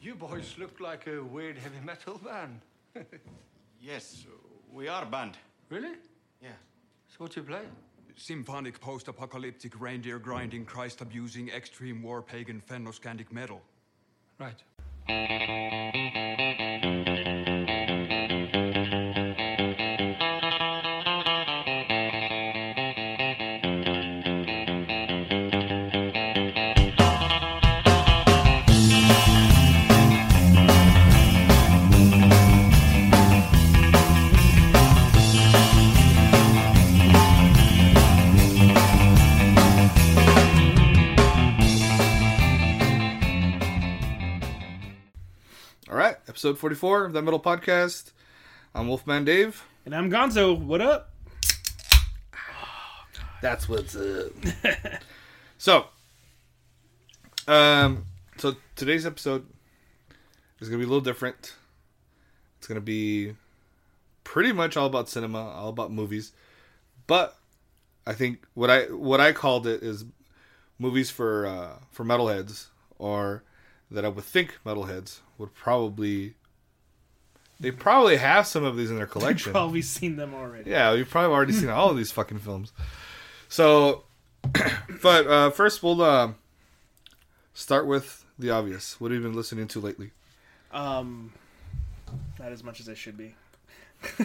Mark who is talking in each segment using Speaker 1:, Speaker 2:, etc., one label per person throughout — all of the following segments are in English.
Speaker 1: You boys look like a weird heavy metal band.
Speaker 2: Yes, we are band.
Speaker 1: Really?
Speaker 2: Yeah.
Speaker 1: So what do you play?
Speaker 3: Symphonic, post apocalyptic, reindeer grinding, Christ abusing, extreme war, pagan, Fennoscandic metal.
Speaker 1: Right.
Speaker 4: All right, episode 44 of that metal podcast. I'm Wolfman Dave.
Speaker 5: And I'm Gonzo. What up?
Speaker 4: That's what's up. so, um, so today's episode is gonna be a little different. It's gonna be pretty much all about cinema, all about movies, but I think what I what I called it is movies for uh, for metalheads, or that I would think metalheads would probably they probably have some of these in their collection.
Speaker 5: Probably seen them already.
Speaker 4: Yeah, you've probably already seen all of these fucking films. So, but uh, first we'll uh, start with the obvious. What have you been listening to lately?
Speaker 5: Um, not as much as it should be.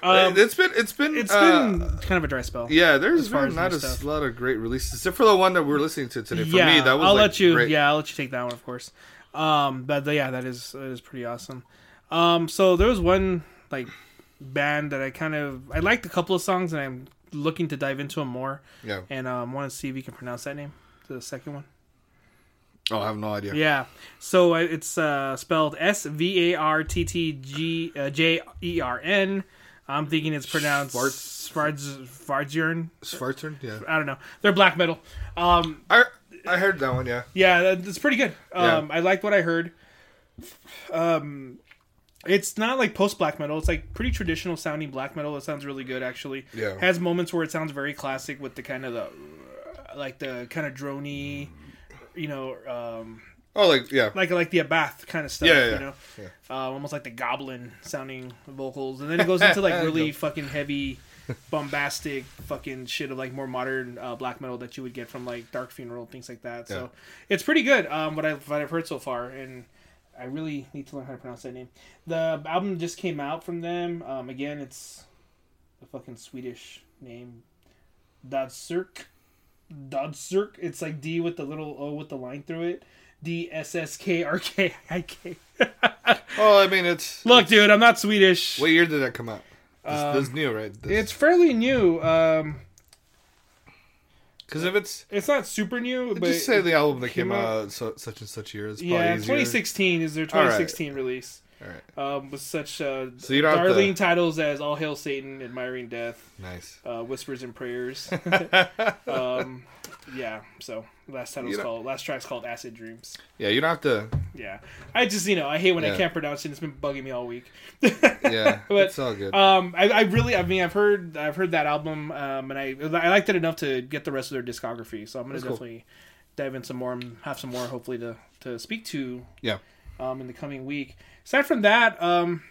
Speaker 4: Um,
Speaker 5: um,
Speaker 4: it's been it's been
Speaker 5: it's
Speaker 4: uh,
Speaker 5: been kind of a dry spell.
Speaker 4: yeah. There's
Speaker 5: as far
Speaker 4: been
Speaker 5: as
Speaker 4: not
Speaker 5: new
Speaker 4: a
Speaker 5: stuff.
Speaker 4: lot of great releases except for the one that we are listening to today. For
Speaker 5: yeah,
Speaker 4: me, that was
Speaker 5: I'll
Speaker 4: like,
Speaker 5: let you.
Speaker 4: great.
Speaker 5: Yeah, I'll let you take that one, of course. Um, but the- yeah, that is that is pretty awesome. Um, so there was one like band that I kind of I liked a couple of songs, and I'm looking to dive into them more,
Speaker 4: yeah.
Speaker 5: and um, want to see if you can pronounce that name, the second one.
Speaker 4: Oh, I have no idea.
Speaker 5: Yeah. So uh, it's uh, spelled S V A R T T G uh, J E R N. I'm thinking it's pronounced Svarts- Svartjörn.
Speaker 4: Schwarzen, yeah.
Speaker 5: I don't know. They're black metal. Um,
Speaker 4: I I heard that one. Yeah,
Speaker 5: yeah, that- that's pretty good. Um,
Speaker 4: Yeah.
Speaker 5: I liked what I heard. Um, it's not like post black metal. It's like pretty traditional sounding black metal. It sounds really good actually.
Speaker 4: Yeah.
Speaker 5: Has moments where it sounds very classic with the kind of the like the kind of drony, you know, um,
Speaker 4: oh like yeah,
Speaker 5: like like the Abath kind of stuff.
Speaker 4: Yeah, yeah,
Speaker 5: you know, Uh, almost like the Goblin sounding vocals, and then it goes into like really fucking heavy, bombastic fucking shit of like more modern uh, black metal that you would get from like Dark Funeral things like that. So it's pretty good. Um, what I've what I've heard so far, and I really need to learn how to pronounce that name. The album just came out from them. Um, again, it's a fucking Swedish name, Dadsirk. Dadsirk. It's like D with the little O with the line through it. D S S K R K I K.
Speaker 4: Well, Oh, I mean it's
Speaker 5: Look, dude, I'm not Swedish.
Speaker 4: What year did that come out? This, this new right?
Speaker 5: Um, It's fairly new. Um,
Speaker 4: because if it's
Speaker 5: it's not super new, but
Speaker 4: just say the album that came
Speaker 5: came out-
Speaker 4: out, so, such and such year. It's probably
Speaker 5: yeah,
Speaker 4: easier.
Speaker 5: 2016 is their 2016 release.
Speaker 4: All right.
Speaker 5: Um, with such uh,
Speaker 4: So you don't have
Speaker 5: darling
Speaker 4: to-
Speaker 5: titles as "All Hail Satan," "Admiring Death,"
Speaker 4: Nice.
Speaker 5: uh, "Whispers and Prayers." um, yeah. So last title's
Speaker 4: You don't-
Speaker 5: called last track's called "Acid Dreams."
Speaker 4: Yeah, you don't have to.
Speaker 5: Yeah. I just you know I hate when
Speaker 4: Yeah.
Speaker 5: I can't pronounce it. It's been bugging me all week.
Speaker 4: Yeah,
Speaker 5: But,
Speaker 4: it's all good.
Speaker 5: Um, I, I really, I mean, I've heard, I've heard that album, um, and I, I liked it enough to get the rest of their discography. So I'm gonna
Speaker 4: That's cool.
Speaker 5: definitely dive in some more and have some more, hopefully, to to speak to,
Speaker 4: yeah,
Speaker 5: um, in the coming week. Aside from that, um,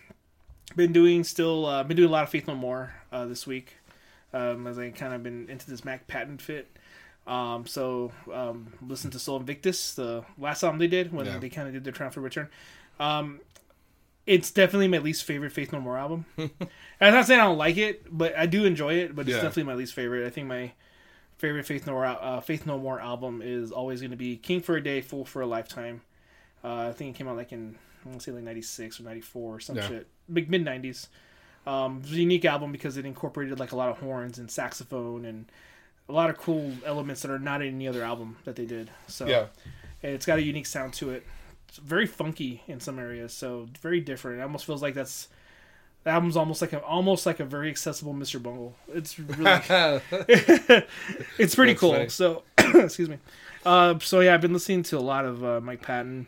Speaker 5: been doing still, uh, been doing a lot of Faith No More uh, this week, um, as I kind of been into this Mac Patent fit. Um, so um, listen to Soul Invictus, the last album they did when
Speaker 4: Yeah.
Speaker 5: they kind of did their triumphant return. Um, it's definitely my least favorite Faith No More album. And I'm not saying I don't like it, but I do enjoy it. But it's
Speaker 4: Yeah.
Speaker 5: definitely my least favorite. I think my favorite Faith No More uh, Faith No More album is always going to be King for a Day, Fool for a Lifetime. Uh, I think it came out like in I want to say like '96 or '94 or some
Speaker 4: Yeah.
Speaker 5: shit, like mid '90s. Um, it was a unique album because it incorporated like a lot of horns and saxophone and a lot of cool elements that are not in any other album that they did. So
Speaker 4: yeah.
Speaker 5: and it's got a unique sound to it. It's very funky in some areas, so very different. It almost feels like that's the album's almost like a almost like a very accessible Mr. Bungle. It's really it's pretty
Speaker 4: That's
Speaker 5: cool.
Speaker 4: funny.
Speaker 5: So excuse me. Uh, so yeah, I've been listening to a lot of uh, Mike Patton.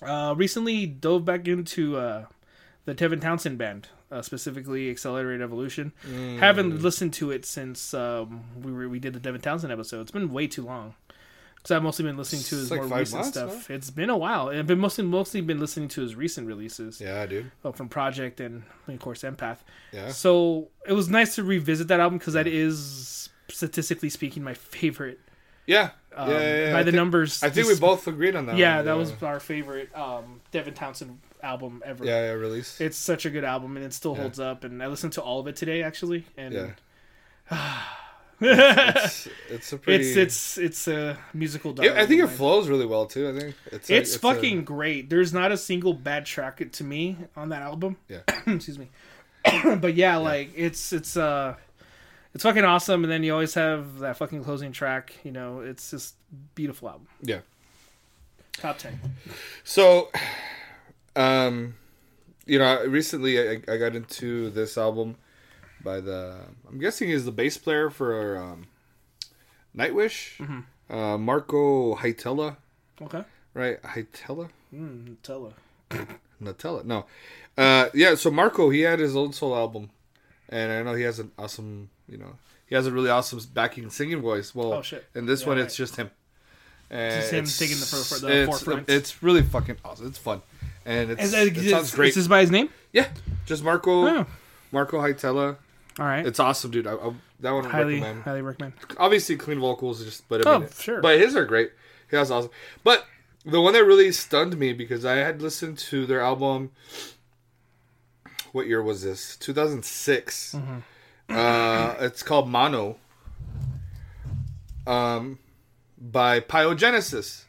Speaker 5: Uh, recently dove back into uh, the Tevin Townsend band, uh, specifically Accelerated Evolution.
Speaker 4: Mm.
Speaker 5: Haven't listened to it since um, we were, we did the Devin Townsend episode. It's been way too long. because I've mostly been listening to his
Speaker 4: It's like
Speaker 5: more
Speaker 4: five
Speaker 5: recent
Speaker 4: months
Speaker 5: stuff. It's been a while, and I've been mostly mostly been listening to his recent releases
Speaker 4: Yeah, dude.
Speaker 5: uh, from Project and of course Empath.
Speaker 4: Yeah.
Speaker 5: So it was nice to revisit that album because that is statistically speaking my favorite.
Speaker 4: Yeah.
Speaker 5: Um,
Speaker 4: yeah, yeah, yeah.
Speaker 5: by
Speaker 4: I
Speaker 5: the
Speaker 4: think-
Speaker 5: numbers,
Speaker 4: I think
Speaker 5: this-
Speaker 4: we both agreed on that.
Speaker 5: Yeah,
Speaker 4: one,
Speaker 5: that was our favorite um, Devin Townsend album ever.
Speaker 4: Yeah, yeah, release.
Speaker 5: It's such a good album and it still holds up. And I listened to all of it today actually, and
Speaker 4: yeah.
Speaker 5: it's,
Speaker 4: It's, it's a pretty.
Speaker 5: it's it's a musical.
Speaker 4: Yeah, I
Speaker 5: diary
Speaker 4: think it
Speaker 5: of mine.
Speaker 4: flows really well too. I think it's a-
Speaker 5: It's,
Speaker 4: a-
Speaker 5: fucking great. There's not a single bad track to me on that album.
Speaker 4: Yeah.
Speaker 5: Excuse me. but yeah, like it's it's uh it's fucking awesome and then you always have that fucking closing track, you know, it's just beautiful album.
Speaker 4: yeah.
Speaker 5: Top 10.
Speaker 4: So, um, you know, I- recently I, I got into this album by the I'm guessing he's the bass player for um, Nightwish, uh, Marco Haitella,
Speaker 5: Okay.
Speaker 4: right? Haitella,
Speaker 5: Nutella.
Speaker 4: Nutella. No, uh, yeah. So Marco, he had his own soul album, and I know he has an awesome, you know, he has a really awesome backing singing voice. Well,
Speaker 5: Oh, shit.
Speaker 4: in this
Speaker 5: Yeah,
Speaker 4: one,
Speaker 5: right.
Speaker 4: it's just him. And
Speaker 5: just him taking the fore- the
Speaker 4: it's-
Speaker 5: forefront.
Speaker 4: It's really fucking awesome. It's fun, and it's,
Speaker 5: uh,
Speaker 4: it sounds great.
Speaker 5: Is this by his name?
Speaker 4: Yeah, just Marco,
Speaker 5: Oh.
Speaker 4: Marco Hytella.
Speaker 5: All right.
Speaker 4: It's awesome, dude. I, I, that one I
Speaker 5: highly
Speaker 4: recommend.
Speaker 5: highly recommend.
Speaker 4: Obviously, clean vocals, just but I
Speaker 5: Oh,
Speaker 4: mean,
Speaker 5: sure.
Speaker 4: But his are great. He has awesome. But the one that really stunned me because I had listened to their album. What year was this? Two
Speaker 5: Mm-hmm.
Speaker 4: Uh, it's called Mono. Um, by Pyogenesis
Speaker 5: It's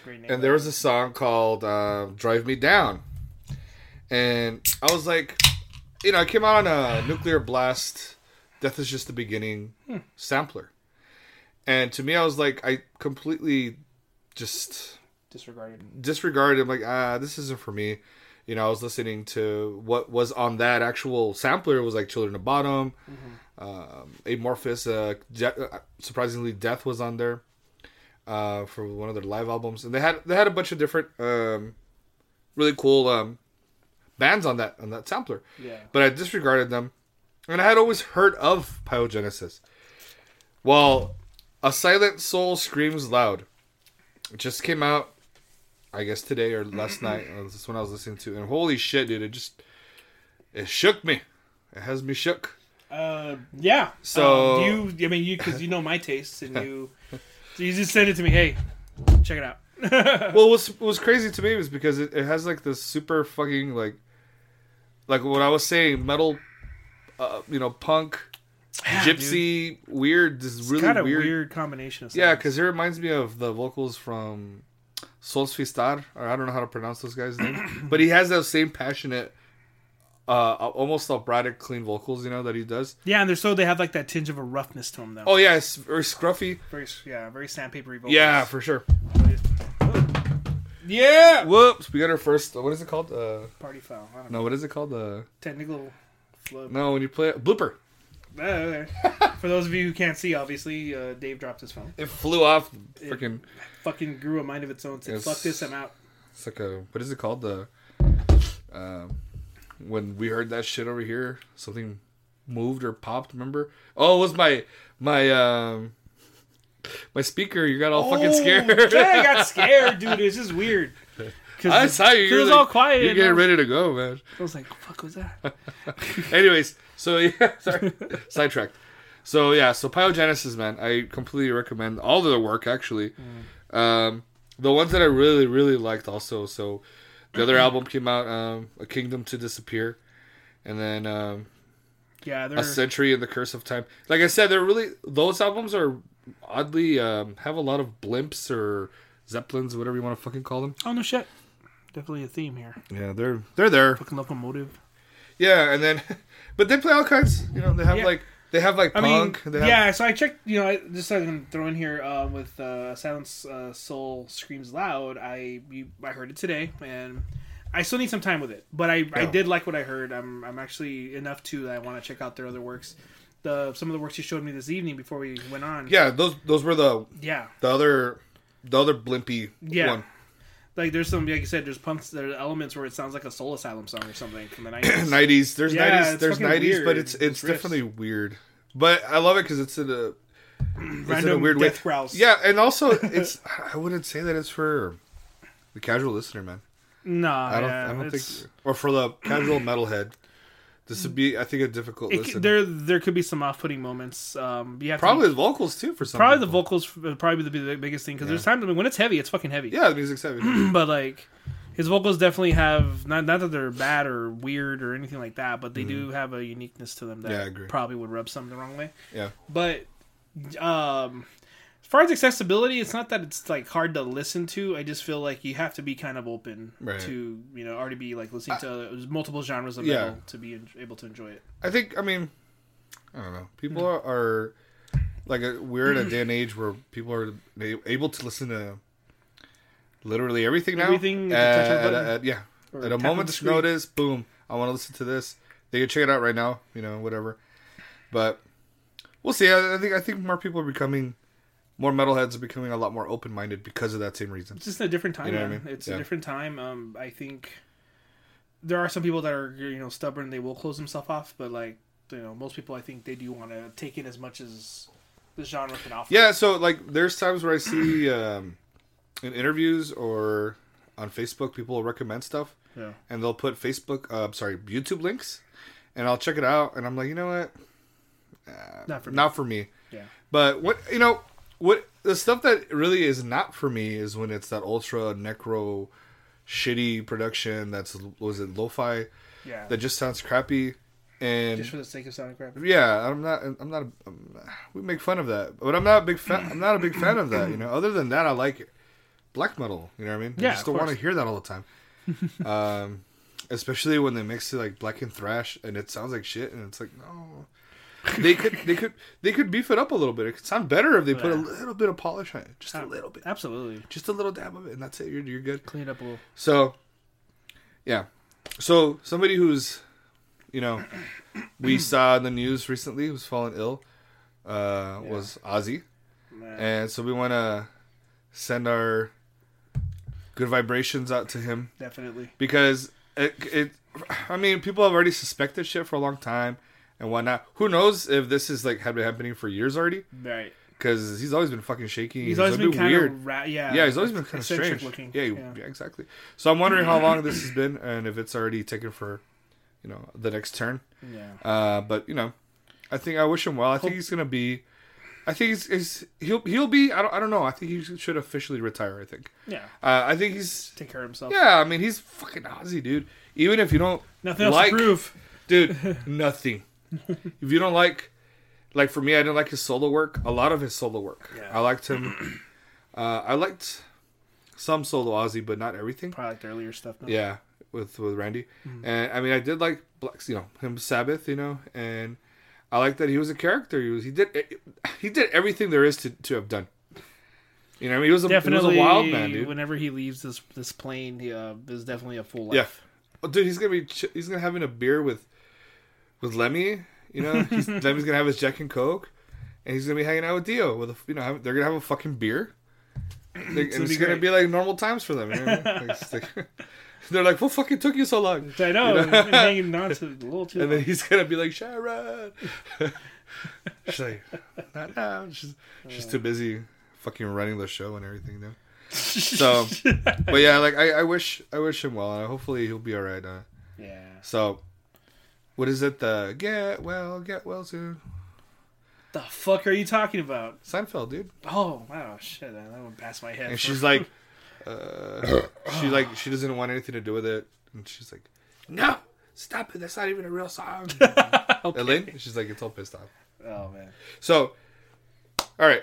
Speaker 5: a great name.
Speaker 4: and there was a song called uh, "Drive Me Down," and I was like, you know, I came out on a Nuclear Blast, "Death Is Just the Beginning" sampler, and to me, I was like, I completely just
Speaker 5: disregarded.
Speaker 4: disregarded. I'm like, ah, this isn't for me. You know, I was listening to what was on that actual sampler. It was like Children of Bottom, um, Amorphous. Uh, Je- uh, surprisingly, Death was on there uh, for one of their live albums, and they had they had a bunch of different, um, really cool um, bands on that on that sampler.
Speaker 5: Yeah.
Speaker 4: But I disregarded them, and I had always heard of Pyogenesis. Well, a silent soul screams loud. It just came out I guess today or last night. uh, This is when I was listening to, and holy shit, dude! It just it shook me. It has me shook.
Speaker 5: Uh, yeah.
Speaker 4: So-
Speaker 5: Um, you, I mean, you because you know my tastes, and you, so you just send it to me. Hey, check it out.
Speaker 4: Well, what's what was crazy to me was because it, it has like this super fucking like like what I was saying, metal, uh, you know, punk, gypsy, weird. This is really
Speaker 5: Kind of
Speaker 4: weird.
Speaker 5: weird. combination of sounds.
Speaker 4: Yeah, because it reminds me of the vocals from Solsvistar, or I don't know how to pronounce those guys' name, but he has those same passionate. Uh, almost operatic clean vocals, you know that he does.
Speaker 5: yeah, and they're so they have like that tinge of a roughness to them, though.
Speaker 4: Oh yeah, it's very scruffy.
Speaker 5: very yeah, very sandpapery vocals.
Speaker 4: Yeah, for sure.
Speaker 5: yeah.
Speaker 4: Whoops, we got our first. What is it called? Uh,
Speaker 5: Party foul. I don't know.
Speaker 4: no, what is it called? Uh,
Speaker 5: Technical flub.
Speaker 4: no, when you play it, blooper.
Speaker 5: Uh, okay. for those of you who can't see, obviously, uh, Dave dropped his phone.
Speaker 4: It flew off. Freaking,
Speaker 5: Fucking grew a mind of its own. Said,
Speaker 4: Yes.
Speaker 5: "Fuck this, I'm out."
Speaker 4: it's like a what is it called? The um, when we heard that shit over here, something moved or popped. Remember? Oh, it was my my um my speaker. You got all fucking scared.
Speaker 5: Oh, yeah, I got scared, dude. It's just weird. Cause
Speaker 4: I saw you.
Speaker 5: It
Speaker 4: you're
Speaker 5: was
Speaker 4: like-
Speaker 5: all quiet.
Speaker 4: You're
Speaker 5: and I
Speaker 4: getting
Speaker 5: was-
Speaker 4: ready to go, man.
Speaker 5: I was like, "Fuck was that?"
Speaker 4: Anyways, so yeah, sorry, sidetracked. So yeah, so Pyogenesis, man, I completely recommend all of their work. Actually,
Speaker 5: Mm.
Speaker 4: um, the ones that I really, really liked also. So the
Speaker 5: Mm-hmm.
Speaker 4: other album came out, um, A Kingdom to Disappear, and then um,
Speaker 5: Yeah, they're
Speaker 4: A Century and the Curse of Time. Like I said, they're really those albums are oddly um, have a lot of blimps or zeppelins, whatever you want to fucking call them.
Speaker 5: Oh no shit. Definitely a theme here.
Speaker 4: Yeah, they're they're there.
Speaker 5: Fucking locomotive.
Speaker 4: Yeah, and then, but they play all kinds. You know, they have
Speaker 5: Yeah.
Speaker 4: like they have like
Speaker 5: I
Speaker 4: punk. they
Speaker 5: mean,
Speaker 4: have,
Speaker 5: yeah. So I checked. You know, I, just so I can throw in here uh, with uh, "Silence uh, Soul Screams Loud." I you, I heard it today, and I still need some time with it. But I, I
Speaker 4: Yeah.
Speaker 5: did like what I heard. I'm I'm actually enough to that I want to check out their other works. The some of the works you showed me this evening before we went on.
Speaker 4: Yeah, those those were the
Speaker 5: Yeah.
Speaker 4: the other the other blimpy
Speaker 5: Yeah.
Speaker 4: one.
Speaker 5: Like there's some like you said, there's punks. There are elements where it sounds like a Soul Asylum song or something from the nineties.
Speaker 4: Nineties. There's
Speaker 5: Yeah,
Speaker 4: nineties.
Speaker 5: it's
Speaker 4: there's
Speaker 5: fucking
Speaker 4: nineties, but
Speaker 5: weird.
Speaker 4: it's
Speaker 5: It's
Speaker 4: it's
Speaker 5: riffs.
Speaker 4: definitely weird. But I love it because it's in a It's in a
Speaker 5: Random
Speaker 4: weird way.
Speaker 5: death growls.
Speaker 4: Yeah, and also it's I wouldn't say that it's for the casual listener, man.
Speaker 5: Nah,
Speaker 4: I don't
Speaker 5: yeah,
Speaker 4: I don't think
Speaker 5: it's-
Speaker 4: or for the casual metalhead. This would be I think a difficult
Speaker 5: it, c-
Speaker 4: listen.
Speaker 5: there there could be some off-putting moments. Um, you have to-
Speaker 4: Probably the vocals too for some.
Speaker 5: probably the
Speaker 4: people.
Speaker 5: vocals would probably be the biggest thing because there's times I mean, when it's heavy, it's fucking heavy.
Speaker 4: Yeah, the music's heavy.
Speaker 5: but like his vocals definitely have not not that they're bad or weird or anything like that, but they do have a uniqueness to them that
Speaker 4: Mm-hmm. Yeah, I agree.
Speaker 5: probably would rub some the wrong way.
Speaker 4: yeah.
Speaker 5: But um as far as accessibility, it's not that it's like hard to listen to. I just feel like you have to be kind of open
Speaker 4: Right.
Speaker 5: to you know already be like listening to uh, multiple genres of
Speaker 4: Yeah.
Speaker 5: metal to be en- able to enjoy it.
Speaker 4: I think I mean I don't know. People are, are like uh, we're in a day and age where people are a- able to listen to literally everything now.
Speaker 5: Everything at the touch of a
Speaker 4: at,
Speaker 5: button.
Speaker 4: at- yeah,
Speaker 5: Or
Speaker 4: at
Speaker 5: tap
Speaker 4: a
Speaker 5: on the
Speaker 4: moment's
Speaker 5: screen.
Speaker 4: notice. Boom! I want to listen to this. They can check it out right now. You know, whatever. But we'll see. I, I think I think more people are becoming more metalheads are becoming a lot more open minded because of that same reason.
Speaker 5: It's just a different time.
Speaker 4: You know what I
Speaker 5: man.
Speaker 4: mean?
Speaker 5: It's
Speaker 4: Yeah.
Speaker 5: a different time. Um, I think there are some people that are you know stubborn. They will close themselves off, but like you know, most people, I think they do want to take in as much as the genre can offer.
Speaker 4: Yeah, so like there's times where I see um, in interviews or on Facebook people recommend stuff.
Speaker 5: Yeah.
Speaker 4: And they'll put Facebook, uh, sorry, YouTube links, and I'll check it out, and I'm like, you know what,
Speaker 5: not for
Speaker 4: Uh, not for me.
Speaker 5: yeah.
Speaker 4: But what you know, what the stuff that really is not for me is when it's that ultra necro, shitty production that's what was it lo-fi
Speaker 5: Yeah.
Speaker 4: that just sounds crappy, and
Speaker 5: just for the sake of sounding crap.
Speaker 4: yeah, I'm not. I'm not. A, I'm, we make fun of that, but I'm not a big fan. I'm not a big fan of that. You know. Other than that, I like black metal. You know what I mean?
Speaker 5: Yeah,
Speaker 4: I just
Speaker 5: of
Speaker 4: don't want to
Speaker 5: course.
Speaker 4: hear that all the time. um, especially when they mix it like black and thrash, and it sounds like shit, and it's like no. They could. They could. They could beef it up a little bit. It could sound better if they put a
Speaker 5: Yeah.
Speaker 4: little bit of polish on it, just a little bit,
Speaker 5: Absolutely.
Speaker 4: just a little dab of it, and that's it. You're you're good.
Speaker 5: Clean it up a little.
Speaker 4: So, yeah. So somebody who's, you know, we saw in the news recently who's fallen ill, uh, was Ozzy,
Speaker 5: Nah.
Speaker 4: and so we want to send our good vibrations out to him
Speaker 5: Definitely.
Speaker 4: because it, it I mean, people have already suspected shit for a long time and whatnot. Who knows if this is like had been happening for years already?
Speaker 5: Right.
Speaker 4: Because he's always been fucking shaky.
Speaker 5: He's, always been, kind of ra- yeah.
Speaker 4: Yeah, he's always been kind of
Speaker 5: eccentric
Speaker 4: strange.
Speaker 5: looking.
Speaker 4: Yeah, he-
Speaker 5: Yeah.
Speaker 4: yeah, exactly. So I'm wondering how long this has been and if it's already taken for, you know, the next turn.
Speaker 5: Yeah.
Speaker 4: Uh, but you know, I think I wish him well. I think he's gonna be. I think he's, he's he'll he'll be. I don't I don't know. I think he should officially retire. I think.
Speaker 5: Yeah.
Speaker 4: Uh, I think he's.
Speaker 5: Take care of himself.
Speaker 4: Yeah, I mean he's fucking Aussie, dude. Even if you don't
Speaker 5: Nothing else
Speaker 4: like,
Speaker 5: to prove.
Speaker 4: dude, nothing. if you don't like, like for me, I didn't like his solo work. A lot of his solo work.
Speaker 5: Yeah.
Speaker 4: I liked him. uh, I liked some solo Ozzy, but not everything.
Speaker 5: Probably Mm-hmm. like the earlier stuff. No?
Speaker 4: Yeah, with with Randy, and I mean, I did like Black, you know, him Sabbath, you know, and I liked that he was a character. He was he did he did everything there is to to have done. You know, I mean, he was a, he was a
Speaker 5: Definitely.
Speaker 4: wild man, dude.
Speaker 5: Whenever he leaves this this plane, he uh, is definitely a full life.
Speaker 4: Yeah. Oh, dude, he's gonna be ch- he's gonna having a beer with with Lemmy. You know, he's, Lemmy's gonna have his Jack and Coke, and he's gonna be hanging out with Dio. With a, you know, have, they're gonna have a fucking beer. They- and
Speaker 5: gonna
Speaker 4: it's
Speaker 5: be
Speaker 4: gonna
Speaker 5: great.
Speaker 4: be like normal times for them. You know? what I mean? Like, it's like- they're like, "What fucking took you so long?"
Speaker 5: I know. we've been hanging on to a little too
Speaker 4: And
Speaker 5: long.
Speaker 4: then he's gonna be like, "Sharon," she's like, "Not now." She's she's too busy fucking running the show and everything. Though. So, but yeah, like I, I wish I wish him well, and hopefully he'll be all right. Uh,
Speaker 5: yeah.
Speaker 4: So, what is it? The get well, get well soon.
Speaker 5: The fuck are you talking about?
Speaker 4: Seinfeld, dude.
Speaker 5: Oh wow, shit, that went past my head.
Speaker 4: And she's like, uh, she like she doesn't want anything to do with it, and she's like, no, stop it. That's not even a real song. Elaine, she's like, it's all pissed off.
Speaker 5: oh man,
Speaker 4: So, all right.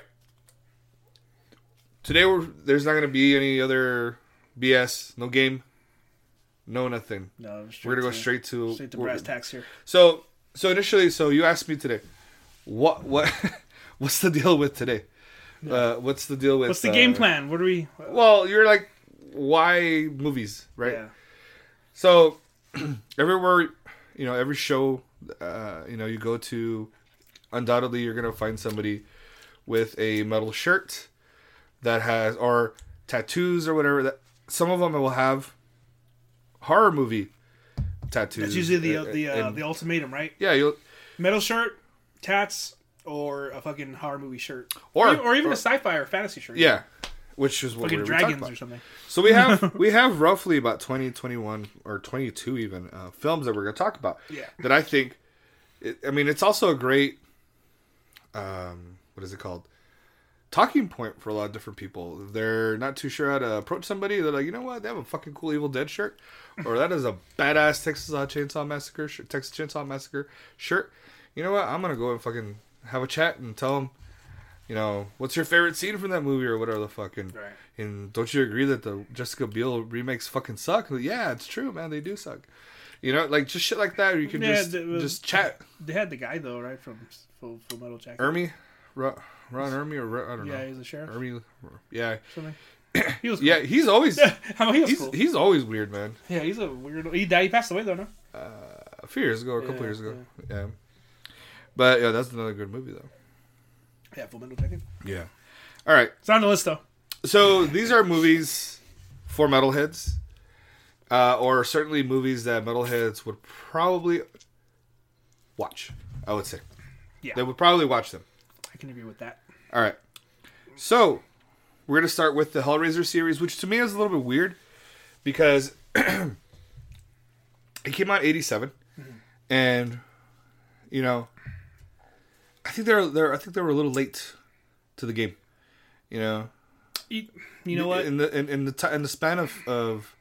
Speaker 4: Today we're there's not gonna be any other BS, no game, no nothing.
Speaker 5: no,
Speaker 4: We're gonna go straight to
Speaker 5: straight to
Speaker 4: we're-
Speaker 5: brass tacks here.
Speaker 4: So so initially, so you asked me today, what what what's the deal with today? Uh, what's the deal with
Speaker 5: What's the
Speaker 4: uh,
Speaker 5: game plan? What are we?
Speaker 4: Well, you're like, why movies, right?
Speaker 5: Yeah,
Speaker 4: So everywhere, you know, every show, uh, you know, you go to, undoubtedly, you're gonna find somebody with a metal shirt that has or tattoos or whatever. That some of them will have horror movie tattoos.
Speaker 5: that's usually the uh,
Speaker 4: uh,
Speaker 5: the uh,
Speaker 4: and-
Speaker 5: the ultimatum, right?
Speaker 4: yeah. You'll
Speaker 5: Metal shirt, tats, or a fucking horror movie shirt,
Speaker 4: Or-
Speaker 5: or, or even
Speaker 4: or-
Speaker 5: a sci-fi or fantasy shirt.
Speaker 4: Yeah, which is what we
Speaker 5: fucking
Speaker 4: were talking
Speaker 5: dragons
Speaker 4: about.
Speaker 5: or something.
Speaker 4: So we have we have roughly about 20, 21, or twenty two even uh, films that we're going to talk about.
Speaker 5: Yeah.
Speaker 4: That I think, it, I mean, it's also a great, um, what is it called? Talking point for a lot of different people. They're not too sure how to approach somebody. They're like, you know what? They have a fucking cool Evil Dead shirt, or that is a badass Texas uh, Chainsaw Massacre shirt, Texas Chainsaw Massacre shirt. You know what? I'm gonna go and fucking have a chat and tell them you know, what's your favorite scene from that movie or whatever the fucking. And,
Speaker 5: Right.
Speaker 4: and don't you agree that the Jessica Biel remakes fucking suck? Like, yeah, it's true, man. They do suck. You know, like just shit like that. Or you can
Speaker 5: Yeah,
Speaker 4: just
Speaker 5: that was-
Speaker 4: just chat.
Speaker 5: They had the guy though, right from Full, Full Metal Jacket.
Speaker 4: Ermi, Ron, Ron Ermi or Ron, I don't
Speaker 5: Yeah,
Speaker 4: know.
Speaker 5: he's a sheriff. Or
Speaker 4: Ermi, yeah,
Speaker 5: something. He was.
Speaker 4: yeah.
Speaker 5: cool.
Speaker 4: He's always
Speaker 5: I mean, he was
Speaker 4: he's
Speaker 5: cool.
Speaker 4: he's always weird, man.
Speaker 5: yeah, he's a weirdo. He died. He passed away though. No.
Speaker 4: A few years ago, or a couple
Speaker 5: Yeah,
Speaker 4: years ago, yeah. But yeah, that's another good movie though.
Speaker 5: Yeah, Full Metal Jacket.
Speaker 4: Yeah. All right.
Speaker 5: It's on the list though.
Speaker 4: So these are movies for metalheads, uh, or certainly movies that metalheads would probably watch. I would say
Speaker 5: Yeah,
Speaker 4: they would probably watch them.
Speaker 5: I can agree with that.
Speaker 4: All right. So we're gonna start with the Hellraiser series, which to me is a little bit weird because it came out '87, and you know, I think they're they're I think they were a little late to the game. You know,
Speaker 5: You, you know what?
Speaker 4: in the in, in the ti in the span of of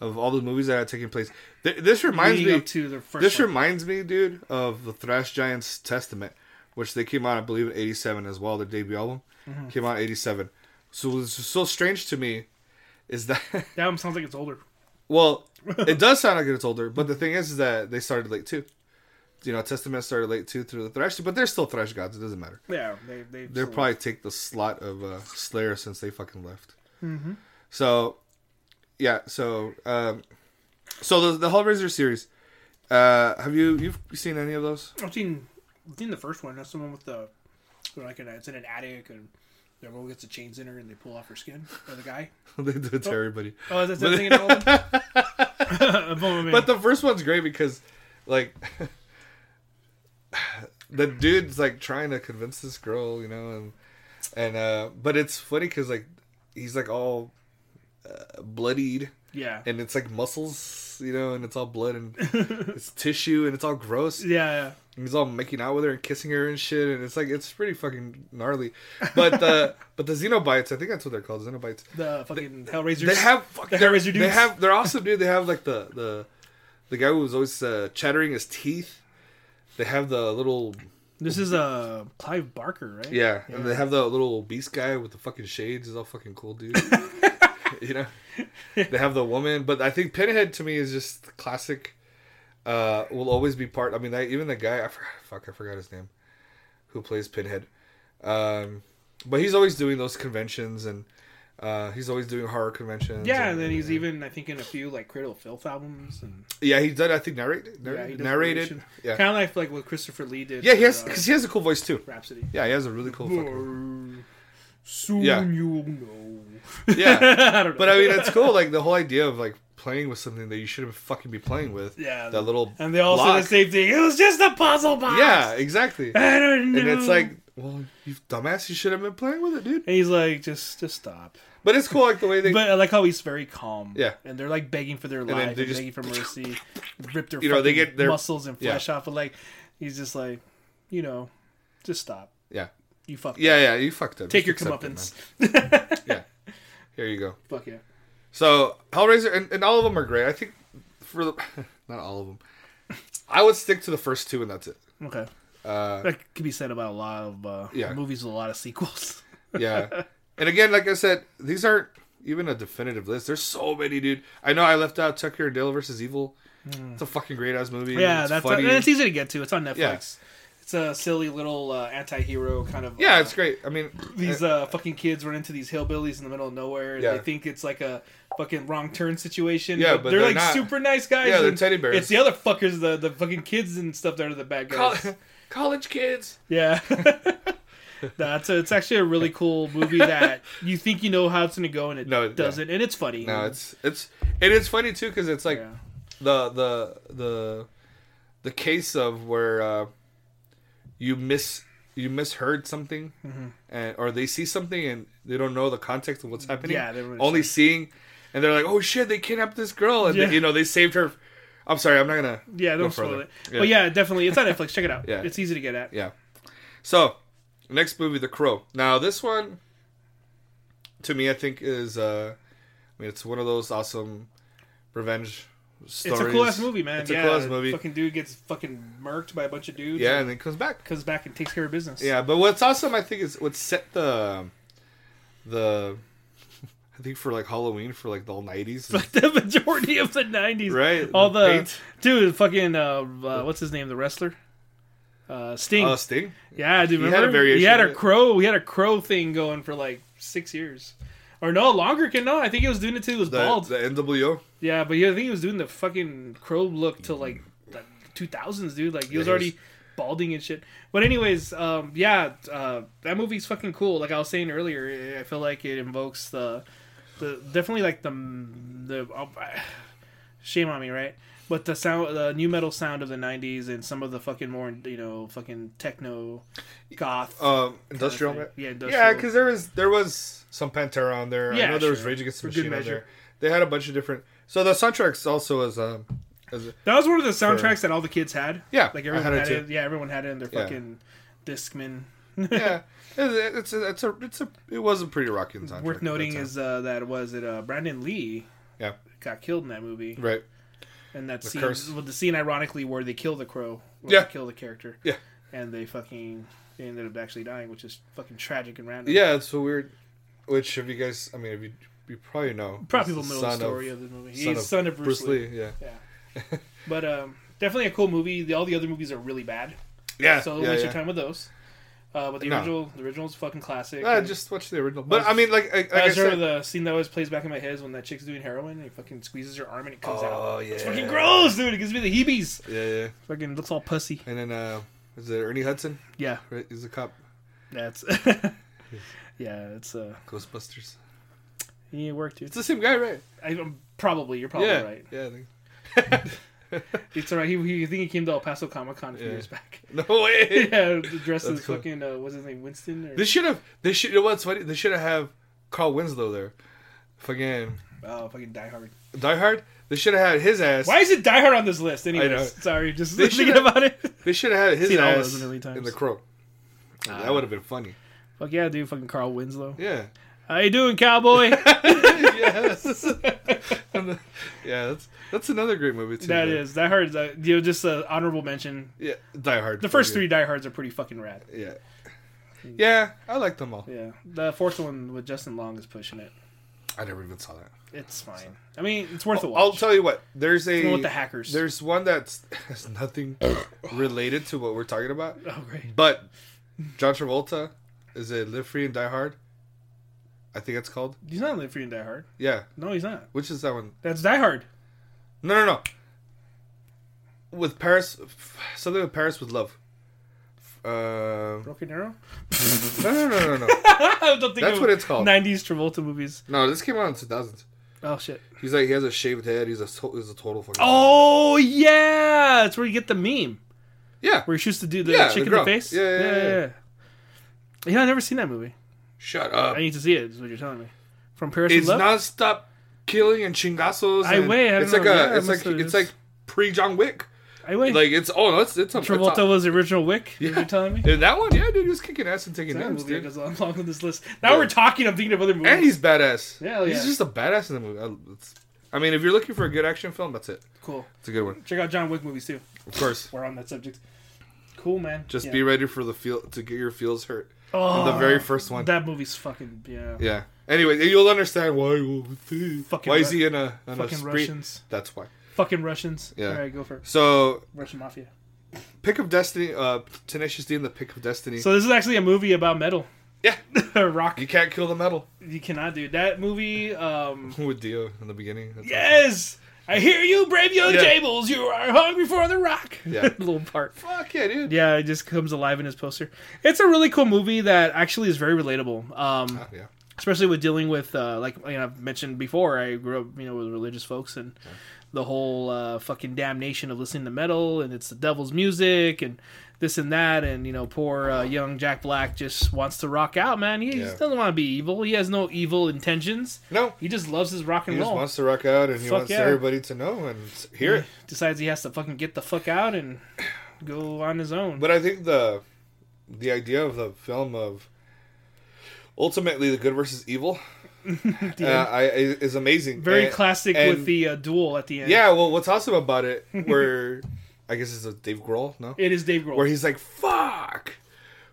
Speaker 4: of all the movies that are taking place, th- this reminds
Speaker 5: Leading
Speaker 4: me.
Speaker 5: up to the first
Speaker 4: this
Speaker 5: one.
Speaker 4: reminds me, dude, of the Thrash Giants Testament, which they came out, I believe, in '87 as well. Their debut album
Speaker 5: Mm-hmm.
Speaker 4: came out in '87. So what's so strange to me is that
Speaker 5: that one sounds like it's older.
Speaker 4: well, it does sound like it's older, but the thing is, is that they started late too. You know, Testament started late too through the Thrash, but they're still Thrash gods. It doesn't matter.
Speaker 5: Yeah, they they
Speaker 4: They'll probably take the slot of uh, Slayer since they fucking left. So, yeah. So, um, so the, the Hellraiser series. Uh, have you you've seen any of those?
Speaker 5: I've seen I've seen the first one. That's the one with the they're like in a, it's in an attic and everyone gets the chains in her and they pull off her skin or the guy.
Speaker 4: they do it to everybody.
Speaker 5: Oh, that's that thing in the old one.
Speaker 4: But the first one's great because, like, the dude's like trying to convince this girl, you know, and and uh, but it's funny because like he's like all uh, bloodied
Speaker 5: yeah.
Speaker 4: and it's like muscles, you know, and it's all blood and it's tissue and it's all gross. And
Speaker 5: yeah,
Speaker 4: he's all making out with her and kissing her and shit, and it's like it's pretty fucking gnarly. But uh, but the xenobites, I think that's what they're called, xenobites.
Speaker 5: the fucking Hellraisers.
Speaker 4: They have fucking
Speaker 5: the Hellraiser dudes.
Speaker 4: they have they're awesome, dude. They have like the the the guy who was always uh, chattering his teeth. They have the little
Speaker 5: this is uh Clive Barker, right?
Speaker 4: yeah, and they have the little beast guy with the fucking shades. He's all fucking cool, dude. you know, they have the woman, but I think Pinhead to me is just classic. Uh, will always be part. I mean, that, even the guy. I forgot, fuck, I forgot his name, who plays Pinhead. Um, but he's always doing those conventions, and uh, he's always doing horror conventions.
Speaker 5: Yeah, and then he's even I think in a few like Cradle of Filth albums and
Speaker 4: yeah, he did. I think narrate, narrate
Speaker 5: yeah, he does
Speaker 4: narrated.
Speaker 5: narration.
Speaker 4: Yeah,
Speaker 5: Kind of like like what Christopher Lee did.
Speaker 4: yeah,
Speaker 5: for,
Speaker 4: he has
Speaker 5: uh,
Speaker 4: because he has a cool voice too.
Speaker 5: Rhapsody.
Speaker 4: Yeah, he has a really cool. Fucking,
Speaker 5: Or, Soon
Speaker 4: Yeah.
Speaker 5: you'll know.
Speaker 4: yeah,
Speaker 5: I don't know.
Speaker 4: But I mean, it's cool. Like the whole idea of like playing with something that you shouldn't fucking be playing with.
Speaker 5: Yeah.
Speaker 4: That little.
Speaker 5: and they all say
Speaker 4: block.
Speaker 5: the same thing. It was just a puzzle box.
Speaker 4: Yeah, exactly.
Speaker 5: I don't know.
Speaker 4: And it's like, well, you dumbass, you should have been playing with it, dude.
Speaker 5: and he's like, just, just stop.
Speaker 4: But it's cool, like the way they.
Speaker 5: But I like how he's very calm.
Speaker 4: Yeah.
Speaker 5: And they're like begging for their
Speaker 4: then
Speaker 5: life,
Speaker 4: they
Speaker 5: and
Speaker 4: just-
Speaker 5: begging for mercy, rip their
Speaker 4: You know, they
Speaker 5: fucking
Speaker 4: get their-
Speaker 5: muscles and
Speaker 4: yeah.
Speaker 5: flesh off. But like, he's just like, you know, just stop.
Speaker 4: yeah,
Speaker 5: You fuck.
Speaker 4: yeah, yeah. You fucked up.
Speaker 5: Take
Speaker 4: Just
Speaker 5: your
Speaker 4: accept it,
Speaker 5: comeuppance.
Speaker 4: man. yeah. Here you go.
Speaker 5: Fuck yeah.
Speaker 4: So Hellraiser and, and all of them are great. I think for the, not all of them. I would stick to the first two, and that's it.
Speaker 5: Okay.
Speaker 4: Uh,
Speaker 5: That could be said about a lot of uh,
Speaker 4: Yeah.
Speaker 5: movies with a lot of sequels.
Speaker 4: yeah. And again, like I said, these aren't even a definitive list. There's so many, dude. I know I left out Tucker and Dale versus Evil. It's a fucking great ass movie.
Speaker 5: yeah,
Speaker 4: it's
Speaker 5: that's e-
Speaker 4: funny.
Speaker 5: and it's easy to get to. It's on Netflix.
Speaker 4: Yeah.
Speaker 5: It's a silly little uh, anti-hero kind of.
Speaker 4: yeah,
Speaker 5: uh,
Speaker 4: it's great. I mean,
Speaker 5: these uh, fucking kids run into these hillbillies in the middle of nowhere. and
Speaker 4: Yeah.
Speaker 5: They think it's like a fucking wrong turn situation.
Speaker 4: Yeah,
Speaker 5: Yeah,
Speaker 4: but
Speaker 5: they're,
Speaker 4: they're
Speaker 5: like
Speaker 4: not.
Speaker 5: super nice guys.
Speaker 4: Yeah, they're
Speaker 5: and
Speaker 4: teddy bears.
Speaker 5: It's the other fuckers, the the fucking kids and stuff that are the bad
Speaker 4: col-
Speaker 5: guys.
Speaker 4: uh, college kids.
Speaker 5: yeah. That's a, it's actually a really cool movie that you think you know how it's gonna go and it
Speaker 4: No, yeah.
Speaker 5: doesn't, and it's funny.
Speaker 4: No, it's it's and it's funny too because it's like
Speaker 5: Yeah.
Speaker 4: the the the the case of where uh, you miss. you- you misheard something,
Speaker 5: Mm-hmm.
Speaker 4: and, or they see something and they don't know the context of what's happening.
Speaker 5: Yeah, they would've
Speaker 4: only
Speaker 5: said-
Speaker 4: seeing, and they're like, "Oh shit, they kidnapped this girl," and
Speaker 5: Yeah.
Speaker 4: they, you know they saved her. I'm sorry, I'm not gonna.
Speaker 5: Yeah,
Speaker 4: go
Speaker 5: don't spoil
Speaker 4: further.
Speaker 5: it. But yeah, definitely, it's on Netflix. Check it out.
Speaker 4: Yeah.
Speaker 5: it's easy to get at.
Speaker 4: Yeah. So, next movie, The Crow. Now, this one, to me, I think is, uh, I mean, it's one of those awesome revenge stories.
Speaker 5: It's a cool ass movie, man.
Speaker 4: It's
Speaker 5: yeah,
Speaker 4: a cool ass movie.
Speaker 5: Fucking dude gets fucking murked by a bunch of dudes.
Speaker 4: Yeah, and then it comes back.
Speaker 5: comes back and takes care of business.
Speaker 4: Yeah, but what's awesome, I think, is what set the, the, I think for like Halloween for like the all nineties.
Speaker 5: the majority of the '90s,
Speaker 4: Right,
Speaker 5: All
Speaker 4: the
Speaker 5: the,
Speaker 4: paint.
Speaker 5: dude, fucking uh, uh, what's his name, the wrestler, uh, Sting.
Speaker 4: Uh, Sting.
Speaker 5: yeah, dude,
Speaker 4: he had
Speaker 5: remember?
Speaker 4: a variation
Speaker 5: he had
Speaker 4: of
Speaker 5: a
Speaker 4: it.
Speaker 5: crow. We had a crow thing going for like six years, or no longer. Can no, I think he was doing it till he was
Speaker 4: The,
Speaker 5: bald.
Speaker 4: the NWO.
Speaker 5: yeah, but yeah, I think he was doing the fucking crow look till like the 2000s, dude. Like he was
Speaker 4: he was-
Speaker 5: already balding and shit. But anyways, um, yeah, uh, that movie's fucking cool. Like I was saying earlier, I feel like it invokes the the definitely like the the uh, shame on me, right? But the sound, the new metal sound of the '90s, and some of the fucking more, you know, fucking techno, goth.
Speaker 4: Um, industrial,
Speaker 5: thing.
Speaker 4: Man.
Speaker 5: Yeah,
Speaker 4: yeah,
Speaker 5: industrial.
Speaker 4: because there was there was some Pantera on there. I
Speaker 5: Yeah,
Speaker 4: know there was
Speaker 5: sure.
Speaker 4: Rage Against the
Speaker 5: For good
Speaker 4: Machine on there.
Speaker 5: measure.
Speaker 4: They had a bunch of different. So the soundtracks also is um, is
Speaker 5: That was one of the soundtracks that all the kids had.
Speaker 4: Yeah,
Speaker 5: like
Speaker 4: I
Speaker 5: everyone
Speaker 4: had it
Speaker 5: had, it.
Speaker 4: too.
Speaker 5: Yeah, everyone had it in their
Speaker 4: Yeah.
Speaker 5: fucking discman.
Speaker 4: yeah, it's it's a, it's a it's a it was a pretty rocking soundtrack. at
Speaker 5: Worth
Speaker 4: that
Speaker 5: noting
Speaker 4: time.
Speaker 5: is uh, that was it uh, Brandon Lee
Speaker 4: yeah,
Speaker 5: got killed in that movie,
Speaker 4: right,
Speaker 5: and that scene,
Speaker 4: curse.
Speaker 5: well, the scene ironically where they kill the crow, where
Speaker 4: Yeah.
Speaker 5: they kill the character,
Speaker 4: yeah,
Speaker 5: and they fucking they ended up actually dying, which is fucking tragic and random.
Speaker 4: yeah. It's so weird. Which if you guys, I mean, if you you probably know,
Speaker 5: probably
Speaker 4: It's
Speaker 5: people know the story of, the movie. He's
Speaker 4: of
Speaker 5: son of Bruce, Lee.
Speaker 4: Yeah,
Speaker 5: but um, definitely a cool movie. The, all the other movies are really bad,
Speaker 4: yeah.
Speaker 5: so
Speaker 4: yeah,
Speaker 5: waste
Speaker 4: yeah.
Speaker 5: your time with those. Uh, but the
Speaker 4: No.
Speaker 5: original, the original's fucking classic.
Speaker 4: Ah,
Speaker 5: and-
Speaker 4: just watch the original. But I mean, like, like, like
Speaker 5: I
Speaker 4: I
Speaker 5: just remember
Speaker 4: said,
Speaker 5: the scene that always plays back in my head is when that chick's doing heroin and he fucking squeezes her arm and it comes out.
Speaker 4: oh yeah,
Speaker 5: It's fucking gross, dude. It gives me the heebies.
Speaker 4: Yeah, yeah.
Speaker 5: Fucking looks all pussy.
Speaker 4: And then uh, is it Ernie Hudson?
Speaker 5: Yeah,
Speaker 4: Right, he's a cop.
Speaker 5: that's. yeah, it's uh,
Speaker 4: Ghostbusters.
Speaker 5: you work, dude.
Speaker 4: It's the same guy, right?
Speaker 5: I, I'm probably you're probably
Speaker 4: yeah,
Speaker 5: right.
Speaker 4: yeah. I think-
Speaker 5: It's alright. He, he, I think he came to El Paso Comic Con a few
Speaker 4: Yeah.
Speaker 5: years back.
Speaker 4: No way.
Speaker 5: yeah, dressed
Speaker 4: That's
Speaker 5: as
Speaker 4: cool.
Speaker 5: fucking uh, what's his name, Winston? Or,
Speaker 4: They should have. They should. You know what's funny? They should have Carl Winslow there. Fucking
Speaker 5: oh, fucking Die Hard.
Speaker 4: Die Hard. They should have had his ass.
Speaker 5: Why is it Die Hard on this list? Anyways,
Speaker 4: I know.
Speaker 5: sorry, just
Speaker 4: They
Speaker 5: thinking
Speaker 4: should've-
Speaker 5: about it.
Speaker 4: They should have had his
Speaker 5: Seen all
Speaker 4: ass
Speaker 5: those a million
Speaker 4: in
Speaker 5: times. Ah.
Speaker 4: the Crow. that would have been funny.
Speaker 5: Fuck yeah, dude. Fucking Carl Winslow.
Speaker 4: Yeah.
Speaker 5: How you doing, cowboy?
Speaker 4: yes. yeah. That's that's another great movie too.
Speaker 5: That
Speaker 4: man.
Speaker 5: is that hurts. Uh, you know, just an honorable mention.
Speaker 4: Yeah. Die Hard.
Speaker 5: The first
Speaker 4: Fucking-
Speaker 5: three Die Hards are pretty fucking rad.
Speaker 4: Yeah. Yeah, I like them all.
Speaker 5: Yeah, the fourth one with Justin Long is pushing it.
Speaker 4: I never even saw that.
Speaker 5: It's fine. I mean, it's worth a watch.
Speaker 4: I'll tell you what. There's a
Speaker 5: the one with the hackers.
Speaker 4: There's one that's has nothing related to what we're talking about.
Speaker 5: oh great.
Speaker 4: But John Travolta is it Live Free and Die Hard? I think it's called.
Speaker 5: He's not in Live Free and Die Hard.
Speaker 4: Yeah.
Speaker 5: No, he's not.
Speaker 4: Which is that one?
Speaker 5: That's Die Hard.
Speaker 4: No, no, no. With Paris, something with Paris with love. Uh,
Speaker 5: Broken Arrow.
Speaker 4: no, no, no, no, no.
Speaker 5: I don't think
Speaker 4: That's
Speaker 5: of
Speaker 4: what it's called.
Speaker 5: Nineties Travolta movies.
Speaker 4: No, this came out in 2000s.
Speaker 5: Oh shit.
Speaker 4: He's like he has a shaved head. He's a to- he's a total fucking.
Speaker 5: Oh yeah, that's where you get the meme
Speaker 4: yeah.
Speaker 5: where he shoots the dude the
Speaker 4: Yeah, the
Speaker 5: chick in the
Speaker 4: girl.
Speaker 5: face.
Speaker 4: Yeah, yeah, yeah, yeah.
Speaker 5: yeah. I've never seen that movie.
Speaker 4: Shut up.
Speaker 5: I need to see it. Is what you're telling me. From Paris
Speaker 4: It's
Speaker 5: with Love.
Speaker 4: nonstop killing and chingazos.
Speaker 5: I
Speaker 4: and
Speaker 5: wait, I don't
Speaker 4: it's
Speaker 5: know.
Speaker 4: like
Speaker 5: Yeah, I
Speaker 4: a. It's
Speaker 5: must
Speaker 4: like
Speaker 5: have
Speaker 4: it's
Speaker 5: just-
Speaker 4: like pre John Wick.
Speaker 5: I wait.
Speaker 4: Like it's oh, no, it's it's a It's
Speaker 5: Travolta
Speaker 4: a,
Speaker 5: was the original Wick. is what You're telling me.
Speaker 4: in that one, yeah, dude, he was kicking ass and taking
Speaker 5: That
Speaker 4: names,
Speaker 5: movie
Speaker 4: dude.
Speaker 5: goes on long on this list. Now we're talking. I'm thinking of other movies.
Speaker 4: And he's badass.
Speaker 5: Yeah, hell
Speaker 4: he's
Speaker 5: yeah.
Speaker 4: just a badass in the movie. I, it's, I mean, if you're looking for a good action film, that's it.
Speaker 5: cool.
Speaker 4: It's a good one,
Speaker 5: Check out John Wick movies too.
Speaker 4: of course.
Speaker 5: We're on that subject. Cool, man.
Speaker 4: Just
Speaker 5: Yeah.
Speaker 4: be ready for the feel to get your feels hurt.
Speaker 5: Oh,
Speaker 4: the very first one.
Speaker 5: That movie's fucking yeah.
Speaker 4: yeah. Anyway, you'll understand why.
Speaker 5: Fucking
Speaker 4: why
Speaker 5: Ru-
Speaker 4: is he in a in a
Speaker 5: Fucking
Speaker 4: spree?
Speaker 5: Russians.
Speaker 4: That's why.
Speaker 5: Fucking Russians.
Speaker 4: Yeah.
Speaker 5: All right, go for it.
Speaker 4: So,
Speaker 5: Russian mafia.
Speaker 4: Pick of Destiny, uh, Tenacious D and the Pick of Destiny.
Speaker 5: So this is actually a movie about metal.
Speaker 4: yeah,
Speaker 5: Rock.
Speaker 4: you can't kill the metal
Speaker 5: You cannot do that movie. Um.
Speaker 4: with Dio in the beginning. That's
Speaker 5: Yes. I hear you, brave young
Speaker 4: Yeah.
Speaker 5: Jables. You are hungry for the rock.
Speaker 4: Yeah.
Speaker 5: Little part.
Speaker 4: awesome. Fuck yeah, dude.
Speaker 5: Yeah,
Speaker 4: Uh-huh.
Speaker 5: it just comes alive in his poster. It's a really cool movie that actually is very relatable. Um,
Speaker 4: Yeah.
Speaker 5: especially with dealing with uh, like you know, I've mentioned before. I grew up you know with religious folks and the whole uh, fucking damnation of listening to metal and it's the devil's music and this and that and you know poor uh, young Jack Black just wants to rock out, man. He
Speaker 4: Yeah.
Speaker 5: doesn't want to be evil. He has no evil intentions.
Speaker 4: No.
Speaker 5: He just loves his rock and
Speaker 4: He just
Speaker 5: roll.
Speaker 4: wants to rock out and he
Speaker 5: Fuck
Speaker 4: wants
Speaker 5: yeah. Mm.
Speaker 4: everybody to know and s- hear it.
Speaker 5: Decides he has to fucking get the fuck out and go on his own.
Speaker 4: But I think the the idea of the film of ultimately the good versus evil uh, I, I- is amazing.
Speaker 5: Very
Speaker 4: And-
Speaker 5: classic
Speaker 4: and-
Speaker 5: with the uh, duel at the end.
Speaker 4: yeah. Well, what's awesome about it, where I guess it's a Dave Grohl, no,
Speaker 5: It is Dave Grohl.
Speaker 4: where he's like, "Fuck,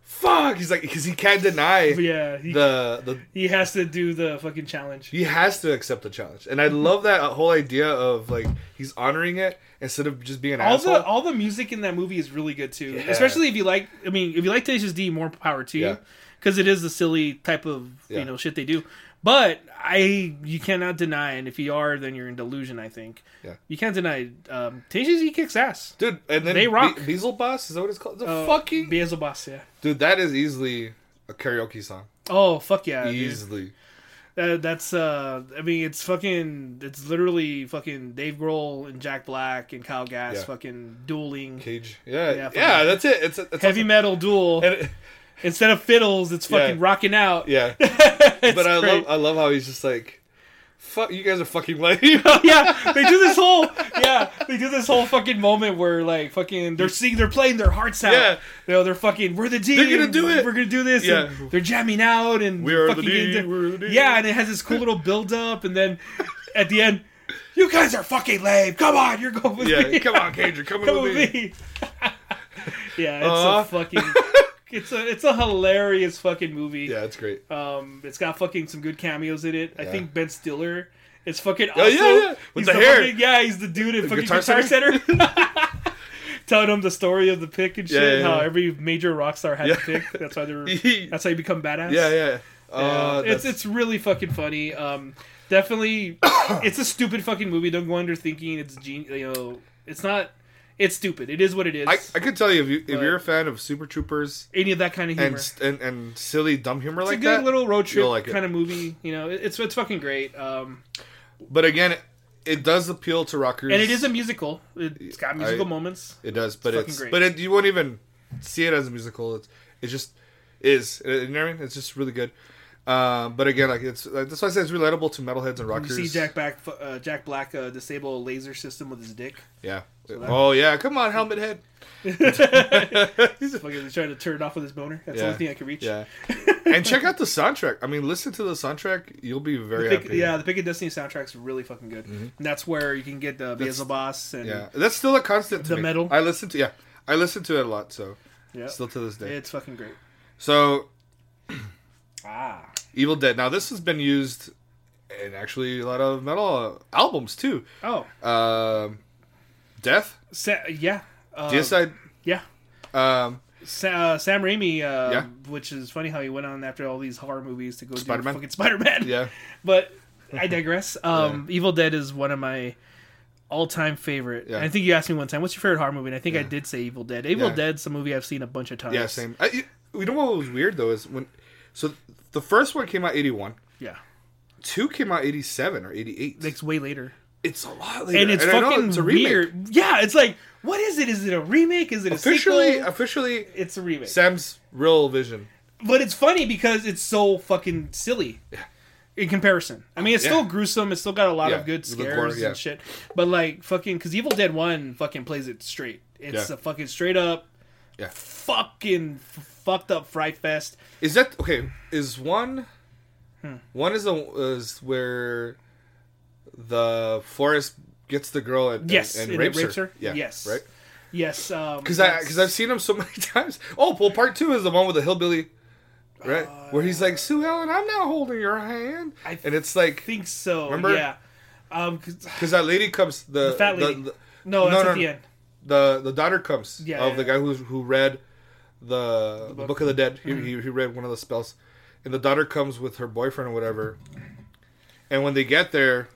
Speaker 4: fuck," he's like, because he can't deny
Speaker 5: yeah, he,
Speaker 4: the the
Speaker 5: he has to do the fucking challenge.
Speaker 4: he has to accept the challenge, and I
Speaker 5: Mm-hmm.
Speaker 4: love that whole idea of like he's honoring it instead of just being an
Speaker 5: all
Speaker 4: asshole.
Speaker 5: the all the music in that movie is really good too.
Speaker 4: Yeah.
Speaker 5: Especially if you like, I mean, if you like Tenacious D, more power to
Speaker 4: Yeah.
Speaker 5: you, because it is the silly type of
Speaker 4: Yeah.
Speaker 5: you know shit they do. But I, you cannot deny, and if you are, then you're in delusion. I think.
Speaker 4: Yeah.
Speaker 5: You can't deny um, Tenacious D kicks ass.
Speaker 4: Dude, and then
Speaker 5: They rock.
Speaker 4: Be- Beelzebub Boss is that what it's called? The
Speaker 5: Uh,
Speaker 4: fucking
Speaker 5: Beelzebub, yeah.
Speaker 4: dude, that is easily a karaoke song.
Speaker 5: Oh fuck yeah! dude.
Speaker 4: easily,
Speaker 5: That, that's uh, I mean, it's fucking, it's literally fucking Dave Grohl and Jack Black and Kyle Gass
Speaker 4: Yeah.
Speaker 5: fucking dueling
Speaker 4: Cage. Yeah, yeah,
Speaker 5: fucking-
Speaker 4: that's it. It's, a, it's
Speaker 5: heavy
Speaker 4: awesome.
Speaker 5: metal duel.
Speaker 4: And it-
Speaker 5: Instead of fiddles, it's fucking
Speaker 4: Yeah.
Speaker 5: rocking out.
Speaker 4: yeah, but I love
Speaker 5: great.
Speaker 4: I love how he's just like, fuck, you guys are fucking lame.
Speaker 5: yeah, they do this whole yeah, they do this whole fucking moment where like fucking they're singing, they're playing their hearts out.
Speaker 4: Yeah.
Speaker 5: you know, they're fucking we're the team.
Speaker 4: gonna do it.
Speaker 5: We're gonna do this.
Speaker 4: Yeah.
Speaker 5: and they're jamming out and
Speaker 4: We are the
Speaker 5: fucking getting
Speaker 4: team,
Speaker 5: to-
Speaker 4: we're the team.
Speaker 5: yeah, and it has this cool little build up, and then at the end, you guys are fucking lame. Come on, you're going with
Speaker 4: yeah,
Speaker 5: me.
Speaker 4: come on, Cage, you're coming
Speaker 5: Come
Speaker 4: with me. Uh-huh.
Speaker 5: with me. yeah, it's
Speaker 4: Aw.
Speaker 5: a fucking. It's a it's a hilarious fucking movie.
Speaker 4: Yeah, it's great.
Speaker 5: Um, it's got fucking some good cameos in it. I
Speaker 4: Yeah.
Speaker 5: think Ben Stiller is fucking
Speaker 4: Oh,
Speaker 5: awesome.
Speaker 4: yeah, yeah. With
Speaker 5: he's
Speaker 4: the hair.
Speaker 5: fucking- yeah, he's the dude at fucking
Speaker 4: Guitar
Speaker 5: Guitar, Center. Telling him the story of the pick and shit,
Speaker 4: Yeah, yeah,
Speaker 5: how
Speaker 4: yeah.
Speaker 5: every major rock star had
Speaker 4: Yeah.
Speaker 5: a pick. That's why they were.
Speaker 4: He-
Speaker 5: That's how you become badass.
Speaker 4: yeah, yeah.
Speaker 5: Yeah.
Speaker 4: Uh,
Speaker 5: it's
Speaker 4: that's-
Speaker 5: it's really fucking funny. Um, definitely, it's a stupid fucking movie. Don't go under thinking it's gen. You know, it's not. It's stupid. It is what it is.
Speaker 4: I, I could tell you if you if
Speaker 5: But-
Speaker 4: you're a fan of Super Troopers
Speaker 5: Any of that kind of humor.
Speaker 4: and, st- and and silly dumb humor
Speaker 5: it's
Speaker 4: like
Speaker 5: a good
Speaker 4: that,
Speaker 5: little road trip
Speaker 4: you'll like it.
Speaker 5: kind of movie. You know, It- it's it's fucking great. Um,
Speaker 4: but again, it, it does appeal to rockers,
Speaker 5: and it is a musical. It's got musical
Speaker 4: I-
Speaker 5: moments.
Speaker 4: It does, but
Speaker 5: fucking
Speaker 4: it's,
Speaker 5: great.
Speaker 4: but it, you won't even see it as a musical. It's it just is. You know what I mean? It's just really good. Um, but again, like it's like, that's why I say it's relatable to metalheads and
Speaker 5: You
Speaker 4: rockers.
Speaker 5: see Jack Black, uh, Jack Black uh, disable a laser system with his dick.
Speaker 4: Yeah. oh yeah, come on, helmet head.
Speaker 5: Fucking he's trying to turn it off with his boner. That's
Speaker 4: Yeah.
Speaker 5: the only thing I can reach.
Speaker 4: Yeah. and check out the soundtrack. I mean, listen to the soundtrack. You'll be very
Speaker 5: The Pick-
Speaker 4: happy. Mm-hmm.
Speaker 5: yeah, the Pick of Destiny soundtrack's really fucking good. And that's where you can get the Beelzebos and
Speaker 4: Yeah. That's still a constant. To
Speaker 5: The
Speaker 4: me.
Speaker 5: metal.
Speaker 4: I listen to yeah. I listen to it a lot. So
Speaker 5: yeah.
Speaker 4: still to this day.
Speaker 5: it's fucking great.
Speaker 4: So
Speaker 5: Ah,
Speaker 4: Evil Dead. Now this has been used in actually a lot of metal uh, albums too.
Speaker 5: oh,
Speaker 4: Um, Death.
Speaker 5: Sa- yeah, uh,
Speaker 4: DSI.
Speaker 5: yeah.
Speaker 4: Um,
Speaker 5: Sa- uh, Sam Raimi, uh,
Speaker 4: Yeah.
Speaker 5: which is funny how he went on after all these horror movies to go
Speaker 4: Spider-Man?
Speaker 5: do fucking Spider Man.
Speaker 4: yeah.
Speaker 5: but I digress. Um, Evil Dead is one of my all-time favorite.
Speaker 4: Yeah.
Speaker 5: And I think you asked me one time, "What's your favorite horror movie?" And I think I did say Evil Dead. Evil
Speaker 4: Yeah.
Speaker 5: Dead's a movie I've seen a bunch of times.
Speaker 4: Yeah, same. I, you- you know what was weird though is when, so the first one came out eighty one,
Speaker 5: Yeah,
Speaker 4: two came out eighty seven or eighty eight.
Speaker 5: it's way later,
Speaker 4: It's a lot later,
Speaker 5: and it's
Speaker 4: I know
Speaker 5: fucking
Speaker 4: a remake.
Speaker 5: weird. Yeah, it's like, what is it? Is it a remake? Is it a
Speaker 4: Officially,
Speaker 5: sequel?
Speaker 4: officially,
Speaker 5: It's a remake,
Speaker 4: Sam's real vision.
Speaker 5: but it's funny because it's so fucking silly. In comparison, I mean, it's
Speaker 4: Yeah.
Speaker 5: still gruesome. It's still got a lot
Speaker 4: Yeah,
Speaker 5: of good
Speaker 4: the gore,
Speaker 5: scares
Speaker 4: yeah.
Speaker 5: and shit. But like, fucking, because Evil Dead One fucking plays it straight. It's
Speaker 4: Yeah.
Speaker 5: a fucking straight up
Speaker 4: Yeah,
Speaker 5: fucking f- fucked up fright fest.
Speaker 4: is that okay? Is one,
Speaker 5: Hmm.
Speaker 4: one is the is where the forest gets the girl and
Speaker 5: Yes,
Speaker 4: and,
Speaker 5: and it
Speaker 4: rapes,
Speaker 5: rapes
Speaker 4: her.
Speaker 5: her.
Speaker 4: Yeah,
Speaker 5: Yes.
Speaker 4: right.
Speaker 5: Yes, um,
Speaker 4: Because I because I've seen him so many times. Oh, well, part two is the one with the hillbilly, right? Where he's like, Sue Ellen, I'm not holding your hand,
Speaker 5: Uh, I
Speaker 4: and it's like
Speaker 5: think so.
Speaker 4: Remember?
Speaker 5: Yeah. Um, 'cause-
Speaker 4: because that lady comes, the,
Speaker 5: The fat lady.
Speaker 4: the, No,
Speaker 5: no, that's
Speaker 4: no,
Speaker 5: at the
Speaker 4: no.
Speaker 5: end.
Speaker 4: the the daughter comes
Speaker 5: Yeah,
Speaker 4: of
Speaker 5: yeah,
Speaker 4: the guy who who read the, the, book.
Speaker 5: book. Mm-hmm.
Speaker 4: of the dead. He, he he read one of the spells, and the daughter comes with her boyfriend or whatever. And when they get there,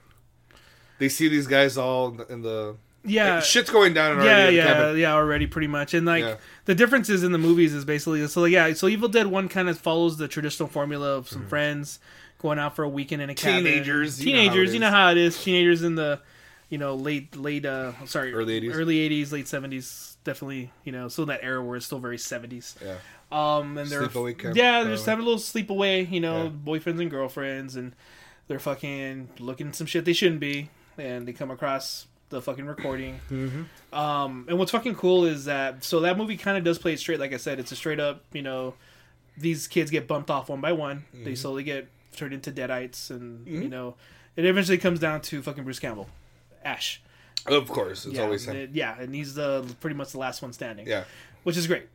Speaker 4: they see these guys all in the, in the
Speaker 5: Yeah.
Speaker 4: shit's going down. Already
Speaker 5: Uh, yeah,
Speaker 4: in the
Speaker 5: yeah,
Speaker 4: cabin.
Speaker 5: yeah. Already, pretty much, and like
Speaker 4: Yeah.
Speaker 5: the differences in the movies is basically so. Yeah, so Evil Dead One kind of follows the traditional formula of some friends going out for a weekend in a cabin.
Speaker 4: Mm-hmm. Teenagers, you know how it
Speaker 5: teenagers. You know
Speaker 4: is.
Speaker 5: how it is. Teenagers in the, you know, late late uh sorry
Speaker 4: Early 80s.
Speaker 5: early eighties, late seventies. Definitely, you know, still that era where it's still very seventies.
Speaker 4: Yeah.
Speaker 5: Um, and they're
Speaker 4: Sleepaway camp,
Speaker 5: yeah,
Speaker 4: by
Speaker 5: they're
Speaker 4: the
Speaker 5: just
Speaker 4: way.
Speaker 5: having a little sleepaway. You know,
Speaker 4: Yeah.
Speaker 5: boyfriends and girlfriends, and they're fucking looking at some shit they shouldn't be, and they come across the fucking recording.
Speaker 4: Mm-hmm.
Speaker 5: Um, and what's fucking cool is that so that movie kind of does play it straight. Like I said, it's a straight up, you know, these kids get bumped off one by one.
Speaker 4: Mm-hmm.
Speaker 5: They slowly get turned into deadites, and you know, it eventually comes down to fucking Bruce Campbell, Ash.
Speaker 4: Of course, it's
Speaker 5: yeah,
Speaker 4: always him.
Speaker 5: and it- yeah, and he's the pretty much the last one standing.
Speaker 4: yeah.
Speaker 5: which is great.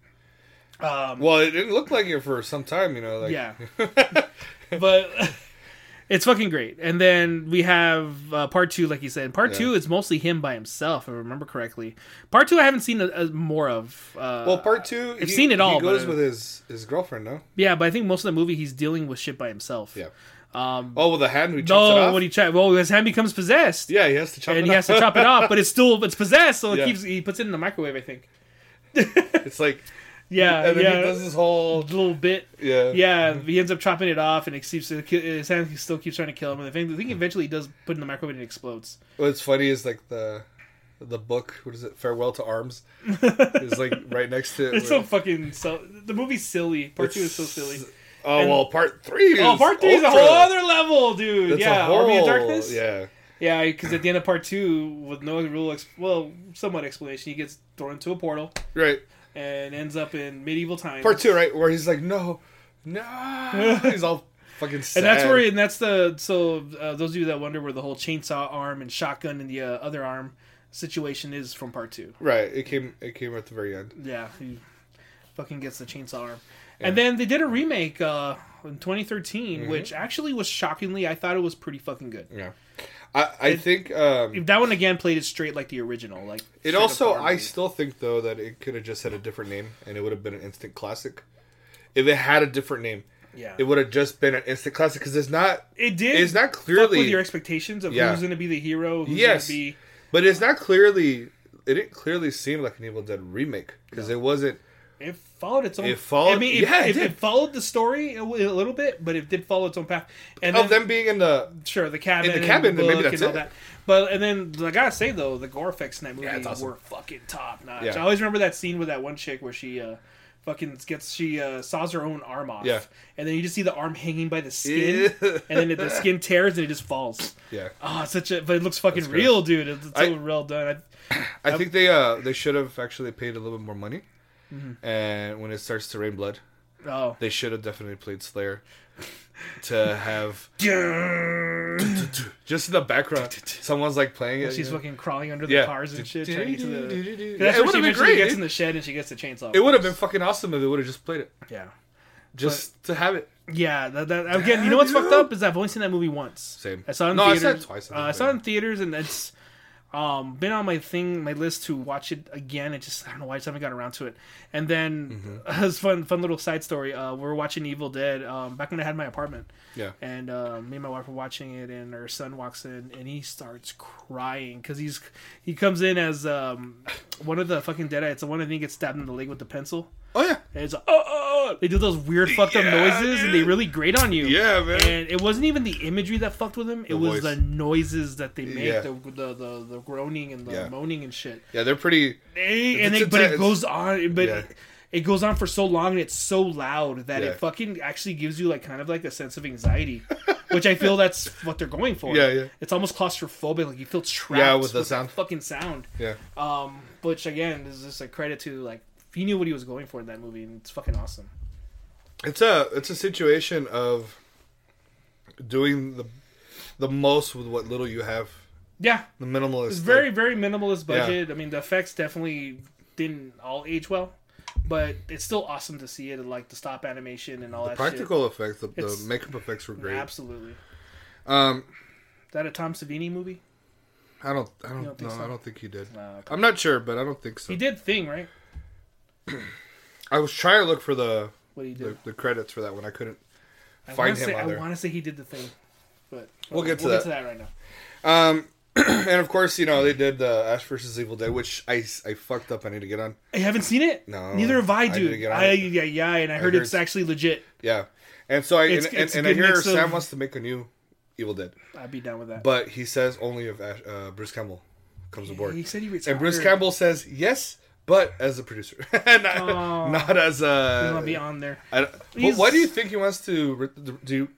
Speaker 4: Well, it didn't look like it for some time, you know. Like,
Speaker 5: um, yeah, but it's fucking great. And then we have uh, part two, like you said. Part two is mostly him by himself, if I remember correctly. Part two, I haven't seen a, a, more of. Uh,
Speaker 4: Well, part two,
Speaker 5: I've seen it all,
Speaker 4: He goes
Speaker 5: but- uh,
Speaker 4: with his his girlfriend, no?
Speaker 5: yeah, but I think most of the movie he's dealing with shit by himself.
Speaker 4: oh, well, the hand we chops it
Speaker 5: Oh,
Speaker 4: off.
Speaker 5: when Um, he ch- well, his hand becomes possessed,
Speaker 4: yeah, he has to chop
Speaker 5: and
Speaker 4: it
Speaker 5: he has to
Speaker 4: off.
Speaker 5: chop it off, but it's still it's possessed, so it
Speaker 4: Yeah.
Speaker 5: keeps he puts it in the microwave, I think.
Speaker 4: It's like,
Speaker 5: Yeah,
Speaker 4: and then
Speaker 5: Uh, yeah,
Speaker 4: he does this whole
Speaker 5: little bit.
Speaker 4: yeah,
Speaker 5: Yeah, he ends up chopping it off, and it keeps his hand still keeps trying to kill him. And I think, I think eventually he does put it in the microwave and it explodes.
Speaker 4: What's funny is like the the book. What is it? Farewell to Arms. is like right next to it.
Speaker 5: It's so fucking so. The movie's silly. Part two is so
Speaker 4: It's-
Speaker 5: silly.
Speaker 4: Oh
Speaker 5: And-
Speaker 4: well, part three. Is
Speaker 5: Oh, part three is a
Speaker 4: ultra-
Speaker 5: whole other level, dude.
Speaker 4: That's
Speaker 5: yeah,
Speaker 4: a whole,
Speaker 5: Army of Darkness.
Speaker 4: Yeah,
Speaker 5: yeah, because at the end of part two, with no real, ex- well, somewhat explanation, he gets thrown into a portal
Speaker 4: right.
Speaker 5: and ends up in medieval times.
Speaker 4: Part two, right, where he's like, no, no, he's all fucking. Sad.
Speaker 5: And that's where, and that's the so uh, those of you that wonder where the whole chainsaw arm and shotgun and the uh, other arm situation is from part two.
Speaker 4: right. It came. It came at the very end.
Speaker 5: Yeah, he fucking gets the chainsaw arm. And then they did a remake uh, in 2013,
Speaker 4: Mm-hmm.
Speaker 5: which actually was shockingly, I thought it was pretty fucking good.
Speaker 4: Yeah, I I think um,
Speaker 5: That one again played it straight like the original. Like
Speaker 4: it also. I still think though that it could have just had a different name and it would have been an instant classic. If it had a different name,
Speaker 5: yeah,
Speaker 4: it
Speaker 5: it,
Speaker 4: would have just been an instant classic because it's not.
Speaker 5: did.
Speaker 4: It's not
Speaker 5: fuck with
Speaker 4: clearly
Speaker 5: your expectations of
Speaker 4: Yeah.
Speaker 5: who's going to be the hero? Who's
Speaker 4: Yes.
Speaker 5: going to be
Speaker 4: But it's not clearly. It didn't clearly seem like an Evil Dead remake because it wasn't.
Speaker 5: it followed its own.
Speaker 4: It followed-
Speaker 5: I mean, it,
Speaker 4: yeah, it
Speaker 5: it,
Speaker 4: did.
Speaker 5: it followed the story a, w- a little bit, but it did follow its own path. And
Speaker 4: Of them being in the
Speaker 5: sure, the cabin,
Speaker 4: In the
Speaker 5: and
Speaker 4: cabin,
Speaker 5: book
Speaker 4: then maybe that's
Speaker 5: and all
Speaker 4: it.
Speaker 5: that. But and then like I gotta say though, the gore effects in that movie
Speaker 4: Yeah, it's awesome.
Speaker 5: were fucking top notch.
Speaker 4: Yeah.
Speaker 5: I always remember that scene with that one chick where she. uh Fucking gets she uh, saws her own arm off,
Speaker 4: Yeah.
Speaker 5: and then you just see the arm hanging by the skin,
Speaker 4: Ew.
Speaker 5: and then the skin tears and it just falls.
Speaker 4: yeah.
Speaker 5: Oh, it's such a but it looks fucking
Speaker 4: That's gross.
Speaker 5: real, dude. It's, it's
Speaker 4: I-
Speaker 5: so well done.
Speaker 4: I think they uh they should have actually paid a little bit more money.
Speaker 5: Mm-hmm.
Speaker 4: And when it starts to rain blood,
Speaker 5: I, oh,
Speaker 4: they should have definitely played Slayer to have just in the background someone's like playing it.
Speaker 5: she's
Speaker 4: you know?
Speaker 5: fucking crawling under the
Speaker 4: Yeah.
Speaker 5: cars and shit.
Speaker 4: Yeah,
Speaker 5: trying to get to the, 'cause
Speaker 4: it
Speaker 5: that's
Speaker 4: would've
Speaker 5: where she
Speaker 4: been
Speaker 5: eventually
Speaker 4: great.
Speaker 5: gets in the shed and she gets the chainsaw.
Speaker 4: It would have been fucking awesome if they would have just played it
Speaker 5: yeah,
Speaker 4: just to have it.
Speaker 5: yeah. That, that, again, you know what's
Speaker 4: Damn,
Speaker 5: fucked up is I've only seen that movie once.
Speaker 4: Same.
Speaker 5: I saw it in
Speaker 4: No, I
Speaker 5: theaters.
Speaker 4: saw it twice, I
Speaker 5: Uh, I
Speaker 4: think,
Speaker 5: saw
Speaker 4: yeah.
Speaker 5: it in theaters, and it's um, been on my thing, my list to watch it again. It just I don't know why I just haven't got around to it. And then
Speaker 4: Mm-hmm.
Speaker 5: it was fun, fun little side story. Uh, we were watching Evil Dead um, back when I had my apartment.
Speaker 4: Yeah.
Speaker 5: and uh, me and my wife were watching it, and our son walks in, and he starts crying because he's he comes in as um, one of the fucking deadites, the one I think gets stabbed in the leg with the pencil.
Speaker 4: Oh yeah.
Speaker 5: And it's like, oh, oh, oh. they do those weird fucked up
Speaker 4: Yeah,
Speaker 5: noises, and they
Speaker 4: dude.
Speaker 5: really grate on you.
Speaker 4: Yeah, man.
Speaker 5: And it wasn't even the imagery that fucked with him; it was
Speaker 4: voice.
Speaker 5: the noises that they make,
Speaker 4: Yeah.
Speaker 5: the, the the the groaning and the
Speaker 4: Yeah.
Speaker 5: moaning and shit.
Speaker 4: Yeah, they're pretty
Speaker 5: They,
Speaker 4: It's
Speaker 5: and they, but it
Speaker 4: intense.
Speaker 5: goes on, but
Speaker 4: Yeah.
Speaker 5: it goes on for so long, and it's so loud that
Speaker 4: Yeah.
Speaker 5: it fucking actually gives you like kind of like a sense of anxiety, which I feel that's what they're going for.
Speaker 4: Yeah, yeah.
Speaker 5: It's almost claustrophobic; like you feel trapped.
Speaker 4: Yeah, with the sound.
Speaker 5: fucking sound.
Speaker 4: yeah.
Speaker 5: Um, which again is just a credit to like he knew what he was going for in that movie, and it's fucking awesome.
Speaker 4: It's a it's a situation of doing the the most with what little you have.
Speaker 5: Yeah,
Speaker 4: The minimalist.
Speaker 5: it's
Speaker 4: like-
Speaker 5: very very minimalist budget. I mean, the effects definitely didn't all age well, but it's still awesome to see it like the stop animation and all that.
Speaker 4: practical effects, the, the
Speaker 5: It's-
Speaker 4: makeup effects were
Speaker 5: shit.
Speaker 4: great.
Speaker 5: absolutely.
Speaker 4: Um,
Speaker 5: Is that a Tom Savini movie?
Speaker 4: I don't, I don't,
Speaker 5: don't
Speaker 4: know.
Speaker 5: think so?
Speaker 4: I don't think he did.
Speaker 5: No,
Speaker 4: I'm not sure, but I don't think so.
Speaker 5: he did Thing, right?
Speaker 4: I was trying to look for the
Speaker 5: What he
Speaker 4: the,
Speaker 5: did.
Speaker 4: the credits for that one. I couldn't
Speaker 5: I wanna
Speaker 4: find him
Speaker 5: say,
Speaker 4: on
Speaker 5: I
Speaker 4: there.
Speaker 5: want to say he did the Thing, but
Speaker 4: We'll get to
Speaker 5: we'll
Speaker 4: that.
Speaker 5: get to that right now.
Speaker 4: Um, and of course, you know they did the Ash versus Evil Dead, which I I fucked up. I need to get on.
Speaker 5: I haven't seen it.
Speaker 4: No,
Speaker 5: neither have
Speaker 4: I
Speaker 5: I,
Speaker 4: need to
Speaker 5: dude.
Speaker 4: get on
Speaker 5: I,
Speaker 4: it.
Speaker 5: yeah, yeah, and I, heard,
Speaker 4: heard
Speaker 5: it's
Speaker 4: it's-
Speaker 5: actually legit.
Speaker 4: Yeah, And so I
Speaker 5: It's-
Speaker 4: and, and-
Speaker 5: it's a
Speaker 4: and I
Speaker 5: good
Speaker 4: hear
Speaker 5: mix of-
Speaker 4: Sam wants to make a new Evil Dead,
Speaker 5: I'd be down with that.
Speaker 4: but he says only if Ash, uh, Bruce Campbell comes aboard.
Speaker 5: he said he retired.
Speaker 4: and Bruce Campbell says yes, but as a producer, not, not as
Speaker 5: He's gonna Oh. be
Speaker 4: a.
Speaker 5: on there.
Speaker 4: I don't- but
Speaker 5: He's-
Speaker 4: why do you think he wants to? re- Do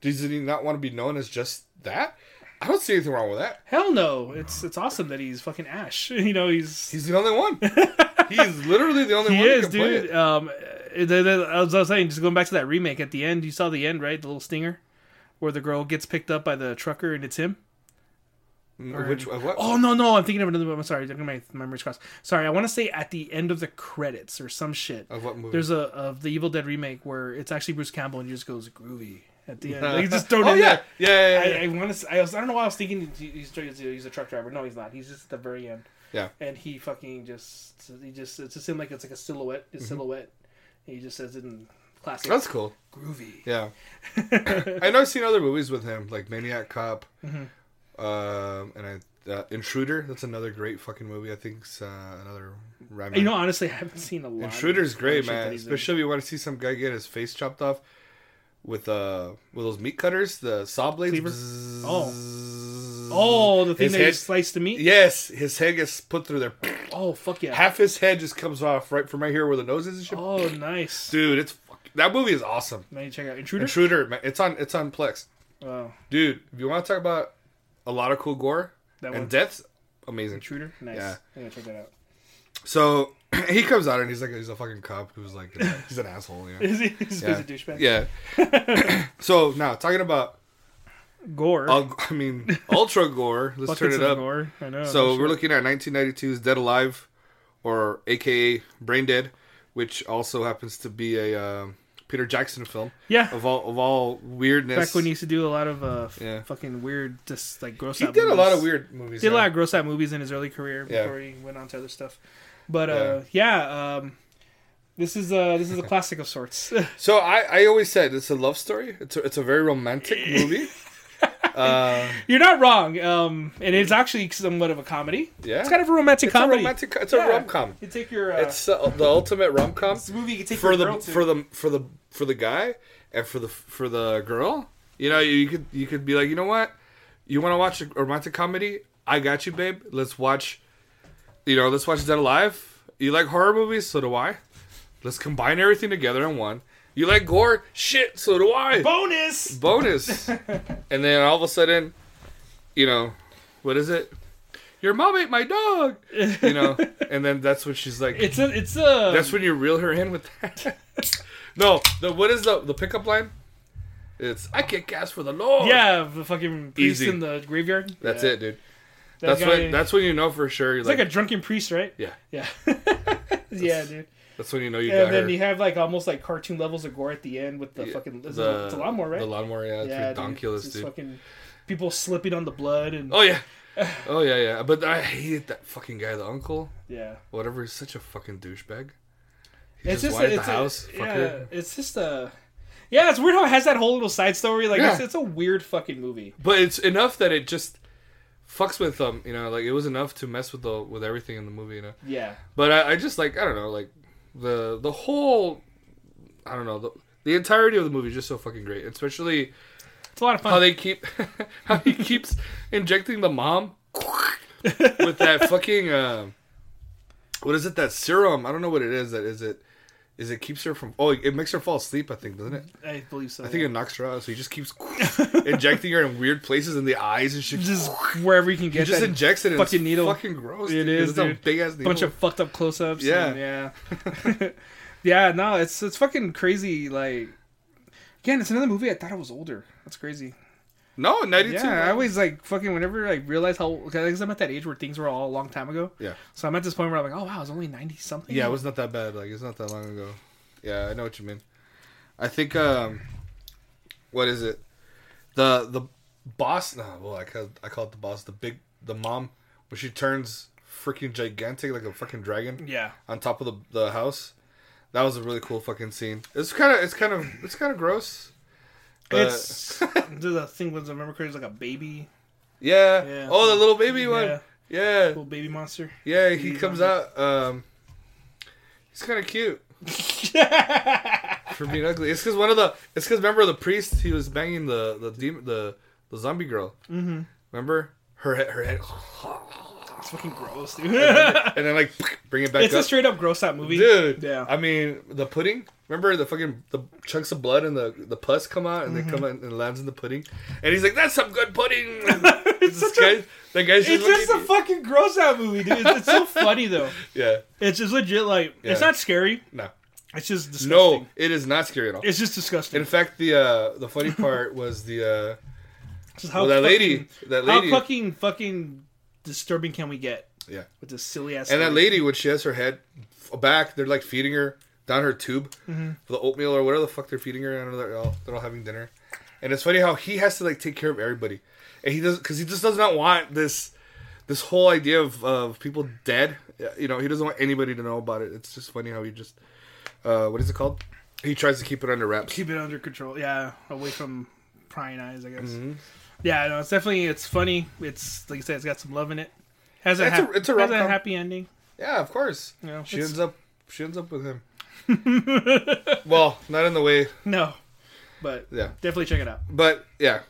Speaker 4: does he not want to be known as just that? I don't see anything wrong with that.
Speaker 5: Hell no! It's it's awesome that he's fucking Ash. You know he's
Speaker 4: He's the only one. He's literally the only
Speaker 5: he
Speaker 4: one
Speaker 5: is,
Speaker 4: who can play
Speaker 5: dude.
Speaker 4: it.
Speaker 5: Um, uh, the- the- as I was saying, just going back to that remake at the end, you saw the end, right? The little stinger where the girl gets picked up by the trucker and it's him.
Speaker 4: Which uh, what?
Speaker 5: Oh no, no, I'm thinking of another. one. I'm sorry, I'm my memories crossed. Sorry, I want to say at the end of the credits or some shit.
Speaker 4: Of what movie?
Speaker 5: There's a of the Evil Dead remake where it's actually Bruce Campbell and he just goes groovy at the end. Like, he's just thrown
Speaker 4: oh
Speaker 5: in
Speaker 4: yeah,
Speaker 5: there.
Speaker 4: yeah, yeah, yeah, yeah.
Speaker 5: I, I want to. I, was- I don't know why I was thinking he- he's, he's, he's a truck driver. No, he's not. He's just at the very end.
Speaker 4: Yeah.
Speaker 5: And he fucking just he just it's just him like it's like a silhouette, a silhouette. And he just says it in classic
Speaker 4: Mm-hmm. That's cool.
Speaker 5: groovy.
Speaker 4: Yeah, I know I've seen other movies with him, like Maniac Cop,
Speaker 5: Mm-hmm.
Speaker 4: um, and I, uh, Intruder. That's another great fucking movie. I think it's, uh, another. Ramen.
Speaker 5: You know, honestly, I haven't seen a lot. of
Speaker 4: Intruder's great,
Speaker 5: shit that
Speaker 4: man.
Speaker 5: he's in.
Speaker 4: Especially if you want to see some guy get his face chopped off with uh with those meat cutters, the saw blades.
Speaker 5: Cleaver?
Speaker 4: Bzzz.
Speaker 5: Oh, the thing
Speaker 4: His
Speaker 5: that
Speaker 4: head-
Speaker 5: you slice the meat.
Speaker 4: Yes, his head gets put through there.
Speaker 5: Oh fuck yeah.
Speaker 4: Half his head just comes off right from right here where the nose is and shit.
Speaker 5: oh nice.
Speaker 4: Dude, it's fuck- that movie is awesome.
Speaker 5: Now you check out Intruder.
Speaker 4: Intruder, man, it's on it's on Plex.
Speaker 5: oh,
Speaker 4: Dude, if you want to talk about a lot of cool gore
Speaker 5: That
Speaker 4: and
Speaker 5: one.
Speaker 4: deaths, amazing.
Speaker 5: Intruder. Nice.
Speaker 4: Yeah.
Speaker 5: I'm gonna check that out.
Speaker 4: So he comes out and he's like he's a fucking cop who's like he's an asshole. Yeah.
Speaker 5: Is he? He's
Speaker 4: Yeah.
Speaker 5: a douchebag.
Speaker 4: Yeah. so now talking about,
Speaker 5: Gore.
Speaker 4: ul- I mean, ultra gore. Let's turn
Speaker 5: Buckets
Speaker 4: it
Speaker 5: of
Speaker 4: up.
Speaker 5: Gore. I know.
Speaker 4: So
Speaker 5: no
Speaker 4: we're
Speaker 5: shit.
Speaker 4: looking at 1992's Dead Alive, or AKA Brain Dead, which also happens to be a um Peter Jackson film.
Speaker 5: Yeah.
Speaker 4: Of all of all weirdness.
Speaker 5: Back when he used to do a lot of uh, f-
Speaker 4: Yeah.
Speaker 5: fucking weird, just like gross.
Speaker 4: He
Speaker 5: out
Speaker 4: did a
Speaker 5: movies.
Speaker 4: lot of weird movies.
Speaker 5: Did a
Speaker 4: yeah.
Speaker 5: lot of gross out movies in his early career
Speaker 4: Yeah.
Speaker 5: before he went on to other stuff. But uh, yeah, um, this is a this is a classic of sorts.
Speaker 4: So I, I always said it's a love story. It's a, it's a very romantic movie. uh,
Speaker 5: You're not wrong, um, and it's actually somewhat of a comedy.
Speaker 4: Yeah.
Speaker 5: it's kind of a romantic
Speaker 4: it's a
Speaker 5: comedy.
Speaker 4: romantic. It's
Speaker 5: Yeah.
Speaker 4: a rom com.
Speaker 5: You take your uh,
Speaker 4: It's uh, the ultimate rom com.
Speaker 5: this movie. You can take
Speaker 4: for
Speaker 5: your
Speaker 4: the
Speaker 5: girl to.
Speaker 4: for the for the for the guy and for the for the girl. You know, you could you could be like, you know what, you want to watch a romantic comedy? I got you, babe. Let's watch. You know, let's watch Dead Alive. You like horror movies? So do I. Let's combine everything together in one. You like gore? Shit, so do I.
Speaker 5: bonus.
Speaker 4: Bonus. and then all of a sudden, you know, what is it? Your mom ate my dog. You know, and then that's when she's like,
Speaker 5: It's a it's a
Speaker 4: that's when you reel her in with that. no, the what is the the pickup line? It's I kick ass for the Lord.
Speaker 5: yeah the fucking priest
Speaker 4: Easy.
Speaker 5: in the graveyard.
Speaker 4: that's
Speaker 5: Yeah.
Speaker 4: it, dude.
Speaker 5: That
Speaker 4: that's
Speaker 5: guy-
Speaker 4: when that's when you know for sure. You're
Speaker 5: it's like,
Speaker 4: like,
Speaker 5: a drunken priest, right?
Speaker 4: yeah,
Speaker 5: Yeah, yeah, dude.
Speaker 4: that's when you know you got
Speaker 5: And then
Speaker 4: her.
Speaker 5: you have like almost like cartoon levels of gore at the end with the
Speaker 4: Yeah,
Speaker 5: fucking it's,
Speaker 4: the,
Speaker 5: a, it's a lawnmower, right?
Speaker 4: The lawnmower, yeah, it's
Speaker 5: yeah,
Speaker 4: ridiculous,
Speaker 5: it's
Speaker 4: dude.
Speaker 5: fucking people slipping on the blood and
Speaker 4: Oh yeah, oh yeah, yeah. But I hated that fucking guy, the uncle,
Speaker 5: yeah.
Speaker 4: whatever. He's such a fucking douchebag. He
Speaker 5: It's just,
Speaker 4: wired
Speaker 5: it's
Speaker 4: the
Speaker 5: a,
Speaker 4: house,
Speaker 5: yeah,
Speaker 4: fucker.
Speaker 5: it's just a yeah. It's weird how it has that whole little side story. Like it's,
Speaker 4: Yeah.
Speaker 5: it's a weird fucking movie.
Speaker 4: But it's enough that it just fucks with them. You know, like it was enough to mess with the with everything in the movie. You know.
Speaker 5: Yeah,
Speaker 4: But I, I just like I don't know, like the the whole I don't know the, the entirety of the movie is just so fucking great, especially
Speaker 5: it's a lot of fun.
Speaker 4: how they keep how he keeps injecting the mom with that fucking uh, what is it that serum? I don't know what it is. That is it. Is it keeps her from? Oh, it makes her fall asleep. I think doesn't it?
Speaker 5: I believe so.
Speaker 4: I think it knocks her out. So he just keeps injecting her in weird places in the eyes and shit.
Speaker 5: just wherever you can
Speaker 4: he
Speaker 5: get
Speaker 4: just
Speaker 5: that
Speaker 4: injects it. And
Speaker 5: fucking
Speaker 4: it's
Speaker 5: needle.
Speaker 4: Fucking gross.
Speaker 5: It
Speaker 4: dude, 'cause
Speaker 5: is,
Speaker 4: It's a
Speaker 5: dude.
Speaker 4: big ass needle.
Speaker 5: bunch of fucked up close ups.
Speaker 4: Yeah.
Speaker 5: Yeah. yeah, no, it's it's fucking crazy. Like again, it's another movie I thought I was older. That's crazy.
Speaker 4: no, ninety two.
Speaker 5: Yeah, I always like fucking whenever I realize how because I'm at that age where things were all a long time ago.
Speaker 4: yeah.
Speaker 5: So I'm at this point where I'm like, oh wow, it's only ninety something.
Speaker 4: Yeah, it was not that bad. Like it's not that long ago. Yeah, I know what you mean. I think um, what is it? The the boss. No, well, I call, I call it the boss. The big the mom when she turns freaking gigantic like a fucking dragon
Speaker 5: yeah.
Speaker 4: on top of the the house. That was a really cool fucking scene. It's kind of it's kind of it's kind of gross. But,
Speaker 5: It's the thing was I remember correctly, it was like a baby
Speaker 4: yeah.
Speaker 5: yeah.
Speaker 4: Oh, the little baby
Speaker 5: Yeah.
Speaker 4: one. Yeah.
Speaker 5: little baby monster.
Speaker 4: Yeah,
Speaker 5: Baby
Speaker 4: he comes um,
Speaker 5: zombie.
Speaker 4: out. Um, he's kind of cute. for being ugly. It's because one of the. It's because remember the priest he was banging the the demon the the zombie girl. Mm-hmm. Remember her head, her head,
Speaker 5: It's fucking gross, dude.
Speaker 4: and then like bring it back
Speaker 5: it's
Speaker 4: up.
Speaker 5: a straight up gross out movie,
Speaker 4: Dude,
Speaker 5: Yeah.
Speaker 4: I mean, the pudding. Remember the fucking the chunks of blood and the the pus come out
Speaker 5: Mm-hmm.
Speaker 4: and they come out and it lands in the pudding, and he's like, "That's some good pudding." And this guy, that guy's just,
Speaker 5: it's just a
Speaker 4: looking-
Speaker 5: fucking gross out movie, dude. It's, it's so funny though.
Speaker 4: yeah,
Speaker 5: It's just legit like it's
Speaker 4: Yeah.
Speaker 5: not scary.
Speaker 4: no,
Speaker 5: It's just disgusting.
Speaker 4: no, it is not scary at all.
Speaker 5: it's just disgusting.
Speaker 4: in fact, the uh, the funny part was the uh,
Speaker 5: It's just
Speaker 4: well, that lady, that
Speaker 5: how
Speaker 4: lady,
Speaker 5: fucking fucking disturbing can we get
Speaker 4: yeah,
Speaker 5: with this silly ass?
Speaker 4: and that lady when she has her head f- back, they're like feeding her down her tube
Speaker 5: Mm-hmm.
Speaker 4: for the oatmeal or whatever the fuck they're feeding her. I don't know. They're all, they're all having dinner, and it's funny how he has to like take care of everybody, and he does because he just does not want this this whole idea of of people dead. You know, he doesn't want anybody to know about it. It's just funny how he just uh, what is it called? He tries to keep it under wraps.
Speaker 5: keep it under control. Yeah, away from prying eyes, I guess.
Speaker 4: Mm-hmm.
Speaker 5: Yeah, no, it's definitely it's funny. It's like I said, it's got some love in it. Has a,
Speaker 4: It's a-
Speaker 5: hap-
Speaker 4: it's a
Speaker 5: has a
Speaker 4: rom-com.
Speaker 5: happy ending.
Speaker 4: Yeah, of course.
Speaker 5: Yeah,
Speaker 4: she
Speaker 5: it's-
Speaker 4: ends up she ends up with him. well, not in the way.
Speaker 5: No, but
Speaker 4: Yeah.
Speaker 5: definitely check it out.
Speaker 4: But yeah.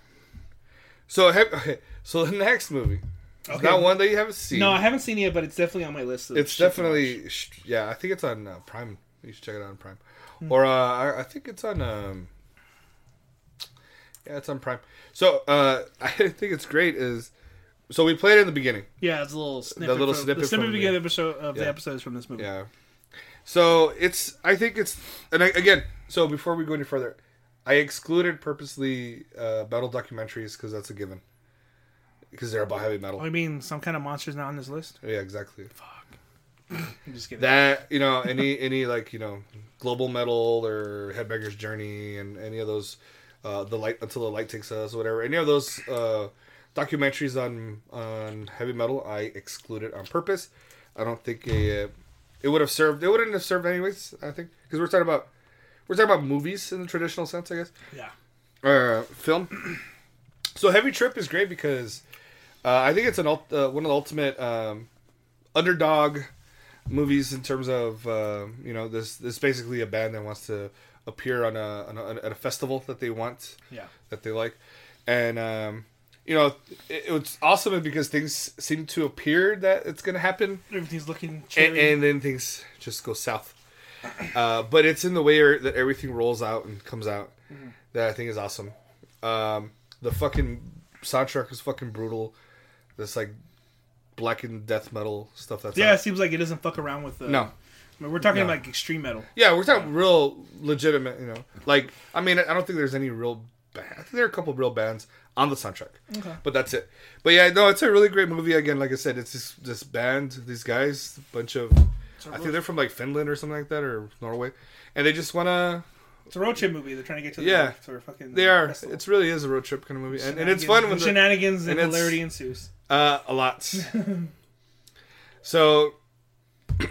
Speaker 4: So have, okay, so the next movie, it's not one that you haven't seen.
Speaker 5: No, I haven't seen it, yet, but it's definitely on my list. Of
Speaker 4: it's
Speaker 5: shit to watch.
Speaker 4: definitely sh- yeah. I think it's on uh, Prime. You should check it out on Prime,
Speaker 5: Hmm.
Speaker 4: or uh, I, I think it's on. Um, yeah, it's on Prime. So uh, I think it's great. Is so we played it in the beginning.
Speaker 5: yeah. It's a little snippet.
Speaker 4: little
Speaker 5: from,
Speaker 4: snippet
Speaker 5: The snippet
Speaker 4: from the-
Speaker 5: beginning episode of the
Speaker 4: yeah.
Speaker 5: episode is from this movie.
Speaker 4: Yeah. So it's. I think it's. And I, again, so before we go any further, I excluded purposely uh, battle documentaries because that's a given. Because they're about heavy metal.
Speaker 5: Oh, you mean some kind of monster's not on this list?
Speaker 4: Yeah, exactly.
Speaker 5: I'm just kidding.
Speaker 4: That you know, any any like you know, global metal or Headbangers Journey and any of those, uh, the light until the light takes us, whatever. Any of those uh, documentaries on on heavy metal, I excluded on purpose. I don't think a, uh, it would have served. It wouldn't have served anyways. I think because we're talking about we're talking about movies in the traditional sense, I guess
Speaker 5: yeah.
Speaker 4: uh, film. So Heavy Trip is great because uh, I think it's an ult- uh, one of the ultimate um, underdog movies in terms of uh, you know this this basically a band that wants to appear on a, on a at a festival that they want
Speaker 5: Yeah.
Speaker 4: that they like, and um, you know it, it's awesome because things seem to appear that it's going to happen
Speaker 5: Everything's looking
Speaker 4: and,
Speaker 5: cherry.
Speaker 4: and then things just go south. Uh, but it's in the way er- that everything rolls out and comes out that I think is awesome. Um, the fucking soundtrack is fucking brutal. This like blackened death metal stuff. That's
Speaker 5: yeah, it
Speaker 4: out.
Speaker 5: seems like it doesn't fuck around with. The,
Speaker 4: No.
Speaker 5: I mean, we're talking
Speaker 4: No.
Speaker 5: like extreme metal.
Speaker 4: Yeah, we're talking real legitimate. You know, like I mean, I don't think there's any real. Band. I think there are a couple real bands on the soundtrack, but that's it. But yeah, no, it's a really great movie. Again, like I said, it's this this band, these guys, a bunch of. I think they're from like Finland or something like that, or Norway, and they just wanna.
Speaker 5: It's a road trip movie. They're trying to get to the
Speaker 4: Yeah.
Speaker 5: to their fucking.
Speaker 4: They are.
Speaker 5: festival.
Speaker 4: It's really is a road trip kind of movie, and, and it's fun when
Speaker 5: Shenanigans-
Speaker 4: the-
Speaker 5: shenanigans and,
Speaker 4: and it's-
Speaker 5: hilarity ensues.
Speaker 4: uh, a lot. so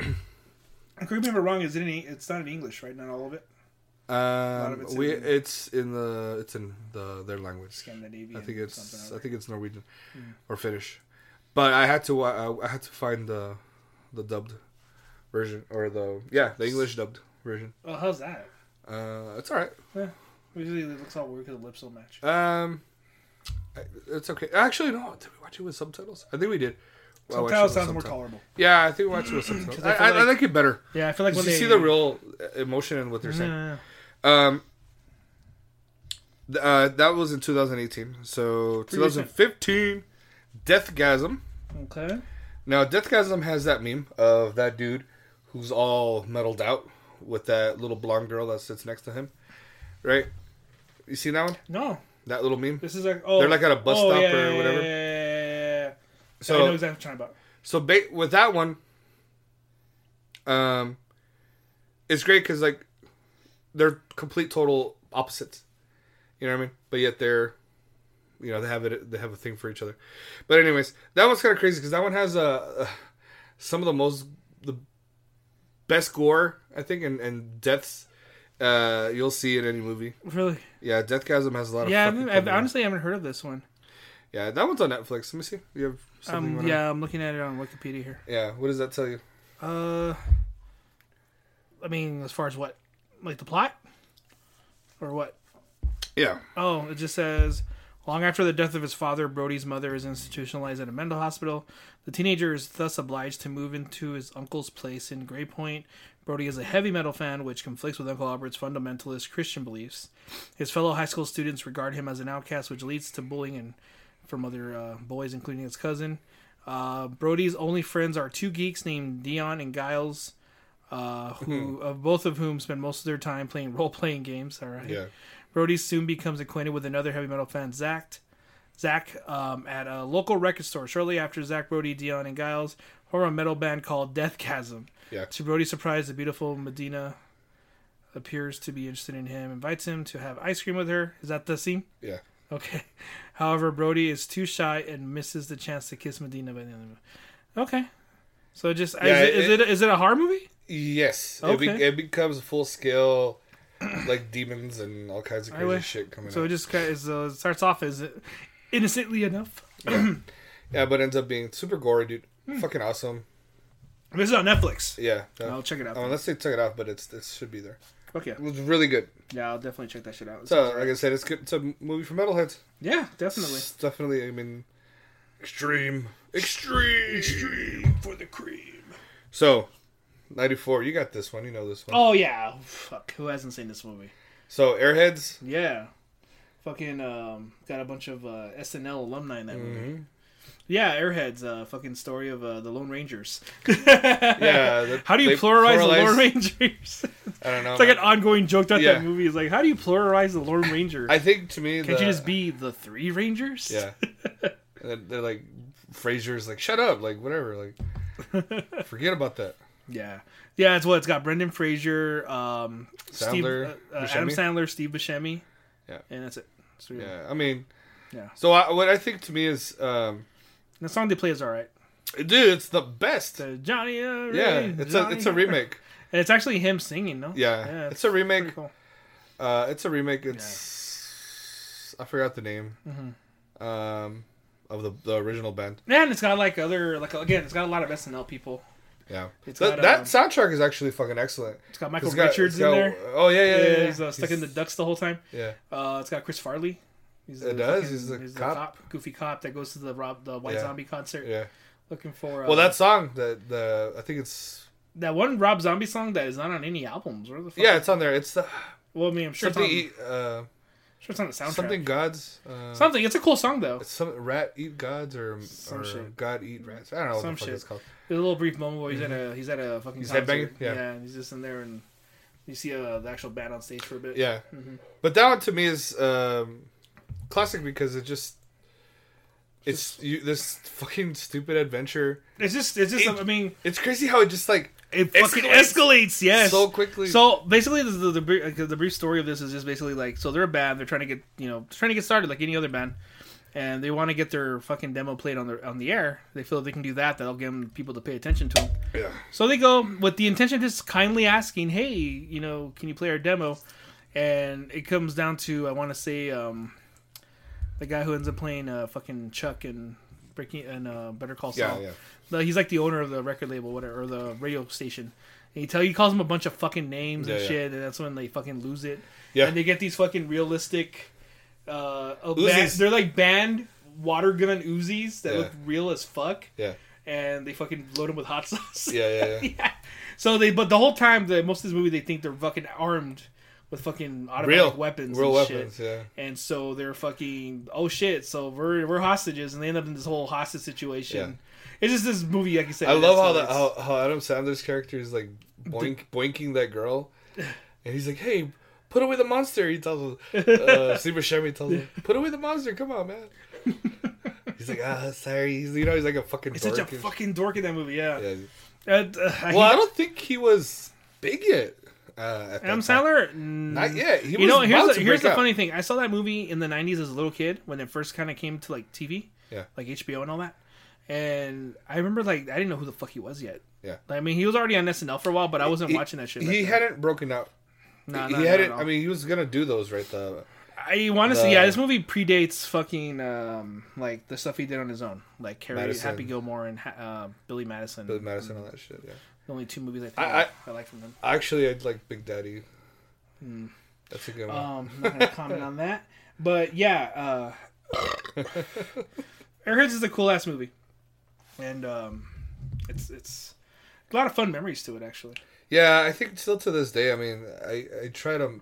Speaker 5: Correct me if I'm wrong. Is it in, E- It's not in English, right? Not all of it. of
Speaker 4: um,
Speaker 5: it's
Speaker 4: we
Speaker 5: in-
Speaker 4: it's in the it's in the their language.
Speaker 5: Scandinavian.
Speaker 4: I think
Speaker 5: or
Speaker 4: it's
Speaker 5: something Hmm.
Speaker 4: I
Speaker 5: or other.
Speaker 4: think it's Norwegian or Finnish, but I had to wa- I, I had to find the the dubbed version or the yeah the English dubbed version.
Speaker 5: Well, how's that?
Speaker 4: Uh, it's all right.
Speaker 5: Usually it looks all weird because the lips don't match.
Speaker 4: Um, I- it's okay. Actually, no. Did we watch it with subtitles? I think we did. Well, I watched it
Speaker 5: Sometimes
Speaker 4: with
Speaker 5: sounds more
Speaker 4: subtitles.
Speaker 5: tolerable.
Speaker 4: Yeah, I think we watched it with subtitles.
Speaker 5: 'Cause
Speaker 4: I,
Speaker 5: I feel
Speaker 4: I, I
Speaker 5: like-
Speaker 4: like it better.
Speaker 5: Yeah, I feel like
Speaker 4: 'Cause
Speaker 5: when
Speaker 4: you
Speaker 5: they
Speaker 4: see
Speaker 5: Mm-hmm.
Speaker 4: the real uh, emotion in what they're saying.
Speaker 5: Yeah.
Speaker 4: Um, th- uh, that was in 2018. So
Speaker 5: Pretty recent.
Speaker 4: 2015, Deathgasm.
Speaker 5: Okay.
Speaker 4: Now, Deathgasm has that meme of that dude who's all metaled out with that little blonde girl that sits next to him, right? You seen that one?
Speaker 5: No,
Speaker 4: That little meme.
Speaker 5: this is like oh,
Speaker 4: They're like at a bus
Speaker 5: oh,
Speaker 4: stop
Speaker 5: yeah,
Speaker 4: or
Speaker 5: yeah,
Speaker 4: whatever.
Speaker 5: Yeah, yeah, yeah, yeah.
Speaker 4: So
Speaker 5: I know exactly what you're talking about.
Speaker 4: So ba- with that one, um, it's great because like they're complete total opposites. You know what I mean? But yet they're, you know, they have it. They have a thing for each other. But anyways, that one's kind of crazy because that one has uh, uh, some of the most the best gore I think and and deaths uh, you'll see in any movie.
Speaker 5: Really?
Speaker 4: Yeah, Deathgasm has a lot of
Speaker 5: Yeah, I
Speaker 4: fucking
Speaker 5: haven't- I've,
Speaker 4: cool movies.
Speaker 5: honestly haven't heard of this one.
Speaker 4: yeah that one's on Netflix. Let me see. You have something you
Speaker 5: Um,
Speaker 4: wanna-
Speaker 5: yeah, I'm looking at it on Wikipedia here.
Speaker 4: yeah. What does that tell you?
Speaker 5: Uh, I mean, as far as what, like the plot? or what?
Speaker 4: Yeah.
Speaker 5: Oh, it just says long after the death of his father, Brody's mother is institutionalized at a mental hospital. The teenager is thus obliged to move into his uncle's place in Grey Point. Brody is a heavy metal fan, which conflicts with Uncle Albert's fundamentalist Christian beliefs. His fellow high school students regard him as an outcast, which leads to bullying and from other uh, boys, including his cousin. Uh, Brody's only friends are two geeks named Dion and Giles, uh, who of both of whom spend most of their time playing role-playing games. All right.
Speaker 4: Yeah.
Speaker 5: Brody soon becomes acquainted with another heavy metal fan, Zach. Zach, um, at a local record store. Shortly after Zach, Brody, Dion, and Giles form a metal band called Death Chasm.
Speaker 4: Yeah.
Speaker 5: To Brody's surprise, the beautiful Medina appears to be interested in him, invites him to have ice cream with her. Is that the scene?
Speaker 4: Yeah.
Speaker 5: Okay. However, Brody is too shy and misses the chance to kiss Medina by the end of the movie. Okay. So just
Speaker 4: Yeah,
Speaker 5: is, it,
Speaker 4: it-
Speaker 5: is it is it a horror movie?
Speaker 4: Yes. It, be-
Speaker 5: Okay.
Speaker 4: it becomes full scale, like demons and all kinds of crazy
Speaker 5: wish-
Speaker 4: shit coming
Speaker 5: So
Speaker 4: out.
Speaker 5: it just kind of, so it starts off as innocently enough.
Speaker 4: yeah, but ends up being super gory, dude.
Speaker 5: Hmm.
Speaker 4: Fucking awesome.
Speaker 5: This is on Netflix.
Speaker 4: Yeah. no.
Speaker 5: I'll check it out.
Speaker 4: Oh, unless they took it off, but it's it should be there.
Speaker 5: Okay.
Speaker 4: It was really good.
Speaker 5: Yeah, I'll definitely check that shit out.
Speaker 4: So, like I said, it's good. It's a movie for metalheads.
Speaker 5: yeah, definitely.
Speaker 4: It's definitely, I mean, extreme, extreme, extreme for the cream. So, ninety four. You got this one. You know this one.
Speaker 5: Oh yeah. Fuck. Who hasn't seen this movie?
Speaker 4: So, Airheads.
Speaker 5: Yeah. Fucking um, got a bunch of uh, SNL alumni in that
Speaker 4: Mm-hmm.
Speaker 5: movie. Yeah, Airheads. Uh, fucking story of uh, the Lone Rangers.
Speaker 4: Yeah. the-
Speaker 5: How do you
Speaker 4: they
Speaker 5: pluralize, the Lone
Speaker 4: pluralized-
Speaker 5: Rangers?
Speaker 4: I don't know.
Speaker 5: It's like an ongoing joke that
Speaker 4: Yeah.
Speaker 5: that movie is like, how do you pluralize the Lone Ranger?
Speaker 4: I think to me,
Speaker 5: Can't
Speaker 4: the-
Speaker 5: you just be the three Rangers?
Speaker 4: Yeah. And then they're like, Frasier's like, shut up, like whatever, like forget about that.
Speaker 5: yeah, yeah. That's what it's got. Brendan Fraser, um,
Speaker 4: Sandler,
Speaker 5: Steve, uh, uh, Adam
Speaker 4: Buscemi?
Speaker 5: Sandler, Steve Buscemi.
Speaker 4: Yeah.
Speaker 5: and that's it. That's really-
Speaker 4: Yeah, I mean,
Speaker 5: Yeah.
Speaker 4: So I, what I think to me is, um,
Speaker 5: The song they play is all right.
Speaker 4: dude, it's the best.
Speaker 5: The Johnny, uh,
Speaker 4: Yeah,
Speaker 5: Ray,
Speaker 4: it's a
Speaker 5: Johnny.
Speaker 4: it's a remake.
Speaker 5: And it's actually him singing, no?
Speaker 4: Yeah,
Speaker 5: it's
Speaker 4: it's a
Speaker 5: pretty
Speaker 4: remake.
Speaker 5: cool.
Speaker 4: Uh, it's a remake. It's I forgot the name
Speaker 5: Mm-hmm.
Speaker 4: um, of the, the original band.
Speaker 5: And it's got like other, like again, it's got a lot of SNL people.
Speaker 4: Yeah,
Speaker 5: It's
Speaker 4: Th-
Speaker 5: got,
Speaker 4: that
Speaker 5: um,
Speaker 4: soundtrack is actually fucking excellent.
Speaker 5: It's got Michael
Speaker 4: It's got-
Speaker 5: Richards
Speaker 4: it's got-
Speaker 5: in there.
Speaker 4: Oh yeah, yeah,
Speaker 5: Yeah,
Speaker 4: yeah. yeah,
Speaker 5: he's uh, stuck in the ducks the whole time.
Speaker 4: yeah.
Speaker 5: Uh, it's got Chris Farley. He's
Speaker 4: It does, he's the cop.
Speaker 5: goofy cop that goes to the Rob, the White
Speaker 4: Yeah.
Speaker 5: Zombie concert
Speaker 4: yeah.
Speaker 5: looking for. Uh,
Speaker 4: Well, that song, the the I think it's
Speaker 5: that one Rob Zombie song that is not on any albums. Where the fuck?
Speaker 4: yeah, it's on there. It's the
Speaker 5: Well, I mean, I'm sure it's on,
Speaker 4: something
Speaker 5: sure
Speaker 4: eat, uh,
Speaker 5: it's on the soundtrack.
Speaker 4: something
Speaker 5: Something.
Speaker 4: gods uh,
Speaker 5: Something. It's a cool song though.
Speaker 4: some rat eat gods or,
Speaker 5: Some
Speaker 4: or
Speaker 5: shit.
Speaker 4: god eat rats. I don't know what
Speaker 5: Some
Speaker 4: the fuck
Speaker 5: shit.
Speaker 4: it's called.
Speaker 5: There's a little brief moment where he's at a he's at a fucking
Speaker 4: He's
Speaker 5: concert.
Speaker 4: headbanging? Yeah.
Speaker 5: and he's just in there and you see uh, the actual band on stage for a bit.
Speaker 4: Yeah, but that one to me is um, classic because it just it's you, this fucking stupid adventure.
Speaker 5: It's just it's just
Speaker 4: It-
Speaker 5: I mean
Speaker 4: It's crazy how it just like
Speaker 5: it
Speaker 4: fucking
Speaker 5: escalates. Yes.
Speaker 4: so quickly.
Speaker 5: So basically, the the, the, brief, the brief story of this is just basically like so they're a band. They're trying to get you know trying to get started like any other band, and they want to get their fucking demo played on the on the air. They feel if they can do that, that'll get 'em people to pay attention to them.
Speaker 4: yeah,
Speaker 5: So they go with the intention of just kindly asking, "Hey, you know, can you play our demo?" And it comes down to I want to say um, the guy who ends up playing uh, fucking Chuck and Breaking and uh, Better Call Saul.
Speaker 4: yeah, yeah.
Speaker 5: No, he's like the owner of the record label, whatever, or the radio station. And he tell he calls him a bunch of fucking names and
Speaker 4: Yeah, yeah.
Speaker 5: shit, and that's when they fucking lose it.
Speaker 4: Yeah.
Speaker 5: and they get these fucking realistic. Uh, a
Speaker 4: Uzis.
Speaker 5: band- they're like banned water gun Uzis that
Speaker 4: Yeah.
Speaker 5: look real as fuck,
Speaker 4: Yeah,
Speaker 5: and they fucking load them with hot sauce.
Speaker 4: yeah, yeah, yeah.
Speaker 5: So they, but the whole time, the most of this movie, they think they're fucking armed with fucking automatic
Speaker 4: Real
Speaker 5: weapons,
Speaker 4: Real
Speaker 5: and
Speaker 4: weapons,
Speaker 5: shit.
Speaker 4: yeah.
Speaker 5: And so they're fucking oh shit. So we're we're hostages, and they end up in this whole hostage situation. It's just this movie, like you said.
Speaker 4: I love how
Speaker 5: that.
Speaker 4: that how, how Adam Sandler's character is like boink, boinking that girl, and he's like, "Hey, put away the monster." He tells him, uh, Steve Buscemi tells him, "Put away the monster, come on, man." he's like, "Ah, sorry." He's, you know, he's like a fucking.
Speaker 5: He's such a
Speaker 4: dork and-
Speaker 5: fucking dork in that movie. Yeah.
Speaker 4: Yeah.
Speaker 5: And, uh, I
Speaker 4: Well, I
Speaker 5: hate-
Speaker 4: don't think he was big yet. Uh, at
Speaker 5: Adam
Speaker 4: that time.
Speaker 5: Sandler. mm,
Speaker 4: Not yet. He was
Speaker 5: You know,
Speaker 4: about
Speaker 5: here's the,
Speaker 4: to
Speaker 5: here's
Speaker 4: break
Speaker 5: the
Speaker 4: out.
Speaker 5: funny thing. I saw that movie in the '90s as a little kid when it first kind of came to like TV,
Speaker 4: Yeah.
Speaker 5: like HBO and all that. And I remember like I didn't know who the fuck he was yet.
Speaker 4: Yeah.
Speaker 5: I mean, he was already on SNL for a while, but I wasn't
Speaker 4: He-
Speaker 5: watching that shit. back
Speaker 4: He
Speaker 5: then.
Speaker 4: hadn't broken out.
Speaker 5: Nah,
Speaker 4: he
Speaker 5: nah, nah,
Speaker 4: hadn't.
Speaker 5: nah.
Speaker 4: I mean, he was gonna do those right. The
Speaker 5: I want to see.
Speaker 4: the-
Speaker 5: Yeah, this movie predates fucking um, like the stuff he did on his own, like Carrie,
Speaker 4: Madison.
Speaker 5: Happy Gilmore, and ha- uh, Billy Madison.
Speaker 4: Billy Madison and all that shit. Yeah.
Speaker 5: The only two movies I think
Speaker 4: I-
Speaker 5: I, I like from him.
Speaker 4: Actually, I'd like Big Daddy. That's a good one.
Speaker 5: Um, I'm not gonna comment on that, but yeah, uh, Airheads is a cool ass movie, and um, it's it's a lot of fun memories to it actually.
Speaker 4: yeah, I think still to this day. I mean, I, I try to,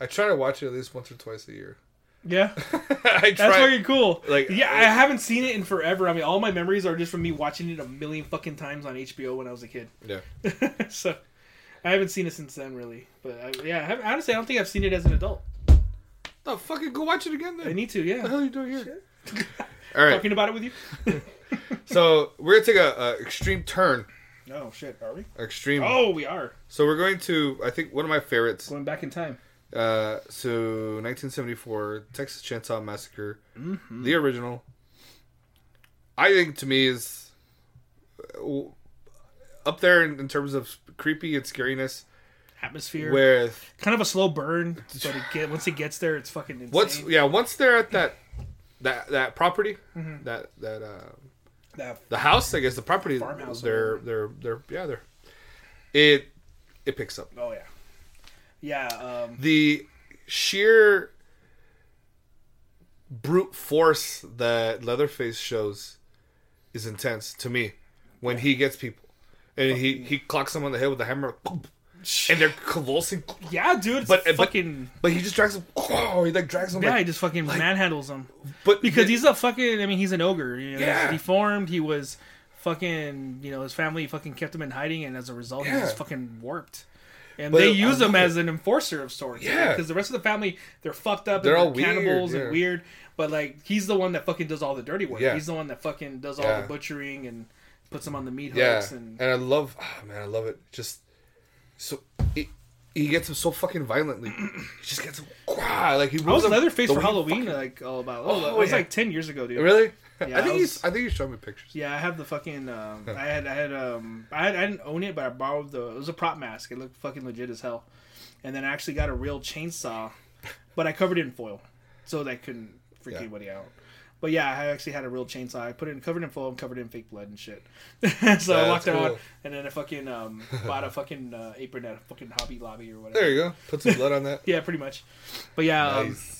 Speaker 4: I try to watch it at least once or twice a year.
Speaker 5: Yeah,
Speaker 4: I try.
Speaker 5: that's fucking cool.
Speaker 4: like,
Speaker 5: Like, uh, yeah,
Speaker 4: I-
Speaker 5: I haven't seen it in forever. I mean, all my memories are just from me watching it a million fucking times on HBO when I was a kid.
Speaker 4: yeah.
Speaker 5: so I haven't seen it since then, really. But I, yeah, I haven't, honestly, I don't think I've seen it as an adult.
Speaker 4: No, fucking go watch it again then.
Speaker 5: I need to,
Speaker 4: what the
Speaker 5: yeah.
Speaker 4: hell are you doing here? All right.
Speaker 5: Talking about it with you.
Speaker 4: So we're gonna take a, a extreme turn.
Speaker 5: Oh shit, are we?
Speaker 4: Extreme.
Speaker 5: Oh, we are
Speaker 4: So we're going to. I think one of my favorites.
Speaker 5: going back in time.
Speaker 4: Uh, so 1974 Texas Chainsaw Massacre, the original. I think to me is uh, up there in, in terms of creepy and scariness.
Speaker 5: Atmosphere.
Speaker 4: With
Speaker 5: kind of a slow burn, but it get, once it gets there, it's fucking insane.
Speaker 4: once, yeah, once they're at that that that property, that that uh,
Speaker 5: that
Speaker 4: the house, I guess the property,
Speaker 5: Farmhouse
Speaker 4: they're
Speaker 5: or
Speaker 4: they're they're yeah, they're it it picks up.
Speaker 5: Oh yeah, yeah. Um,
Speaker 4: the sheer brute force that Leatherface shows is intense to me when he gets people. And he, he clocks them on the head with a hammer, and they're convulsing.
Speaker 5: yeah, dude. It's
Speaker 4: But- uh, but-
Speaker 5: fucking
Speaker 4: But he just drags them. Oh, he like drags them.
Speaker 5: yeah.
Speaker 4: like-
Speaker 5: he just fucking manhandles him
Speaker 4: but
Speaker 5: because he's a fucking. I mean, he's an ogre. You know,
Speaker 4: Yeah.
Speaker 5: He's deformed. He was fucking. You know, his family fucking kept him in hiding, and as a result,
Speaker 4: Yeah.
Speaker 5: he's just fucking warped. And
Speaker 4: But
Speaker 5: they
Speaker 4: I
Speaker 5: use him
Speaker 4: love
Speaker 5: as an enforcer of sorts.
Speaker 4: Yeah.
Speaker 5: Because the rest of the family, they're fucked up. and
Speaker 4: They're all weird,
Speaker 5: cannibals
Speaker 4: yeah.
Speaker 5: and weird. But like, he's the one that fucking does all the dirty work.
Speaker 4: Yeah.
Speaker 5: He's the one that fucking does all
Speaker 4: Yeah.
Speaker 5: the butchering and puts them on the meat
Speaker 4: yeah,
Speaker 5: hooks and
Speaker 4: and I love, ah man, I love it. Just so it, he gets him so fucking violently. he just gets him, wow, like he.
Speaker 5: I was
Speaker 4: moves him
Speaker 5: Leatherface
Speaker 4: the
Speaker 5: for
Speaker 4: way he
Speaker 5: Halloween,
Speaker 4: fucking-
Speaker 5: like all about. Oh,
Speaker 4: Oh,
Speaker 5: it was
Speaker 4: yeah.
Speaker 5: like ten years ago, dude.
Speaker 4: really?
Speaker 5: Yeah,
Speaker 4: I think
Speaker 5: I was-
Speaker 4: he's. I think you showed me pictures.
Speaker 5: Yeah, I have the fucking. Um, I had, I had, um, I, had, I didn't own it, but I borrowed the. It was a prop mask. It looked fucking legit as hell, and then I actually got a real chainsaw, but I covered it in foil, so that I couldn't freak
Speaker 4: Yeah.
Speaker 5: anybody out. But yeah, I actually had a real chainsaw. I put it in, covered in foil, and covered in fake blood and shit. so I
Speaker 4: that's
Speaker 5: walked around,
Speaker 4: cool.
Speaker 5: and then I fucking um, bought a fucking uh, apron at a fucking Hobby Lobby or whatever.
Speaker 4: There you go. Put some blood on that.
Speaker 5: Yeah, pretty much. But yeah, um,
Speaker 4: Nice.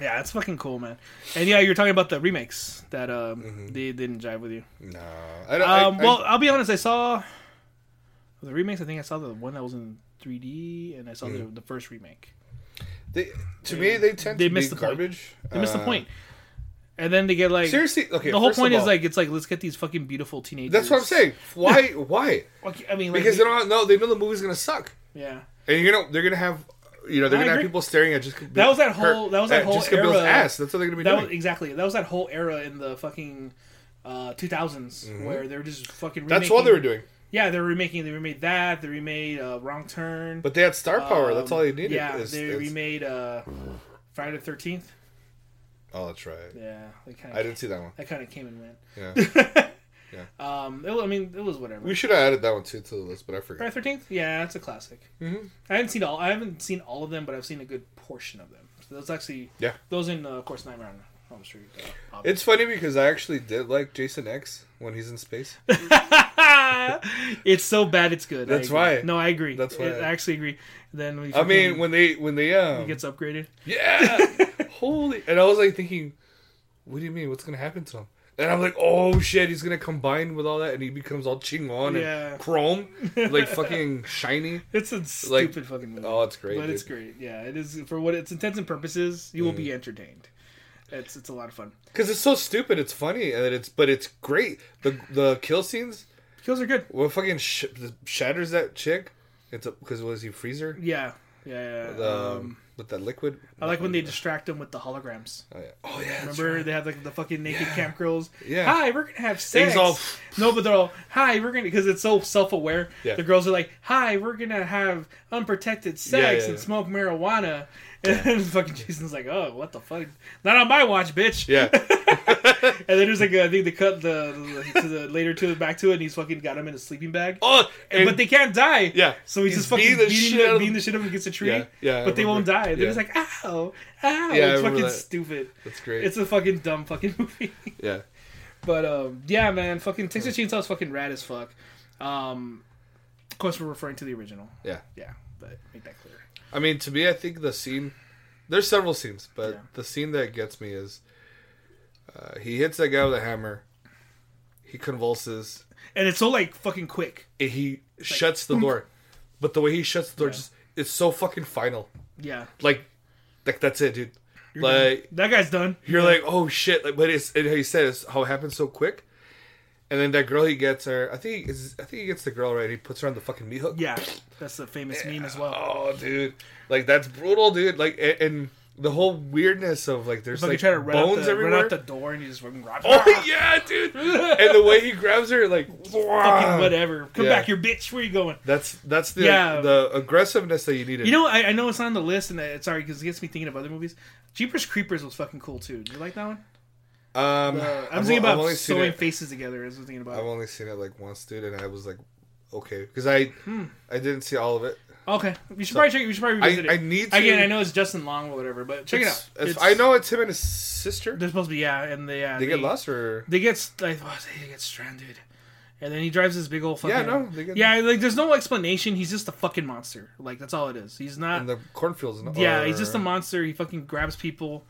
Speaker 5: Yeah, that's fucking cool, man. And yeah, you're talking about the remakes that um
Speaker 4: Mm-hmm.
Speaker 5: they didn't jive with you.
Speaker 4: No, I don't.
Speaker 5: Um,
Speaker 4: I,
Speaker 5: well, I, will be honest. I saw the remakes. I think I saw the one that was in 3D, and I saw
Speaker 4: Mm.
Speaker 5: the, the first remake.
Speaker 4: they, to me, they tend
Speaker 5: they
Speaker 4: to
Speaker 5: missed
Speaker 4: be
Speaker 5: the point.
Speaker 4: garbage.
Speaker 5: They missed the
Speaker 4: Uh,
Speaker 5: point. And then they get like
Speaker 4: Seriously, okay.
Speaker 5: the whole
Speaker 4: first of
Speaker 5: point is
Speaker 4: all,
Speaker 5: like it's like let's get these fucking beautiful teenagers.
Speaker 4: that's what I'm saying. Why? Why?
Speaker 5: Okay, I mean, like,
Speaker 4: Because they don't know. They know the movie's gonna suck,
Speaker 5: yeah.
Speaker 4: and you're gonna they're gonna have you know they're
Speaker 5: I
Speaker 4: gonna have
Speaker 5: agree.
Speaker 4: people staring at just
Speaker 5: That was that whole- that was that whole
Speaker 4: Jessica Biel's
Speaker 5: era.
Speaker 4: ass. That's what they're gonna be
Speaker 5: That
Speaker 4: doing.
Speaker 5: was exactly that was that whole era in the fucking uh 2000s where they were just fucking. Remaking,
Speaker 4: Mm-hmm. that's all they were doing.
Speaker 5: Yeah, they were remaking. They remade that. They remade uh, Wrong Turn.
Speaker 4: But they had star power. that's
Speaker 5: Um,
Speaker 4: all you needed.
Speaker 5: Yeah,
Speaker 4: is-
Speaker 5: they
Speaker 4: is-
Speaker 5: remade uh, Friday the Thirteenth.
Speaker 4: Oh, that's right.
Speaker 5: Yeah, they kind
Speaker 4: I
Speaker 5: of
Speaker 4: didn't see that one.
Speaker 5: that kind of came and went.
Speaker 4: Yeah,
Speaker 5: Um, it, wa- I mean, it was whatever.
Speaker 4: we should have added that one too to the list, but I forgot.
Speaker 5: Friday the Thirteenth. Yeah, it's a classic. Mm-hmm. I haven't seen all. I haven't seen all of them, but I've seen a good portion of them. So those actually.
Speaker 4: Yeah.
Speaker 5: Those in uh, of course Nightmare on Elm Street. uh, obviously.
Speaker 4: It's funny because I actually did like Jason X when he's in space.
Speaker 5: it's so bad, it's good. I
Speaker 4: That's
Speaker 5: agree.
Speaker 4: why.
Speaker 5: No, I agree.
Speaker 4: That's why.
Speaker 5: I actually agree. Then we.
Speaker 4: I mean,
Speaker 5: fucking-
Speaker 4: when they when they um
Speaker 5: he gets upgraded.
Speaker 4: Yeah. Holy. And I was like thinking, what do you mean? What's going to happen to him? And I'm like, oh shit, he's going to combine with all that and he becomes all Qingon
Speaker 5: Yeah.
Speaker 4: and chrome. Like fucking shiny.
Speaker 5: It's a
Speaker 4: Like,
Speaker 5: stupid fucking movie.
Speaker 4: Oh, it's great.
Speaker 5: but it's
Speaker 4: great.
Speaker 5: great. Yeah, it is for what its intents and purposes. You will
Speaker 4: Mm-hmm.
Speaker 5: be entertained. It's it's a lot of fun.
Speaker 4: Because it's so stupid. It's funny. and it's But it's great. The the kill scenes,
Speaker 5: Kills are good.
Speaker 4: what fucking sh- shatters that chick? It's Because was he Freezer?
Speaker 5: Yeah, yeah. yeah.
Speaker 4: The, um,
Speaker 5: um,
Speaker 4: with that liquid?
Speaker 5: I like when they distract them with the holograms.
Speaker 4: Oh, yeah. Oh, yeah. that's
Speaker 5: Remember
Speaker 4: right.
Speaker 5: they have like the fucking naked camp girls.
Speaker 4: Yeah.
Speaker 5: Hi, we're gonna have sex.
Speaker 4: all-
Speaker 5: no, but they're all hi. We're gonna because it's so self-aware.
Speaker 4: Yeah.
Speaker 5: The girls are like, hi, we're gonna have unprotected sex
Speaker 4: Yeah, yeah,
Speaker 5: and
Speaker 4: yeah.
Speaker 5: smoke marijuana. And fucking Jason's like, oh, what the fuck? Not on my watch, bitch.
Speaker 4: Yeah.
Speaker 5: And then there's like a, I think they cut the, the to the later to the back to it, and he's fucking got him in a sleeping bag.
Speaker 4: Oh, and,
Speaker 5: but they can't die.
Speaker 4: Yeah.
Speaker 5: So he's,
Speaker 4: He's
Speaker 5: just fucking
Speaker 4: beating the
Speaker 5: beating the,
Speaker 4: shit out of
Speaker 5: beating
Speaker 4: them.
Speaker 5: the shit up against a tree.
Speaker 4: Yeah, yeah, I
Speaker 5: But they won't
Speaker 4: remember.
Speaker 5: die. They're
Speaker 4: Yeah.
Speaker 5: just like, ow, ow.
Speaker 4: Yeah, I
Speaker 5: it's
Speaker 4: remember
Speaker 5: fucking
Speaker 4: that.
Speaker 5: stupid.
Speaker 4: That's great.
Speaker 5: It's a fucking dumb fucking movie.
Speaker 4: yeah.
Speaker 5: but um, yeah, man, fucking Texas Chainsaw is fucking rad as fuck. Um, of course, we're referring to the original.
Speaker 4: Yeah.
Speaker 5: Yeah, but make that clear.
Speaker 4: I mean, to me, I think the scene. There's several scenes, but
Speaker 5: Yeah.
Speaker 4: the scene that gets me is uh, he hits that guy with a hammer. He convulses.
Speaker 5: and it's so like fucking quick.
Speaker 4: And he shuts the door, but the way he shuts the door
Speaker 5: Yeah.
Speaker 4: just it's so fucking final.
Speaker 5: Yeah,
Speaker 4: Like, like that's it, dude. like
Speaker 5: that guy's done.
Speaker 4: you're like, oh shit! Like, but it's and he says how it happened so quick, and then that girl he gets her. I think he- I think he gets the girl right. He puts her on the fucking meat hook.
Speaker 5: Yeah, that's the famous meme as well.
Speaker 4: Oh, dude, like that's brutal, dude. Like and, and the whole weirdness of like there's
Speaker 5: Fucking
Speaker 4: like
Speaker 5: trying to run out,
Speaker 4: bones
Speaker 5: the, run
Speaker 4: everywhere.
Speaker 5: out the door and you just fucking grab.
Speaker 4: oh yeah, dude. and the way he grabs her, like
Speaker 5: fucking whatever. Come
Speaker 4: Yeah.
Speaker 5: back, your bitch. Where you going?
Speaker 4: That's that's the
Speaker 5: Yeah.
Speaker 4: the aggressiveness that you needed.
Speaker 5: You know, I, I know it's not on the list, and it's sorry because it gets me thinking of other movies. Jeepers Creepers was fucking cool too. Did you like that one?
Speaker 4: um,
Speaker 5: Uh,
Speaker 4: I've-
Speaker 5: I'm thinking
Speaker 4: I've
Speaker 5: about
Speaker 4: only seen
Speaker 5: sewing
Speaker 4: it-
Speaker 5: faces together. Is what I'm thinking about.
Speaker 4: I've only seen it like once, dude, and I was like, okay, because I I didn't see all of it.
Speaker 5: Okay, we should probably check. it. We should probably
Speaker 4: I-
Speaker 5: revisit
Speaker 4: I
Speaker 5: Hmm. it.
Speaker 4: need
Speaker 5: again.
Speaker 4: to-
Speaker 5: I know it's Justin Long or whatever, but check
Speaker 4: It's-
Speaker 5: it out.
Speaker 4: it's-
Speaker 5: It's-
Speaker 4: I know it's him and his sister.
Speaker 5: they're supposed to be yeah, and they uh,
Speaker 4: They get lost, or
Speaker 5: They get st- like, oh, they get stranded, and then he drives this big old fucking
Speaker 4: Yeah, no, they get-
Speaker 5: yeah. Like there's no explanation. He's just a fucking monster. Like that's all it is. He's not.
Speaker 4: in the cornfields. and-
Speaker 5: yeah,
Speaker 4: or-
Speaker 5: he's just a monster. He fucking grabs people,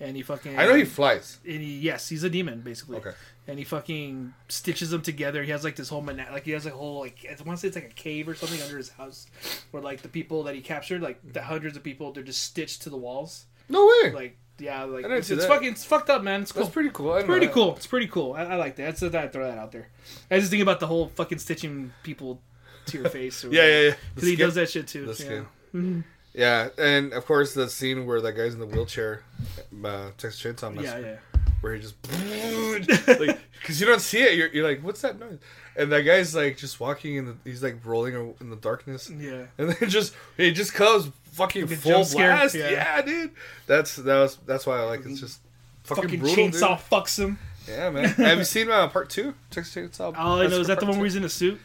Speaker 5: and he fucking.
Speaker 4: I know he flies.
Speaker 5: and he, yes, he's a demon basically.
Speaker 4: Okay.
Speaker 5: And he fucking stitches them together. He has like this whole mana- like he has a whole like I want to say it's like a cave or something under his house, where like the people that he captured, like the hundreds of people, they're just stitched to the walls.
Speaker 4: No way.
Speaker 5: Like yeah, like
Speaker 4: I didn't
Speaker 5: it's,
Speaker 4: see
Speaker 5: it's
Speaker 4: that.
Speaker 5: fucking it's fucked up, man. It's cool.
Speaker 4: That's pretty cool. I didn't know
Speaker 5: pretty
Speaker 4: that.
Speaker 5: cool. It's pretty cool. I, I like that. That's that. I throw that out there. I just think about the whole fucking stitching people to your face. Or
Speaker 4: Yeah, yeah, yeah. The
Speaker 5: Because he
Speaker 4: skin-
Speaker 5: does that shit too.
Speaker 4: The
Speaker 5: yeah.
Speaker 4: skin.
Speaker 5: Mm-hmm.
Speaker 4: Yeah, and of course the scene where that guy's in the wheelchair, uh, Texas Chainsaw
Speaker 5: Yeah,
Speaker 4: Massacre,
Speaker 5: yeah.
Speaker 4: where he just like because you don't see it, you're, you're like, what's that noise? And that guy's like just walking in the, he's like rolling in the darkness,
Speaker 5: Yeah.
Speaker 4: and then just it just comes fucking
Speaker 5: Like a
Speaker 4: full
Speaker 5: jump scare,
Speaker 4: blast.
Speaker 5: yeah.
Speaker 4: Yeah. dude, that's that was that's why I like it's just fucking,
Speaker 5: Fucking
Speaker 4: brutal. dude.
Speaker 5: chainsaw fucks him.
Speaker 4: Yeah, man. Have you seen uh, part two? Texas Chainsaw.
Speaker 5: All I know is that the one where
Speaker 4: we
Speaker 5: he's in a suit.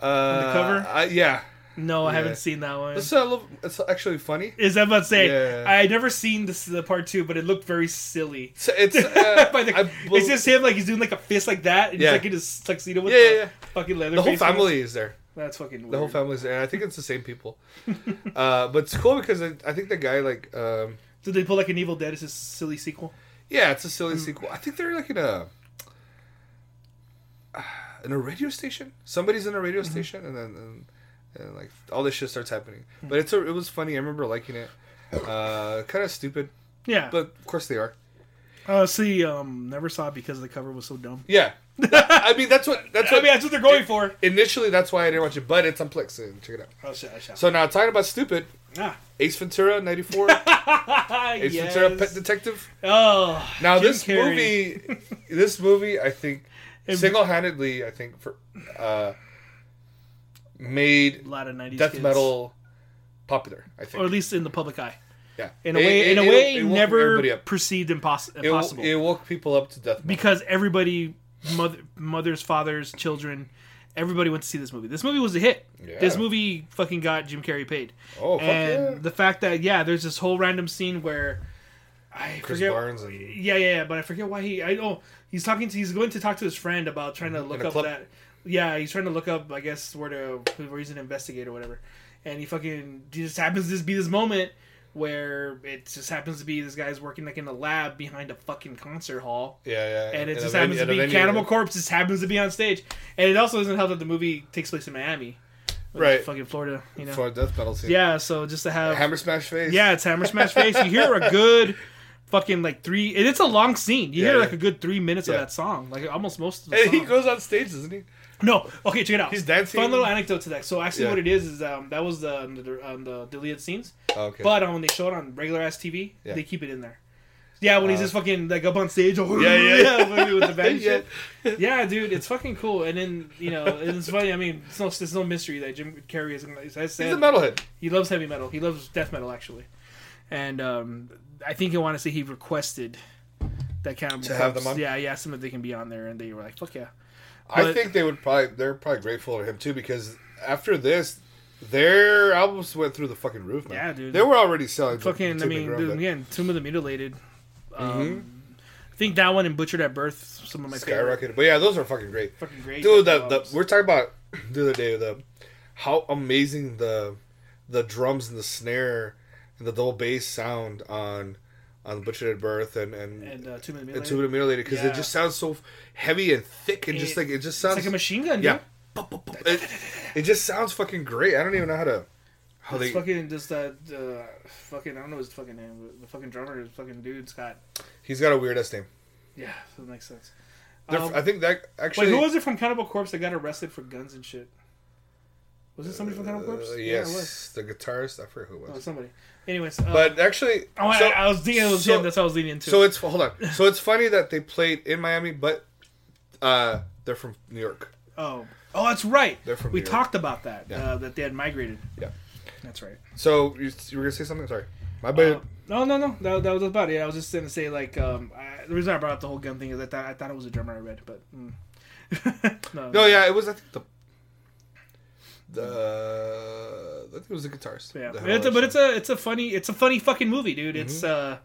Speaker 4: uh, on
Speaker 5: the cover?
Speaker 4: yeah,
Speaker 5: No, I
Speaker 4: Yeah.
Speaker 5: haven't seen that one.
Speaker 4: it's a little, it's actually funny.
Speaker 5: Is that about to say?
Speaker 4: Yeah.
Speaker 5: I had never seen this the part two, but it looked very silly.
Speaker 4: It's, it's uh,
Speaker 5: By the,
Speaker 4: I bel-
Speaker 5: it's just him like he's doing like a fist like that, and
Speaker 4: Yeah.
Speaker 5: he's like in his tuxedo with
Speaker 4: Yeah,
Speaker 5: the
Speaker 4: yeah, yeah.
Speaker 5: fucking leather.
Speaker 4: the whole
Speaker 5: face on.
Speaker 4: family is there.
Speaker 5: That's fucking. Weird.
Speaker 4: The whole family's there. And I think it's the same people. uh, but it's cool because I, I think the guy like, um,
Speaker 5: Did they pull like an Evil Dead as a silly sequel?
Speaker 4: yeah, it's a silly
Speaker 5: Mm.
Speaker 4: sequel. I think they're like in a. uh, In a radio station, somebody's in a
Speaker 5: Mm-hmm.
Speaker 4: radio station, and then and, and like all this shit starts happening.
Speaker 5: Hmm.
Speaker 4: But it's a, it was funny. I remember liking it. Uh, kind of stupid,
Speaker 5: Yeah.
Speaker 4: but of course they are.
Speaker 5: Honestly, um, never saw it because the cover was so dumb.
Speaker 4: Yeah, I mean that's what that's
Speaker 5: I
Speaker 4: what
Speaker 5: mean, that's what they're going for.
Speaker 4: initially that's why I didn't watch it, but it's on Plex and check it out.
Speaker 5: Oh shit! I shot.
Speaker 4: So now talking about stupid,
Speaker 5: ah,
Speaker 4: Ace Ventura '94, Ace
Speaker 5: yes.
Speaker 4: Ventura Pet Detective.
Speaker 5: oh,
Speaker 4: Now
Speaker 5: Jim
Speaker 4: this
Speaker 5: Carrey.
Speaker 4: movie, this movie, I think
Speaker 5: It-
Speaker 4: single-handedly, I think for uh, made
Speaker 5: A lot of nineties
Speaker 4: death metal popular. I think,
Speaker 5: or at least in the public eye.
Speaker 4: yeah,
Speaker 5: In a
Speaker 4: It-
Speaker 5: way,
Speaker 4: it-
Speaker 5: in a
Speaker 4: it-
Speaker 5: way,
Speaker 4: it woke everybody
Speaker 5: never
Speaker 4: up.
Speaker 5: perceived impos-
Speaker 4: It, wo-
Speaker 5: impossible.
Speaker 4: it woke people up to death metal.
Speaker 5: because everybody mother, mothers fathers children everybody went to see this movie this movie was a hit
Speaker 4: Yeah.
Speaker 5: this movie fucking got jim carrey paid
Speaker 4: Oh, fuck
Speaker 5: and
Speaker 4: yeah.
Speaker 5: the fact that yeah there's this whole random scene where i
Speaker 4: Chris
Speaker 5: forget
Speaker 4: Barnes and
Speaker 5: yeah yeah yeah but i forget why he i oh he's talking to he's going to talk to his friend about trying to look
Speaker 4: a
Speaker 5: up
Speaker 4: club.
Speaker 5: that yeah he's trying to look up i guess where to where he's an investigator or whatever and he fucking he just happens to just be this moment where it just happens to be this guy's working like in a lab behind a fucking concert hall
Speaker 4: yeah, yeah,
Speaker 5: and it
Speaker 4: in a
Speaker 5: just
Speaker 4: venue-
Speaker 5: happens to
Speaker 4: in a
Speaker 5: be
Speaker 4: venue.
Speaker 5: Cannibal Corpse just happens to be on stage, and it also doesn't help that the movie takes place in Miami,
Speaker 4: right?
Speaker 5: fucking Florida, you know.
Speaker 4: For a death metal scene,
Speaker 5: Yeah, so just to have
Speaker 4: Hammer smash face,
Speaker 5: yeah, it's Hammer Smash Face. You hear a good fucking like three, and it's a long scene. You
Speaker 4: Yeah,
Speaker 5: hear
Speaker 4: yeah.
Speaker 5: like a good three minutes
Speaker 4: Yeah.
Speaker 5: of that song, like almost most of the
Speaker 4: And
Speaker 5: song.
Speaker 4: he goes on stage, doesn't he?
Speaker 5: No, okay, check it out.
Speaker 4: He's dancing.
Speaker 5: Fun little anecdote to that. So actually,
Speaker 4: Yeah.
Speaker 5: what it is is um, that was the on the, on the deleted scenes,
Speaker 4: Oh, Okay.
Speaker 5: but um, when they show it on regular ass TV,
Speaker 4: Yeah. Uh,
Speaker 5: they keep it in there. Yeah, when he's just fucking like up on stage, oh,
Speaker 4: Yeah, yeah, yeah.
Speaker 5: fucking with the band and shit. Yeah, dude, it's fucking cool. And then you know, and it's funny. I mean, it's no, it's no mystery that Jim Carrey is. As I
Speaker 4: He's a
Speaker 5: said,
Speaker 4: metalhead.
Speaker 5: he loves heavy metal. He loves death metal actually, and um, I think he want to say he requested that kind of
Speaker 4: To have them on?
Speaker 5: Yeah, yeah, some of they can be on there, and they were like, "Fuck yeah."
Speaker 4: I
Speaker 5: But-
Speaker 4: think they would probably they're probably grateful to him too because after this, their albums went through the fucking roof, man.
Speaker 5: Yeah, dude.
Speaker 4: They were already selling. to-
Speaker 5: fucking
Speaker 4: to
Speaker 5: I
Speaker 4: the
Speaker 5: mean,
Speaker 4: ground,
Speaker 5: dude,
Speaker 4: but-
Speaker 5: again, Tomb of the Mutilated.
Speaker 4: Mm-hmm.
Speaker 5: Um, I think that one and Butchered at Birth, some of my favorite.
Speaker 4: skyrocketed. But yeah, those are fucking great,
Speaker 5: Fucking great,
Speaker 4: dude.
Speaker 5: fucking
Speaker 4: The, the
Speaker 5: albums.
Speaker 4: we're talking about the other day the how amazing the the drums and the snare and the double bass sound on on Butchered at Birth and and,
Speaker 5: and uh, two minute
Speaker 4: and Two Minute Mutilated because
Speaker 5: Yeah.
Speaker 4: it just sounds so heavy and thick and just
Speaker 5: It-
Speaker 4: like it just sounds
Speaker 5: like a machine gun.
Speaker 4: yeah.
Speaker 5: dude.
Speaker 4: Pop, pop, pop. It, it just sounds fucking great. I don't even know how to how
Speaker 5: It's
Speaker 4: they
Speaker 5: fucking just that uh, fucking I don't know his fucking name, but the fucking drummer, is fucking dude's got
Speaker 4: He's got a weird ass name.
Speaker 5: yeah, that makes sense.
Speaker 4: They're-
Speaker 5: Um,
Speaker 4: I think that
Speaker 5: Wait,
Speaker 4: actually
Speaker 5: who was it from Cannibal Corpse that got arrested for guns and shit? Was it somebody from Cannibal Corpse?
Speaker 4: Uh,
Speaker 5: Yeah, it
Speaker 4: yes,
Speaker 5: was.
Speaker 4: the guitarist. I forget who it
Speaker 5: Oh,
Speaker 4: was.
Speaker 5: somebody. Anyways, uh,
Speaker 4: But actually,
Speaker 5: oh, I-
Speaker 4: so-
Speaker 5: I, was thinking it was
Speaker 4: so-
Speaker 5: him. That's what I was leaning into.
Speaker 4: So it's hold on. So it's funny that they played in Miami, but uh, they're from New York.
Speaker 5: oh, oh, that's right.
Speaker 4: They're from
Speaker 5: we
Speaker 4: New York.
Speaker 5: talked about that.
Speaker 4: Yeah.
Speaker 5: Uh, that they had migrated.
Speaker 4: Yeah.
Speaker 5: that's right.
Speaker 4: So you, you were gonna say something? Sorry, my bad.
Speaker 5: Uh, no, no, no. That, that was about it. I was just gonna say like um, I, the reason I brought up the whole gun thing is I thought I thought it was a drummer I read, but mm. no,
Speaker 4: no, yeah, it was. I think the the I think it was the guitarist.
Speaker 5: Yeah,
Speaker 4: The
Speaker 5: it's a, but it's a it's a funny it's a funny fucking movie, dude. It's uh,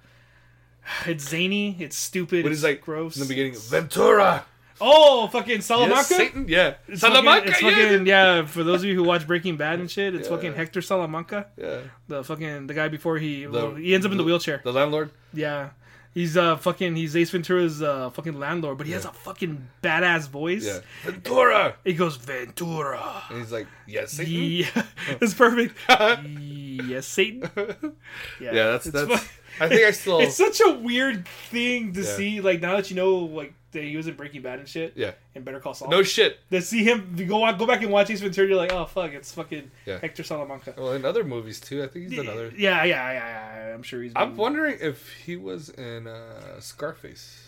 Speaker 5: it's zany, it's stupid,
Speaker 4: Mm-hmm. But
Speaker 5: it's
Speaker 4: he's like
Speaker 5: gross.
Speaker 4: in the beginning. Ventura,
Speaker 5: Oh, fucking Salamanca.
Speaker 4: yes, Satan, yeah,
Speaker 5: It's
Speaker 4: Salamanca,
Speaker 5: fucking, it's
Speaker 4: yeah,
Speaker 5: fucking, yeah. For those of you who watch Breaking Bad and shit, it's fucking Hector Salamanca,
Speaker 4: yeah.
Speaker 5: the fucking the guy before he well, he ends up in the wheelchair.
Speaker 4: The landlord.
Speaker 5: yeah, he's uh fucking he's Ace Ventura's uh fucking landlord, but he has a fucking badass voice.
Speaker 4: Yeah, Ventura.
Speaker 5: He goes Ventura.
Speaker 4: And he's like, yes, Satan.
Speaker 5: Yeah, it's perfect. yes, Satan.
Speaker 4: Yeah, that's
Speaker 5: it's
Speaker 4: that's.
Speaker 5: fu-
Speaker 4: I think I still.
Speaker 5: It's such a weird thing to
Speaker 4: Yeah.
Speaker 5: see, like now that you know, like that he was in Breaking Bad and shit,
Speaker 4: yeah.
Speaker 5: and Better Call Saul.
Speaker 4: No shit.
Speaker 5: to see him you go out- go back and watch Ace Ventura, you're like, oh fuck, it's fucking
Speaker 4: Yeah.
Speaker 5: Hector Salamanca.
Speaker 4: Well, in other movies too. I think he's another.
Speaker 5: Yeah, yeah, yeah, yeah, yeah. I'm sure he's.
Speaker 4: I'm
Speaker 5: been-
Speaker 4: wondering if he was in uh, Scarface.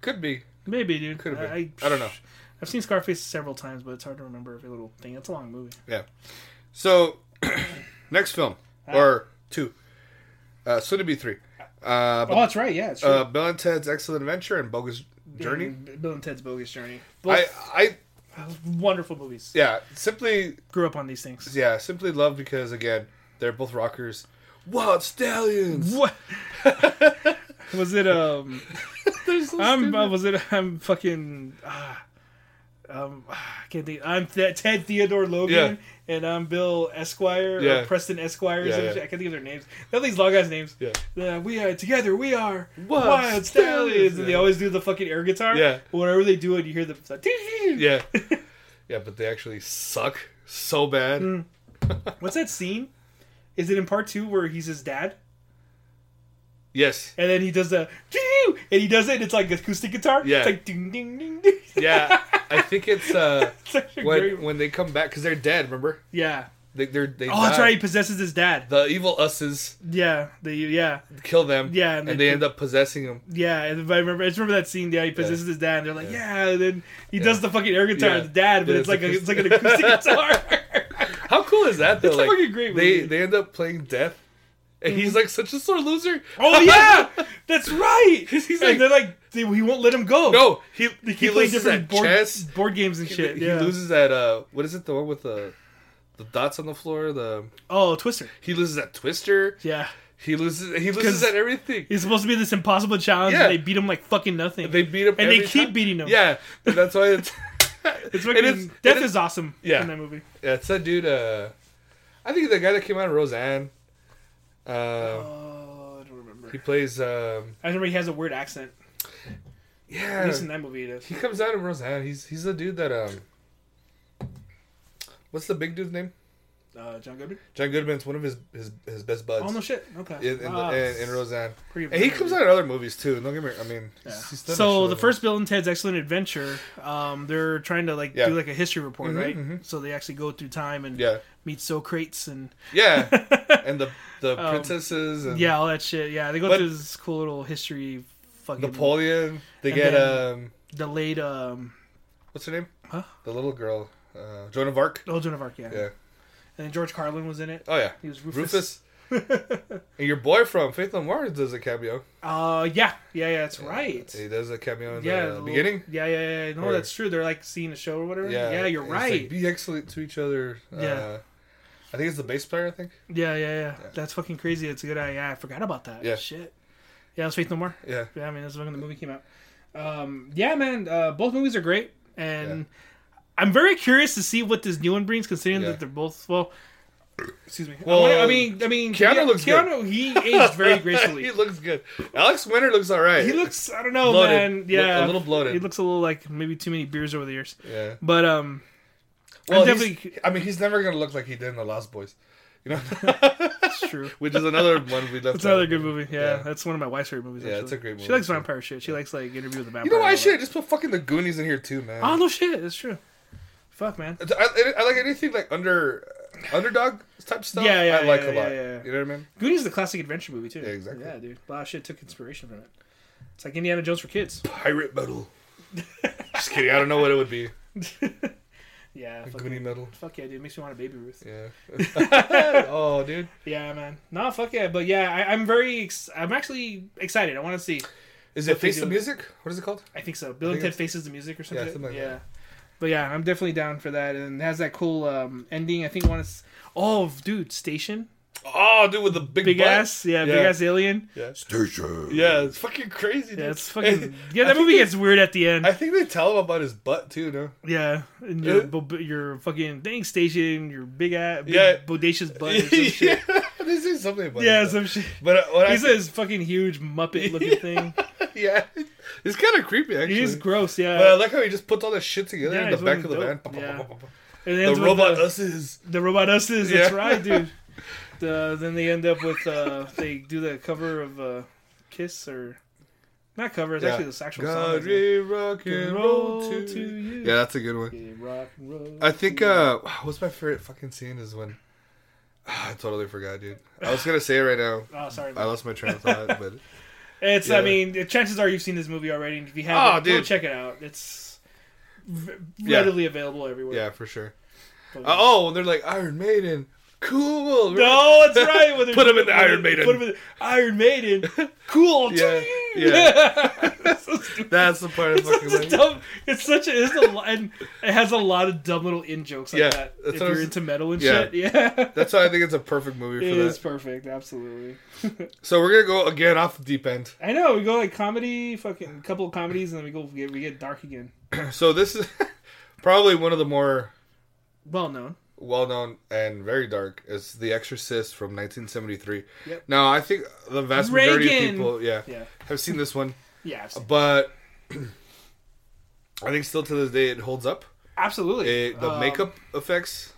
Speaker 4: Could be.
Speaker 5: Maybe, dude.
Speaker 4: Could have been. I don't know.
Speaker 5: I've seen Scarface several times, but it's hard to remember every little thing. It's a long movie.
Speaker 4: So, next film or two, uh, soon to be three. Uh,
Speaker 5: Oh, that's right. Yeah, it's true.
Speaker 4: uh, Bill and Ted's Excellent Adventure and Bogus Journey.
Speaker 5: And Bill and Ted's Bogus Journey.
Speaker 4: I,
Speaker 5: Both
Speaker 4: I,
Speaker 5: wonderful movies.
Speaker 4: yeah, simply,
Speaker 5: Grew up on these things.
Speaker 4: yeah, simply love because again, they're both rockers. Wild stallions.
Speaker 5: What was it? Um, I'm uh, was it? I'm fucking. ah, um, ah, I can't think. I'm Th- Ted Theodore Logan, and I'm Bill Esquire
Speaker 4: Yeah.
Speaker 5: or Preston Esquire. or
Speaker 4: Yeah,
Speaker 5: some
Speaker 4: yeah.
Speaker 5: shit. I can't think of their names. They're these long guys' names.
Speaker 4: Yeah.
Speaker 5: Uh, we are together. We are
Speaker 4: Wild stallions.
Speaker 5: wild, stallions, and they
Speaker 4: Yeah.
Speaker 5: always do the fucking air guitar.
Speaker 4: Yeah.
Speaker 5: But whenever they do it, you hear the it's like,
Speaker 4: Yeah, yeah, but they actually suck so bad.
Speaker 5: Mm. What's that scene? Is it in part two where he's his dad?
Speaker 4: Yes.
Speaker 5: And then he does the and he does it. And it's like acoustic guitar.
Speaker 4: Yeah.
Speaker 5: It's like ding ding ding ding.
Speaker 4: Yeah, I think it's uh,
Speaker 5: Such a great
Speaker 4: when
Speaker 5: one.
Speaker 4: when they come back because they're dead. Remember,
Speaker 5: Yeah.
Speaker 4: they they're, they.
Speaker 5: Oh, that's
Speaker 4: die.
Speaker 5: right. He possesses his dad.
Speaker 4: The evil us's
Speaker 5: Yeah. The yeah
Speaker 4: kill them.
Speaker 5: Yeah,
Speaker 4: and
Speaker 5: and
Speaker 4: they,
Speaker 5: they-
Speaker 4: end up possessing him.
Speaker 5: yeah. And I remember I just remember that scene. Yeah, he possesses his dad. And they're like, yeah. And then he does the fucking air guitar.
Speaker 4: Yeah.
Speaker 5: with The dad, but
Speaker 4: Yeah,
Speaker 5: it's
Speaker 4: it's
Speaker 5: like a,
Speaker 4: acoustic-
Speaker 5: it's like an acoustic guitar.
Speaker 4: How cool is that though?
Speaker 5: It's a
Speaker 4: like
Speaker 5: fucking great
Speaker 4: they
Speaker 5: movie. Mm-hmm.
Speaker 4: they end up playing death, and he's like such a sore loser.
Speaker 5: oh yeah, that's right.
Speaker 4: He's
Speaker 5: and
Speaker 4: like-
Speaker 5: they're like, they, he won't let him go.
Speaker 4: No, he
Speaker 5: They
Speaker 4: he,
Speaker 5: keep playing
Speaker 4: loses
Speaker 5: different
Speaker 4: at
Speaker 5: board,
Speaker 4: chess.
Speaker 5: board games and shit.
Speaker 4: He
Speaker 5: yeah.
Speaker 4: loses at uh, what is it? The one with the the dots on the floor. The
Speaker 5: oh, Twister.
Speaker 4: he loses at Twister.
Speaker 5: Yeah.
Speaker 4: He loses. He loses
Speaker 5: 'Cause-
Speaker 4: at everything.
Speaker 5: He's supposed to be this impossible challenge,
Speaker 4: Yeah.
Speaker 5: and they beat him like fucking nothing.
Speaker 4: They beat him,
Speaker 5: and they
Speaker 4: every
Speaker 5: keep
Speaker 4: time.
Speaker 5: beating him.
Speaker 4: Yeah, and that's why it's.
Speaker 5: It's fucking,
Speaker 4: It is- it
Speaker 5: death is,
Speaker 4: is-
Speaker 5: awesome
Speaker 4: Yeah.
Speaker 5: in that movie.
Speaker 4: Yeah, it's that dude. Uh, I think the guy that came out of Roseanne. Um,
Speaker 5: Oh, I don't remember.
Speaker 4: He plays. Um,
Speaker 5: I remember he has a weird accent. At
Speaker 4: yeah,
Speaker 5: least in that movie, it is.
Speaker 4: he comes out of Roseanne. He's he's the dude that. Um, what's the big dude's name?
Speaker 5: Uh, John Goodman.
Speaker 4: John Goodman's one of his his, his best buds.
Speaker 5: Oh no shit. Okay.
Speaker 4: In, in,
Speaker 5: Ah,
Speaker 4: the, in, in Roseanne,
Speaker 5: pretty
Speaker 4: and he
Speaker 5: bad
Speaker 4: comes
Speaker 5: movie.
Speaker 4: out in other movies too. Don't get me. I mean, he's-
Speaker 5: Yeah.
Speaker 4: he's done a
Speaker 5: So
Speaker 4: shit
Speaker 5: the
Speaker 4: of-
Speaker 5: first Bill and Ted's Excellent Adventure, um, they're trying to like
Speaker 4: Yeah.
Speaker 5: do like a history report,
Speaker 4: Mhm,
Speaker 5: right?
Speaker 4: mhm.
Speaker 5: So they actually go through time and
Speaker 4: Yeah,
Speaker 5: meet Socrates and
Speaker 4: yeah, and the the princesses and
Speaker 5: Um, yeah, all that shit. Yeah, they go
Speaker 4: But-
Speaker 5: through this cool little history. Fucking
Speaker 4: Napoleon. They
Speaker 5: And
Speaker 4: get
Speaker 5: then-
Speaker 4: um,
Speaker 5: delayed. Um,
Speaker 4: what's her name?
Speaker 5: Huh?
Speaker 4: The little girl, uh, Joan of Arc.
Speaker 5: oh, Joan of Arc. Yeah.
Speaker 4: Yeah.
Speaker 5: And then George Carlin was in it.
Speaker 4: Oh yeah,
Speaker 5: He was Rufus.
Speaker 4: Rufus. and your boy from Faith No More does a cameo.
Speaker 5: Uh, yeah, yeah, yeah. That's right.
Speaker 4: He does a cameo in
Speaker 5: yeah,
Speaker 4: the,
Speaker 5: little-
Speaker 4: beginning.
Speaker 5: Yeah, yeah, yeah. No,
Speaker 4: Or-
Speaker 5: that's true. They're like seeing a show or whatever.
Speaker 4: Yeah,
Speaker 5: Yeah, you're
Speaker 4: and it's like,
Speaker 5: right.
Speaker 4: Be excellent to each other.
Speaker 5: Yeah.
Speaker 4: Uh, I think it's the bass player. I think.
Speaker 5: yeah, yeah, yeah, That's fucking crazy. It's a good idea. Yeah, I forgot about that.
Speaker 4: Yeah.
Speaker 5: Shit. Yeah, it was Faith No More.
Speaker 4: Yeah,
Speaker 5: Yeah, I mean, that's when the movie came out. Um, yeah, man. Uh, both movies are great, and I'm very curious to see what this new one brings, considering
Speaker 4: Yeah.
Speaker 5: that they're both well. Excuse me.
Speaker 4: Well,
Speaker 5: I wanna- I mean, I mean,
Speaker 4: Keanu
Speaker 5: Ke-
Speaker 4: looks good.
Speaker 5: Keanu, he aged very
Speaker 4: he
Speaker 5: gracefully.
Speaker 4: looks good. Alex Winter looks all right.
Speaker 5: he looks, I don't know,
Speaker 4: Bloated.
Speaker 5: man.
Speaker 4: Look- a
Speaker 5: Yeah,
Speaker 4: little bloated.
Speaker 5: He looks a little like maybe too many beers over the years.
Speaker 4: Yeah.
Speaker 5: But um,
Speaker 4: Well,
Speaker 5: I'm
Speaker 4: he's-
Speaker 5: definitely-
Speaker 4: I mean, he's never gonna look like he did in the Lost Boys, you know.
Speaker 5: it's true.
Speaker 4: Which is another one we left.
Speaker 5: That's
Speaker 4: out.
Speaker 5: another good movie. Yeah,
Speaker 4: Yeah.
Speaker 5: that's one of my wife's favorite movies.
Speaker 4: Yeah,
Speaker 5: actually.
Speaker 4: it's a great
Speaker 5: She
Speaker 4: movie,
Speaker 5: likes
Speaker 4: too.
Speaker 5: vampire shit. She likes like Interview with the Vampire.
Speaker 4: You know why
Speaker 5: and all
Speaker 4: shit? Just put fucking the Goonies in here too, man.
Speaker 5: that. Oh no, shit, it's true. Fuck man.
Speaker 4: I, I- I like anything like under underdog type stuff.
Speaker 5: Yeah, yeah,
Speaker 4: I like
Speaker 5: yeah,
Speaker 4: a lot.
Speaker 5: yeah, yeah.
Speaker 4: You know what I mean?
Speaker 5: Goonies is a classic adventure movie too.
Speaker 4: Yeah, exactly.
Speaker 5: Yeah, dude. A lot of shit took inspiration from it. It's like Indiana Jones for kids.
Speaker 4: Pirate metal. Just kidding. I don't know what it would be.
Speaker 5: Yeah. fuck
Speaker 4: Goonie
Speaker 5: yeah.
Speaker 4: metal.
Speaker 5: Fuck yeah, dude. It makes me want a baby Ruth.
Speaker 4: Yeah. oh, dude.
Speaker 5: Yeah, man. No, fuck yeah. But yeah, I, I'm very. Ex- I'm actually excited. I want to see.
Speaker 4: Is
Speaker 5: What
Speaker 4: it
Speaker 5: they
Speaker 4: Face the
Speaker 5: do-
Speaker 4: Music? What is it called?
Speaker 5: I think so. Bill and
Speaker 4: think
Speaker 5: Ted faces the music or
Speaker 4: Yeah,
Speaker 5: something. Yeah,
Speaker 4: something like that.
Speaker 5: But yeah, I'm definitely down for that, and it has that cool um, ending. I think one is oh, dude, Station,
Speaker 4: Oh, dude, with the big,
Speaker 5: big
Speaker 4: butt.
Speaker 5: ass, yeah, big
Speaker 4: Yeah.
Speaker 5: ass alien.
Speaker 4: Yeah. Yeah, it's fucking crazy. Dude.
Speaker 5: Yeah, it's fucking. Yeah,
Speaker 4: I
Speaker 5: that
Speaker 4: think
Speaker 5: movie
Speaker 4: they-
Speaker 5: gets weird at the end.
Speaker 4: I think they tell him about his butt too. No.
Speaker 5: yeah, and your
Speaker 4: Uh.
Speaker 5: bo- your fucking thing station, your big ass, big
Speaker 4: Yeah.
Speaker 5: bodacious butt, or some shit.
Speaker 4: yeah. They say something about
Speaker 5: yeah,
Speaker 4: his butt.
Speaker 5: some shit.
Speaker 4: But uh, what
Speaker 5: He's
Speaker 4: I,
Speaker 5: this fucking huge Muppet looking thing.
Speaker 4: yeah, it's kind of creepy actually.
Speaker 5: It is gross, yeah.
Speaker 4: But I like how he just puts all this shit together
Speaker 5: Yeah,
Speaker 4: in
Speaker 5: he's
Speaker 4: the back of
Speaker 5: fucking
Speaker 4: the van.
Speaker 5: dope. Yeah. And it ends
Speaker 4: The
Speaker 5: with
Speaker 4: robot
Speaker 5: the-
Speaker 4: uses.
Speaker 5: The robot us is that's
Speaker 4: Yeah.
Speaker 5: right, dude. The, then they end up with uh, they do the cover of uh, Kiss or not cover. It's
Speaker 4: Yeah.
Speaker 5: actually the actual
Speaker 4: God,
Speaker 5: song.
Speaker 4: we rock and roll to
Speaker 5: you.
Speaker 4: Yeah, that's a good one.
Speaker 5: Yeah, rock and roll.
Speaker 4: I think uh what's my favorite fucking scene is when I totally forgot, dude. I was gonna say it right now.
Speaker 5: Oh, sorry.
Speaker 4: I
Speaker 5: man.
Speaker 4: lost my train of thought, but
Speaker 5: It's.
Speaker 4: yeah.
Speaker 5: I mean, the chances are you've seen this movie already. and If you
Speaker 4: Oh,
Speaker 5: haven't, go
Speaker 4: dude.
Speaker 5: check it out. It's v-
Speaker 4: Yeah.
Speaker 5: readily available everywhere.
Speaker 4: yeah, for sure.
Speaker 5: But-
Speaker 4: Uh, oh, and they're like Iron Maiden, cool.
Speaker 5: No, it's right. When they're-
Speaker 4: Put 'em in the
Speaker 5: when
Speaker 4: Iron
Speaker 5: they-
Speaker 4: Maiden.
Speaker 5: Put him in the Iron Maiden. Cool.
Speaker 4: Yeah, yeah.
Speaker 5: That's so stupid.
Speaker 4: that's the part I
Speaker 5: It's
Speaker 4: fucking
Speaker 5: such a
Speaker 4: like.
Speaker 5: dumb. It's such a. It's a lo- and it has a lot of dumb little in jokes like
Speaker 4: Yeah,
Speaker 5: that.
Speaker 4: that's what
Speaker 5: If
Speaker 4: I
Speaker 5: you're
Speaker 4: was-
Speaker 5: into metal and
Speaker 4: yeah.
Speaker 5: shit, yeah,
Speaker 4: That's why I think it's a perfect
Speaker 5: it
Speaker 4: movie for
Speaker 5: is
Speaker 4: that.
Speaker 5: perfect. Absolutely.
Speaker 4: So we're gonna go again off the deep end.
Speaker 5: I know. We go like comedy, fucking couple of comedies, and then we go we get, we get dark again.
Speaker 4: So this is probably one of the more
Speaker 5: Well known.
Speaker 4: well known and very dark is The Exorcist from 1973.
Speaker 5: Yep.
Speaker 4: Now I think the vast majority
Speaker 5: Reagan.
Speaker 4: of people, yeah,
Speaker 5: Yeah.
Speaker 4: have seen this one,
Speaker 5: Yeah. I've seen-
Speaker 4: but I think still to this day it holds up.
Speaker 5: Absolutely.
Speaker 4: It, the
Speaker 5: Um,
Speaker 4: makeup effects,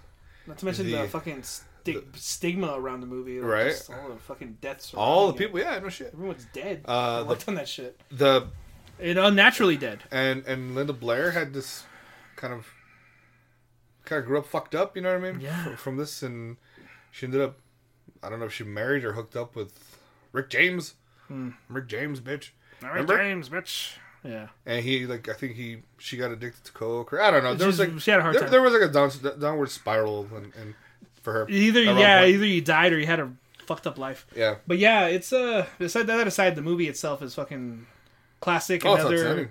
Speaker 5: Not to mention the,
Speaker 4: the-
Speaker 5: fucking sti- stigma around the movie. like,
Speaker 4: Right.
Speaker 5: just all the fucking deaths.
Speaker 4: all the
Speaker 5: surrounding it.
Speaker 4: people, yeah, no shit.
Speaker 5: Everyone's dead.
Speaker 4: Uh,
Speaker 5: I worked on that shit.
Speaker 4: The
Speaker 5: And unnaturally dead.
Speaker 4: and and Linda Blair had this kind of kind of grew up fucked up, you know what I mean?
Speaker 5: Yeah.
Speaker 4: From, from this, and she ended up, I don't know if she married or hooked up with Rick James.
Speaker 5: Hmm.
Speaker 4: Rick James, bitch.
Speaker 5: All
Speaker 4: Remember?
Speaker 5: James, bitch. Yeah.
Speaker 4: and he like I think he she got addicted to coke or I don't know. There was
Speaker 5: She's-
Speaker 4: like
Speaker 5: she had a hard
Speaker 4: there,
Speaker 5: time.
Speaker 4: there was like a down, downward spiral and, and for her
Speaker 5: Either
Speaker 4: at one
Speaker 5: yeah,
Speaker 4: point.
Speaker 5: either you died or you had a fucked up life.
Speaker 4: yeah.
Speaker 5: But yeah, it's uh beside that aside, the movie itself is fucking classic.
Speaker 4: Oh, it's
Speaker 5: Another
Speaker 4: outstanding.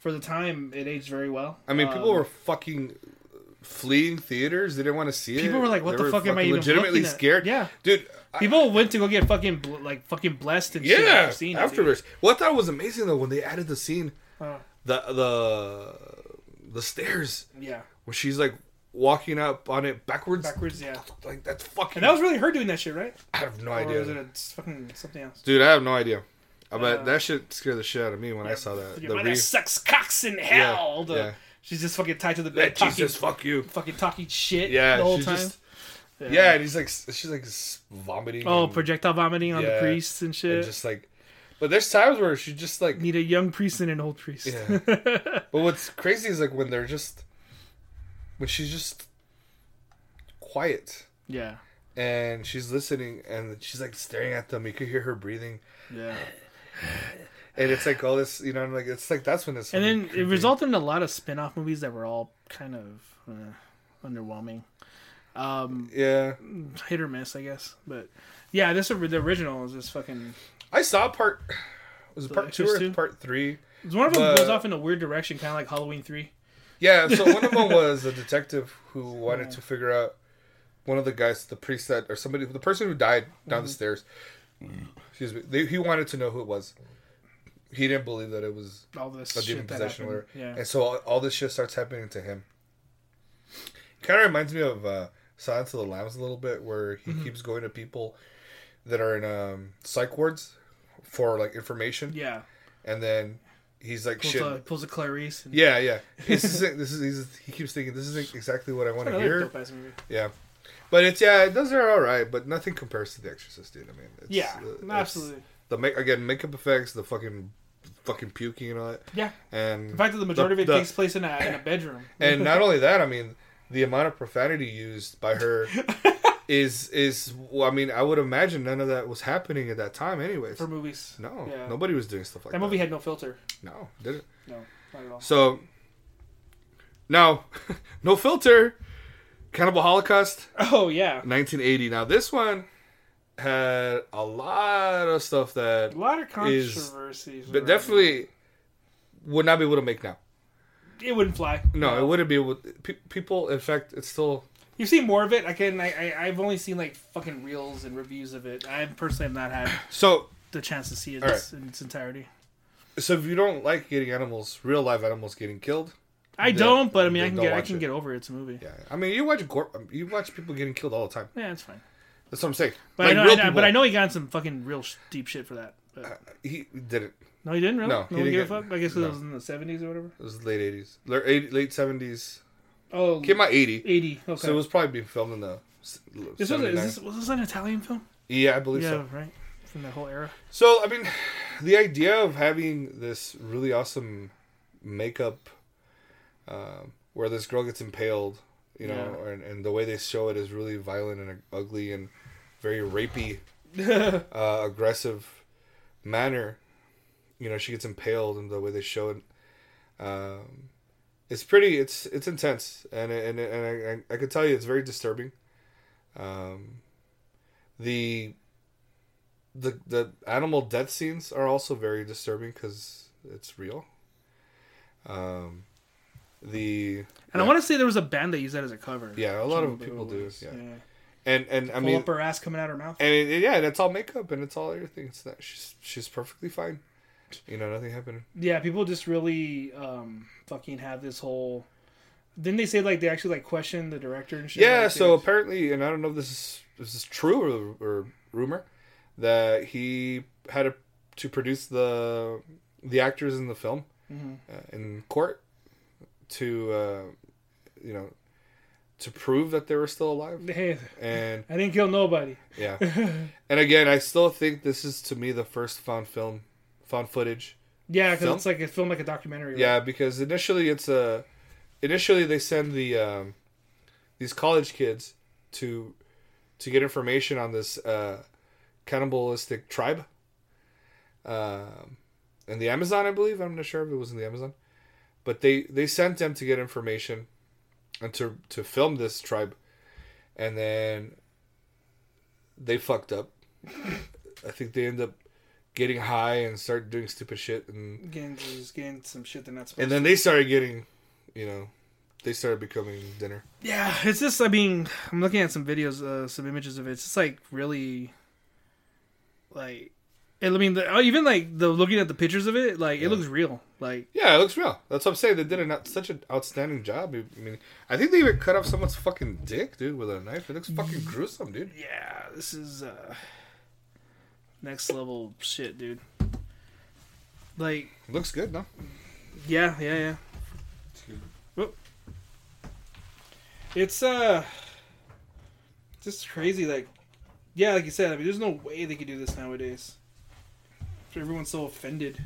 Speaker 5: for the time, it aged very well.
Speaker 4: I mean,
Speaker 5: Um,
Speaker 4: people were fucking fleeing theaters. They didn't want to see it.
Speaker 5: People were like, "What
Speaker 4: They
Speaker 5: the
Speaker 4: were
Speaker 5: fuck am I
Speaker 4: fucking
Speaker 5: even
Speaker 4: legitimately
Speaker 5: looking at?"
Speaker 4: scared?"
Speaker 5: Yeah.
Speaker 4: dude. I-
Speaker 5: people went to go get fucking bl- like fucking blessed and shit
Speaker 4: yeah.
Speaker 5: after seeing it, dude.
Speaker 4: Afterwards, what I thought was amazing though when they added the scene,
Speaker 5: Uh.
Speaker 4: the the the stairs
Speaker 5: yeah,
Speaker 4: where she's like walking up on it backwards.
Speaker 5: backwards, yeah.
Speaker 4: Like that's fucking.
Speaker 5: And that was really her doing that shit, right?
Speaker 4: I have no
Speaker 5: Or was it
Speaker 4: idea,
Speaker 5: a, it's fucking something else?
Speaker 4: dude. I have no idea. I bet
Speaker 5: Uh,
Speaker 4: that shit scared the shit out of me when I saw that.
Speaker 5: Your
Speaker 4: The
Speaker 5: mother
Speaker 4: re-
Speaker 5: sucks cocks in hell. The-
Speaker 4: yeah.
Speaker 5: She's just fucking tied to the bed,
Speaker 4: Let
Speaker 5: talking,
Speaker 4: Jesus fuck you.
Speaker 5: fucking talking shit
Speaker 4: Yeah,
Speaker 5: the whole
Speaker 4: she's
Speaker 5: time.
Speaker 4: just- Yeah, and he's like, s- she's like s- vomiting.
Speaker 5: Oh,
Speaker 4: and-
Speaker 5: projectile vomiting on the
Speaker 4: Yeah.
Speaker 5: priests and shit.
Speaker 4: and just like, but there's times where she just like,
Speaker 5: Need a young priest and an old priest.
Speaker 4: yeah. but what's crazy is like when they're just, when she's just quiet
Speaker 5: yeah.
Speaker 4: and she's listening and she's like staring at them. You could hear her breathing,
Speaker 5: Yeah.
Speaker 4: and it's like all this, you know, I'm like, it's like that's when it's.
Speaker 5: And then
Speaker 4: fucking
Speaker 5: it
Speaker 4: creepy.
Speaker 5: resulted in a lot of spin off movies that were all kind of uh, underwhelming. Um,
Speaker 4: Yeah,
Speaker 5: hit or miss, I guess. But yeah, this the original is just fucking.
Speaker 4: I saw part. Was it
Speaker 5: The
Speaker 4: part two
Speaker 5: Exorcist
Speaker 4: or
Speaker 5: two?
Speaker 4: part three?
Speaker 5: it's One of them
Speaker 4: But-
Speaker 5: goes off in a weird direction, kind of like Halloween 3.
Speaker 4: Yeah, so one of them was a detective who wanted to figure out one of the guys, the priest that, or somebody, the person who died down
Speaker 5: Mm-hmm.
Speaker 4: the stairs. Excuse me. They, he wanted to know who it was. He didn't believe that it was
Speaker 5: All this
Speaker 4: a demon
Speaker 5: shit that
Speaker 4: possession or
Speaker 5: happened.
Speaker 4: whatever.
Speaker 5: Yeah.
Speaker 4: And so all, all this shit starts happening to him. Kind of reminds me of uh, Silence of the Lambs a little bit, where he
Speaker 5: Mm-hmm.
Speaker 4: keeps going to people that are in um, psych wards for like information,
Speaker 5: Yeah.
Speaker 4: and then he's like,
Speaker 5: Pulls
Speaker 4: "Shit,
Speaker 5: a, pulls a Clarice. And
Speaker 4: yeah, yeah." This is it. this is he's, he keeps thinking this isn't exactly what I want to
Speaker 5: Another
Speaker 4: hear.
Speaker 5: dope-ass movie.
Speaker 4: Yeah, but it's yeah, those are all right, but nothing compares to The Exorcist, dude. I mean, it's,
Speaker 5: Yeah,
Speaker 4: uh, it's-
Speaker 5: absolutely.
Speaker 4: The make again makeup effects, the fucking fucking puking and all that,
Speaker 5: Yeah.
Speaker 4: and
Speaker 5: The fact that the majority of it
Speaker 4: the-
Speaker 5: takes place in a, in a bedroom.
Speaker 4: and not only that, I mean, the amount of profanity used by her is is well, I mean, I would imagine none of that was happening at that time, anyways.
Speaker 5: for movies.
Speaker 4: no,
Speaker 5: Yeah.
Speaker 4: nobody was doing stuff like that.
Speaker 5: that movie had no filter.
Speaker 4: no, didn't.
Speaker 5: No, not at all.
Speaker 4: So now, no filter, Cannibal Holocaust,
Speaker 5: Oh yeah,
Speaker 4: 1980. Now this one had a lot of stuff that,
Speaker 5: a lot of
Speaker 4: Is-
Speaker 5: controversies.
Speaker 4: but
Speaker 5: around
Speaker 4: definitely would not be able to make now.
Speaker 5: it. it wouldn't fly.
Speaker 4: No, it wouldn't be able. Pe- people, in fact, it's still
Speaker 5: You've seen more of it. I can. I, I I've only seen like fucking reels and reviews of it. I personally have not had
Speaker 4: so
Speaker 5: the chance to see it
Speaker 4: All
Speaker 5: this- in its entirety.
Speaker 4: So if you don't like getting animals, real live animals getting killed,
Speaker 5: I
Speaker 4: Then-
Speaker 5: don't, but I mean, I
Speaker 4: then
Speaker 5: can
Speaker 4: don't
Speaker 5: get. I
Speaker 4: watch
Speaker 5: can
Speaker 4: it.
Speaker 5: get over it. It's a movie. Yeah,
Speaker 4: yeah, I mean you watch gore, you watch people getting killed all the time.
Speaker 5: it's fine.
Speaker 4: That's what I'm saying.
Speaker 5: But
Speaker 4: like
Speaker 5: I know.
Speaker 4: real
Speaker 5: I, know-
Speaker 4: people,
Speaker 5: but I know he got some fucking real sh- deep shit for that. But,
Speaker 4: he didn't.
Speaker 5: no, he didn't really.
Speaker 4: no,
Speaker 5: No,
Speaker 4: he
Speaker 5: one
Speaker 4: didn't
Speaker 5: gave a
Speaker 4: get-
Speaker 5: fuck. I guess
Speaker 4: no.
Speaker 5: it was in the seventies or whatever.
Speaker 4: It was late '80s, Le- eight- late '70s.
Speaker 5: Oh,
Speaker 4: Came out '80,
Speaker 5: eighty. Okay.
Speaker 4: so it was probably being filmed in the. s-
Speaker 5: this was, is
Speaker 4: 79.
Speaker 5: this, was this an Italian film?
Speaker 4: yeah, I believe
Speaker 5: Yeah,
Speaker 4: so.
Speaker 5: right. From that whole era.
Speaker 4: So I mean, the idea of having this really awesome makeup, um, where this girl gets impaled, you know, and, and the way they show it is really violent and ugly and very rapey. uh, aggressive manner, you know, she gets impaled, and the way they show it, um, it's pretty. It's it's intense, and it- and it- and I I, I could tell you it's very disturbing. Um, the the the animal death scenes are also very disturbing because it's real. Um, the
Speaker 5: And I want to say there was a band that used that as a cover.
Speaker 4: yeah, a lot of people do yeah, and and I
Speaker 5: Pull
Speaker 4: mean
Speaker 5: up her ass coming out her mouth.
Speaker 4: and it, it- yeah, and it's all makeup and it's all everything. It's not she's she's perfectly fine. You know, nothing happened.
Speaker 5: Yeah, people just really um, fucking have this whole. Didn't they say like they actually like questioned the director and shit?
Speaker 4: Yeah,
Speaker 5: Like,
Speaker 4: so
Speaker 5: they-
Speaker 4: apparently, and I don't know if this is this is true or, or rumor that he had a, to produce the the actors in the film uh, in court to uh, you know to prove that they were still alive
Speaker 5: hey,
Speaker 4: and
Speaker 5: I didn't kill nobody.
Speaker 4: Yeah. and again, I still think this is to me the first found film, found footage.
Speaker 5: Yeah, because
Speaker 4: Film?
Speaker 5: it's like a film like a documentary. right?
Speaker 4: Yeah, because initially it's a, initially they send the um, these college kids to to get information on this uh, cannibalistic tribe. Um, in the Amazon, I believe. I'm not sure if it was in the Amazon, but they they sent them to get information and to to film this tribe, and then they fucked up. I think they end up getting high and start doing stupid shit and
Speaker 5: Getting, just getting some shit they're not supposed
Speaker 4: and then they started getting, you know, they started becoming dinner.
Speaker 5: Yeah, it's just. I mean, I'm looking at some videos, uh, some images of it. It's just like really, like, I mean, the, oh, even like the looking at the pictures of it, like it looks real. Like,
Speaker 4: Yeah, it looks real. That's what I'm saying. They did an, out- such an outstanding job. I mean, I think they even cut off someone's fucking dick, dude, with a knife. It looks fucking gruesome, dude.
Speaker 5: yeah, this is uh next level shit, dude. Like,
Speaker 4: looks good, no?
Speaker 5: yeah, yeah, yeah. Whoop. It's uh just crazy. Like, yeah, like you said, I mean, there's no way they could do this nowadays. Everyone's so offended.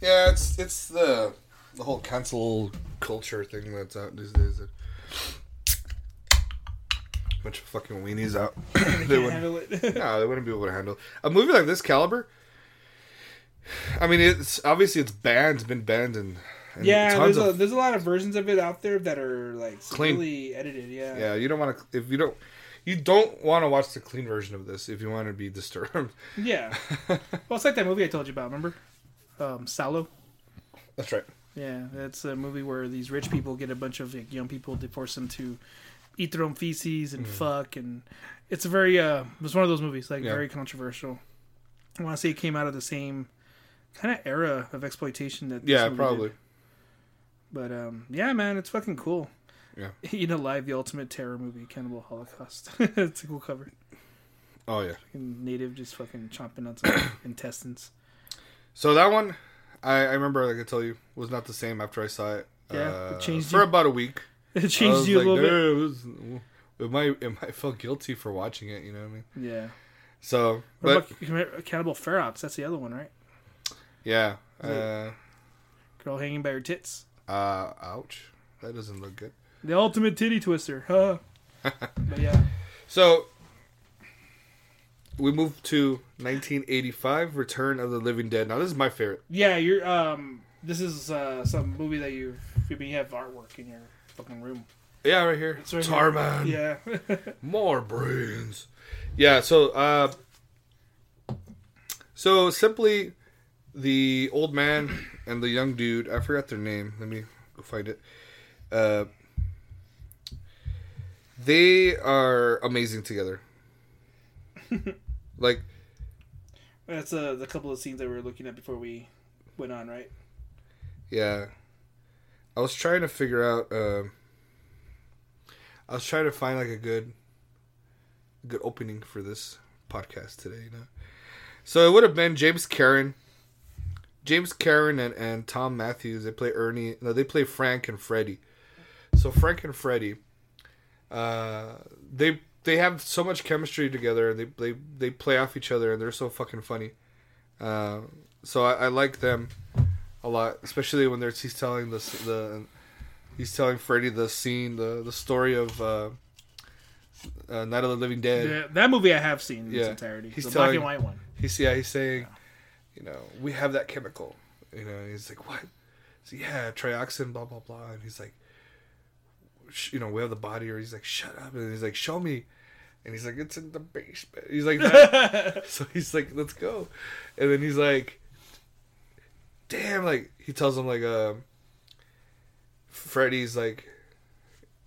Speaker 4: Yeah, it's it's the the whole cancel culture thing that's out these days. Bunch of fucking weenies out. they
Speaker 5: Can't
Speaker 4: wouldn't,
Speaker 5: handle it.
Speaker 4: no, they wouldn't be able to handle a movie like this caliber. I mean, it's obviously it's banned, been banned, and, and
Speaker 5: yeah,
Speaker 4: tons
Speaker 5: there's
Speaker 4: of
Speaker 5: a there's a lot of versions of it out there that are like
Speaker 4: Clean.
Speaker 5: really edited. Yeah.
Speaker 4: Yeah, you don't want to if you don't you don't want to watch the clean version of this if you want to be disturbed.
Speaker 5: Yeah. well, it's like that movie I told you about. Remember, um, Salo.
Speaker 4: That's right.
Speaker 5: Yeah, that's a movie where these rich people get a bunch of like, young people to force them to eat their own feces
Speaker 4: Mm.
Speaker 5: and fuck, and it's a very uh, it was one of those movies like
Speaker 4: Yeah.
Speaker 5: very controversial. I want to say it came out of the same kind of era of exploitation that this
Speaker 4: Yeah,
Speaker 5: movie did.
Speaker 4: probably.
Speaker 5: But um, yeah, man, it's fucking cool.
Speaker 4: Yeah.
Speaker 5: Eat Alive, the ultimate terror movie, Cannibal Holocaust. it's a cool cover.
Speaker 4: Oh yeah.
Speaker 5: Fucking native just fucking chomping on some intestines.
Speaker 4: So that one, I, I remember like I tell you was not the same after I saw it.
Speaker 5: Yeah, it
Speaker 4: uh,
Speaker 5: changed
Speaker 4: for
Speaker 5: you.
Speaker 4: about a week.
Speaker 5: It
Speaker 4: I
Speaker 5: changed
Speaker 4: was
Speaker 5: you a
Speaker 4: like,
Speaker 5: little bit.
Speaker 4: "Damn, it was- Am I am I felt guilty for watching it? You know what I mean?
Speaker 5: Yeah.
Speaker 4: So, but
Speaker 5: What about Cannibal Ferox? That's the other one, right?
Speaker 4: yeah, uh,
Speaker 5: Girl hanging by her tits.
Speaker 4: uh, ouch, that doesn't look good.
Speaker 5: The ultimate titty twister, huh? but yeah,
Speaker 4: So we move to 1985, Return of the Living Dead. Now this is my favorite.
Speaker 5: yeah. You're um. This is uh some movie that you you have artwork in your fucking room.
Speaker 4: Yeah, right here.
Speaker 5: It's right here.
Speaker 4: Tarman.
Speaker 5: Yeah.
Speaker 4: More brains. Yeah, so uh so simply the old man and the young dude, I forgot their name. Let me go find it. Uh they are amazing together. like
Speaker 5: That's uh, the couple of scenes that we were looking at before we went on, right?
Speaker 4: Yeah. I was trying to figure out um I was trying to find like a good good opening for this podcast today, you know. So it would have been James Karen. James Karen and, and Tom Matthews, they play Ernie no, they play Frank and Freddie. So Frank and Freddie uh they they have so much chemistry together and they they, they play off each other and they're so fucking funny. Uh, so I, I like them a lot, especially when there's he's telling this the he's telling Freddy the scene the the story of uh, uh, Night of the Living Dead.
Speaker 5: Yeah, that movie I have seen in its
Speaker 4: Yeah.
Speaker 5: entirety.
Speaker 4: He's
Speaker 5: the black
Speaker 4: telling-
Speaker 5: and white one.
Speaker 4: He's yeah he's saying, you know, we have that chemical. You know, and he's like what? He's like, yeah, trioxin, blah blah blah, and he's like, sh- you know, we have the body, or he's like, shut up, and he's like, show me. And he's like, it's in the basement. He's like, that. so he's like, let's go. And then he's like, damn, like he tells him like, um, Freddy's like,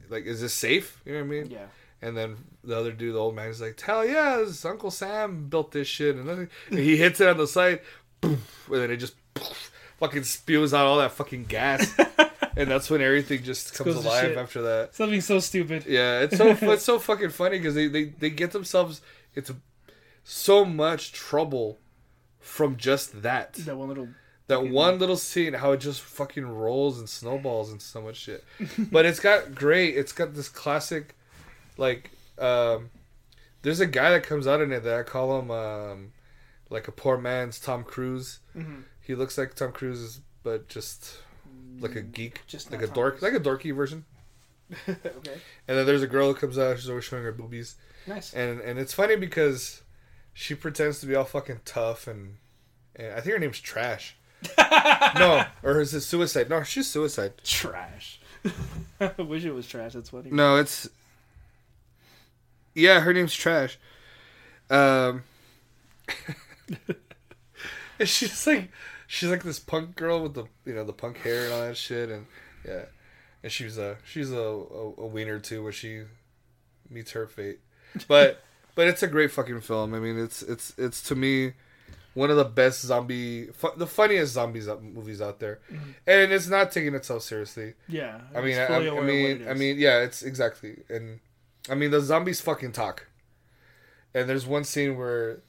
Speaker 4: like, is this safe? You know what I mean?
Speaker 5: Yeah.
Speaker 4: And then the other dude, the old man, is like, hell yeah, this Uncle Sam built this shit. And then and he hits it on the side, boom, and then it just poof, fucking spews out all that fucking gas. and that's when everything just comes
Speaker 5: goes to
Speaker 4: alive
Speaker 5: shit.
Speaker 4: after that.
Speaker 5: Something so stupid.
Speaker 4: Yeah, it's so it's so fucking funny because they, they they get themselves into so much trouble from just that
Speaker 5: That one little.
Speaker 4: that one little scene how it just fucking rolls and snowballs and so much shit. but it's got great. It's got this classic, like um, there's a guy that comes out in it that I call him um, like a poor man's Tom Cruise.
Speaker 5: Mm-hmm.
Speaker 4: He looks like Tom Cruise, but just like a geek,
Speaker 5: Just
Speaker 4: like
Speaker 5: not
Speaker 4: a
Speaker 5: Tom
Speaker 4: dork,
Speaker 5: Cruise.
Speaker 4: like a dorky version.
Speaker 5: Okay.
Speaker 4: And then there's a girl who comes out. She's always showing her boobies,
Speaker 5: Nice.
Speaker 4: and and it's funny because she pretends to be all fucking tough, and, and I think her name's Trash. no, or is it Suicide? No, she's Suicide.
Speaker 5: Trash. I wish it was trash. That's funny.
Speaker 4: No, it's yeah, her name's Trash. Um, and she's like, she's like this punk girl with the you know the punk hair and all that shit, and yeah, and she's a she's a a, a wiener too when she meets her fate, but but it's a great fucking film. I mean, it's it's it's to me. One of the best zombie, fu- the funniest zombies out- movies out there, and it's not taking itself seriously.
Speaker 5: Yeah.
Speaker 4: I mean,
Speaker 5: it's
Speaker 4: I,
Speaker 5: fully
Speaker 4: I
Speaker 5: aware of what it
Speaker 4: mean, I
Speaker 5: is.
Speaker 4: mean, yeah, it's exactly, and I mean, the zombies fucking talk. And there's one scene where,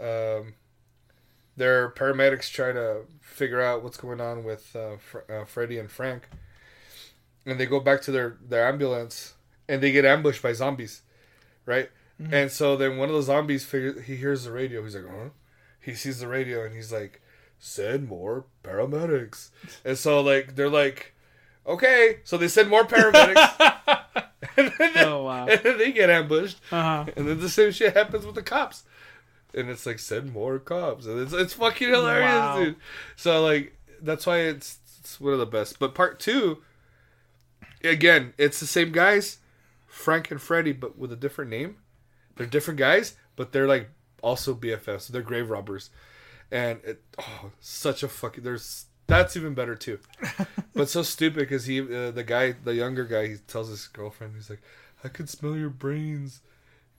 Speaker 4: um, their paramedics try to figure out what's going on with uh, Fr- uh, Freddie and Frank, and they go back to their their ambulance, and they get ambushed by zombies, right?
Speaker 5: Mm-hmm.
Speaker 4: And so then one of the zombies figure he hears the radio. He's like, huh? He sees the radio and he's like, send more paramedics. And so like they're like, okay. So they send more paramedics,
Speaker 5: Oh wow.
Speaker 4: and then they get ambushed.
Speaker 5: Uh-huh.
Speaker 4: And then the same shit happens with the cops. And it's like send more cops. And it's it's fucking hilarious,
Speaker 5: Wow.
Speaker 4: dude. So like that's why it's, it's one of the best. But part two again, it's the same guys, Frank and Freddy, but with a different name. They're different guys, but they're like also BFFs. They're grave robbers. And it, oh, such a fucking there's that's even better too. but so stupid because he uh, the guy the younger guy he tells his girlfriend he's like I could smell your brains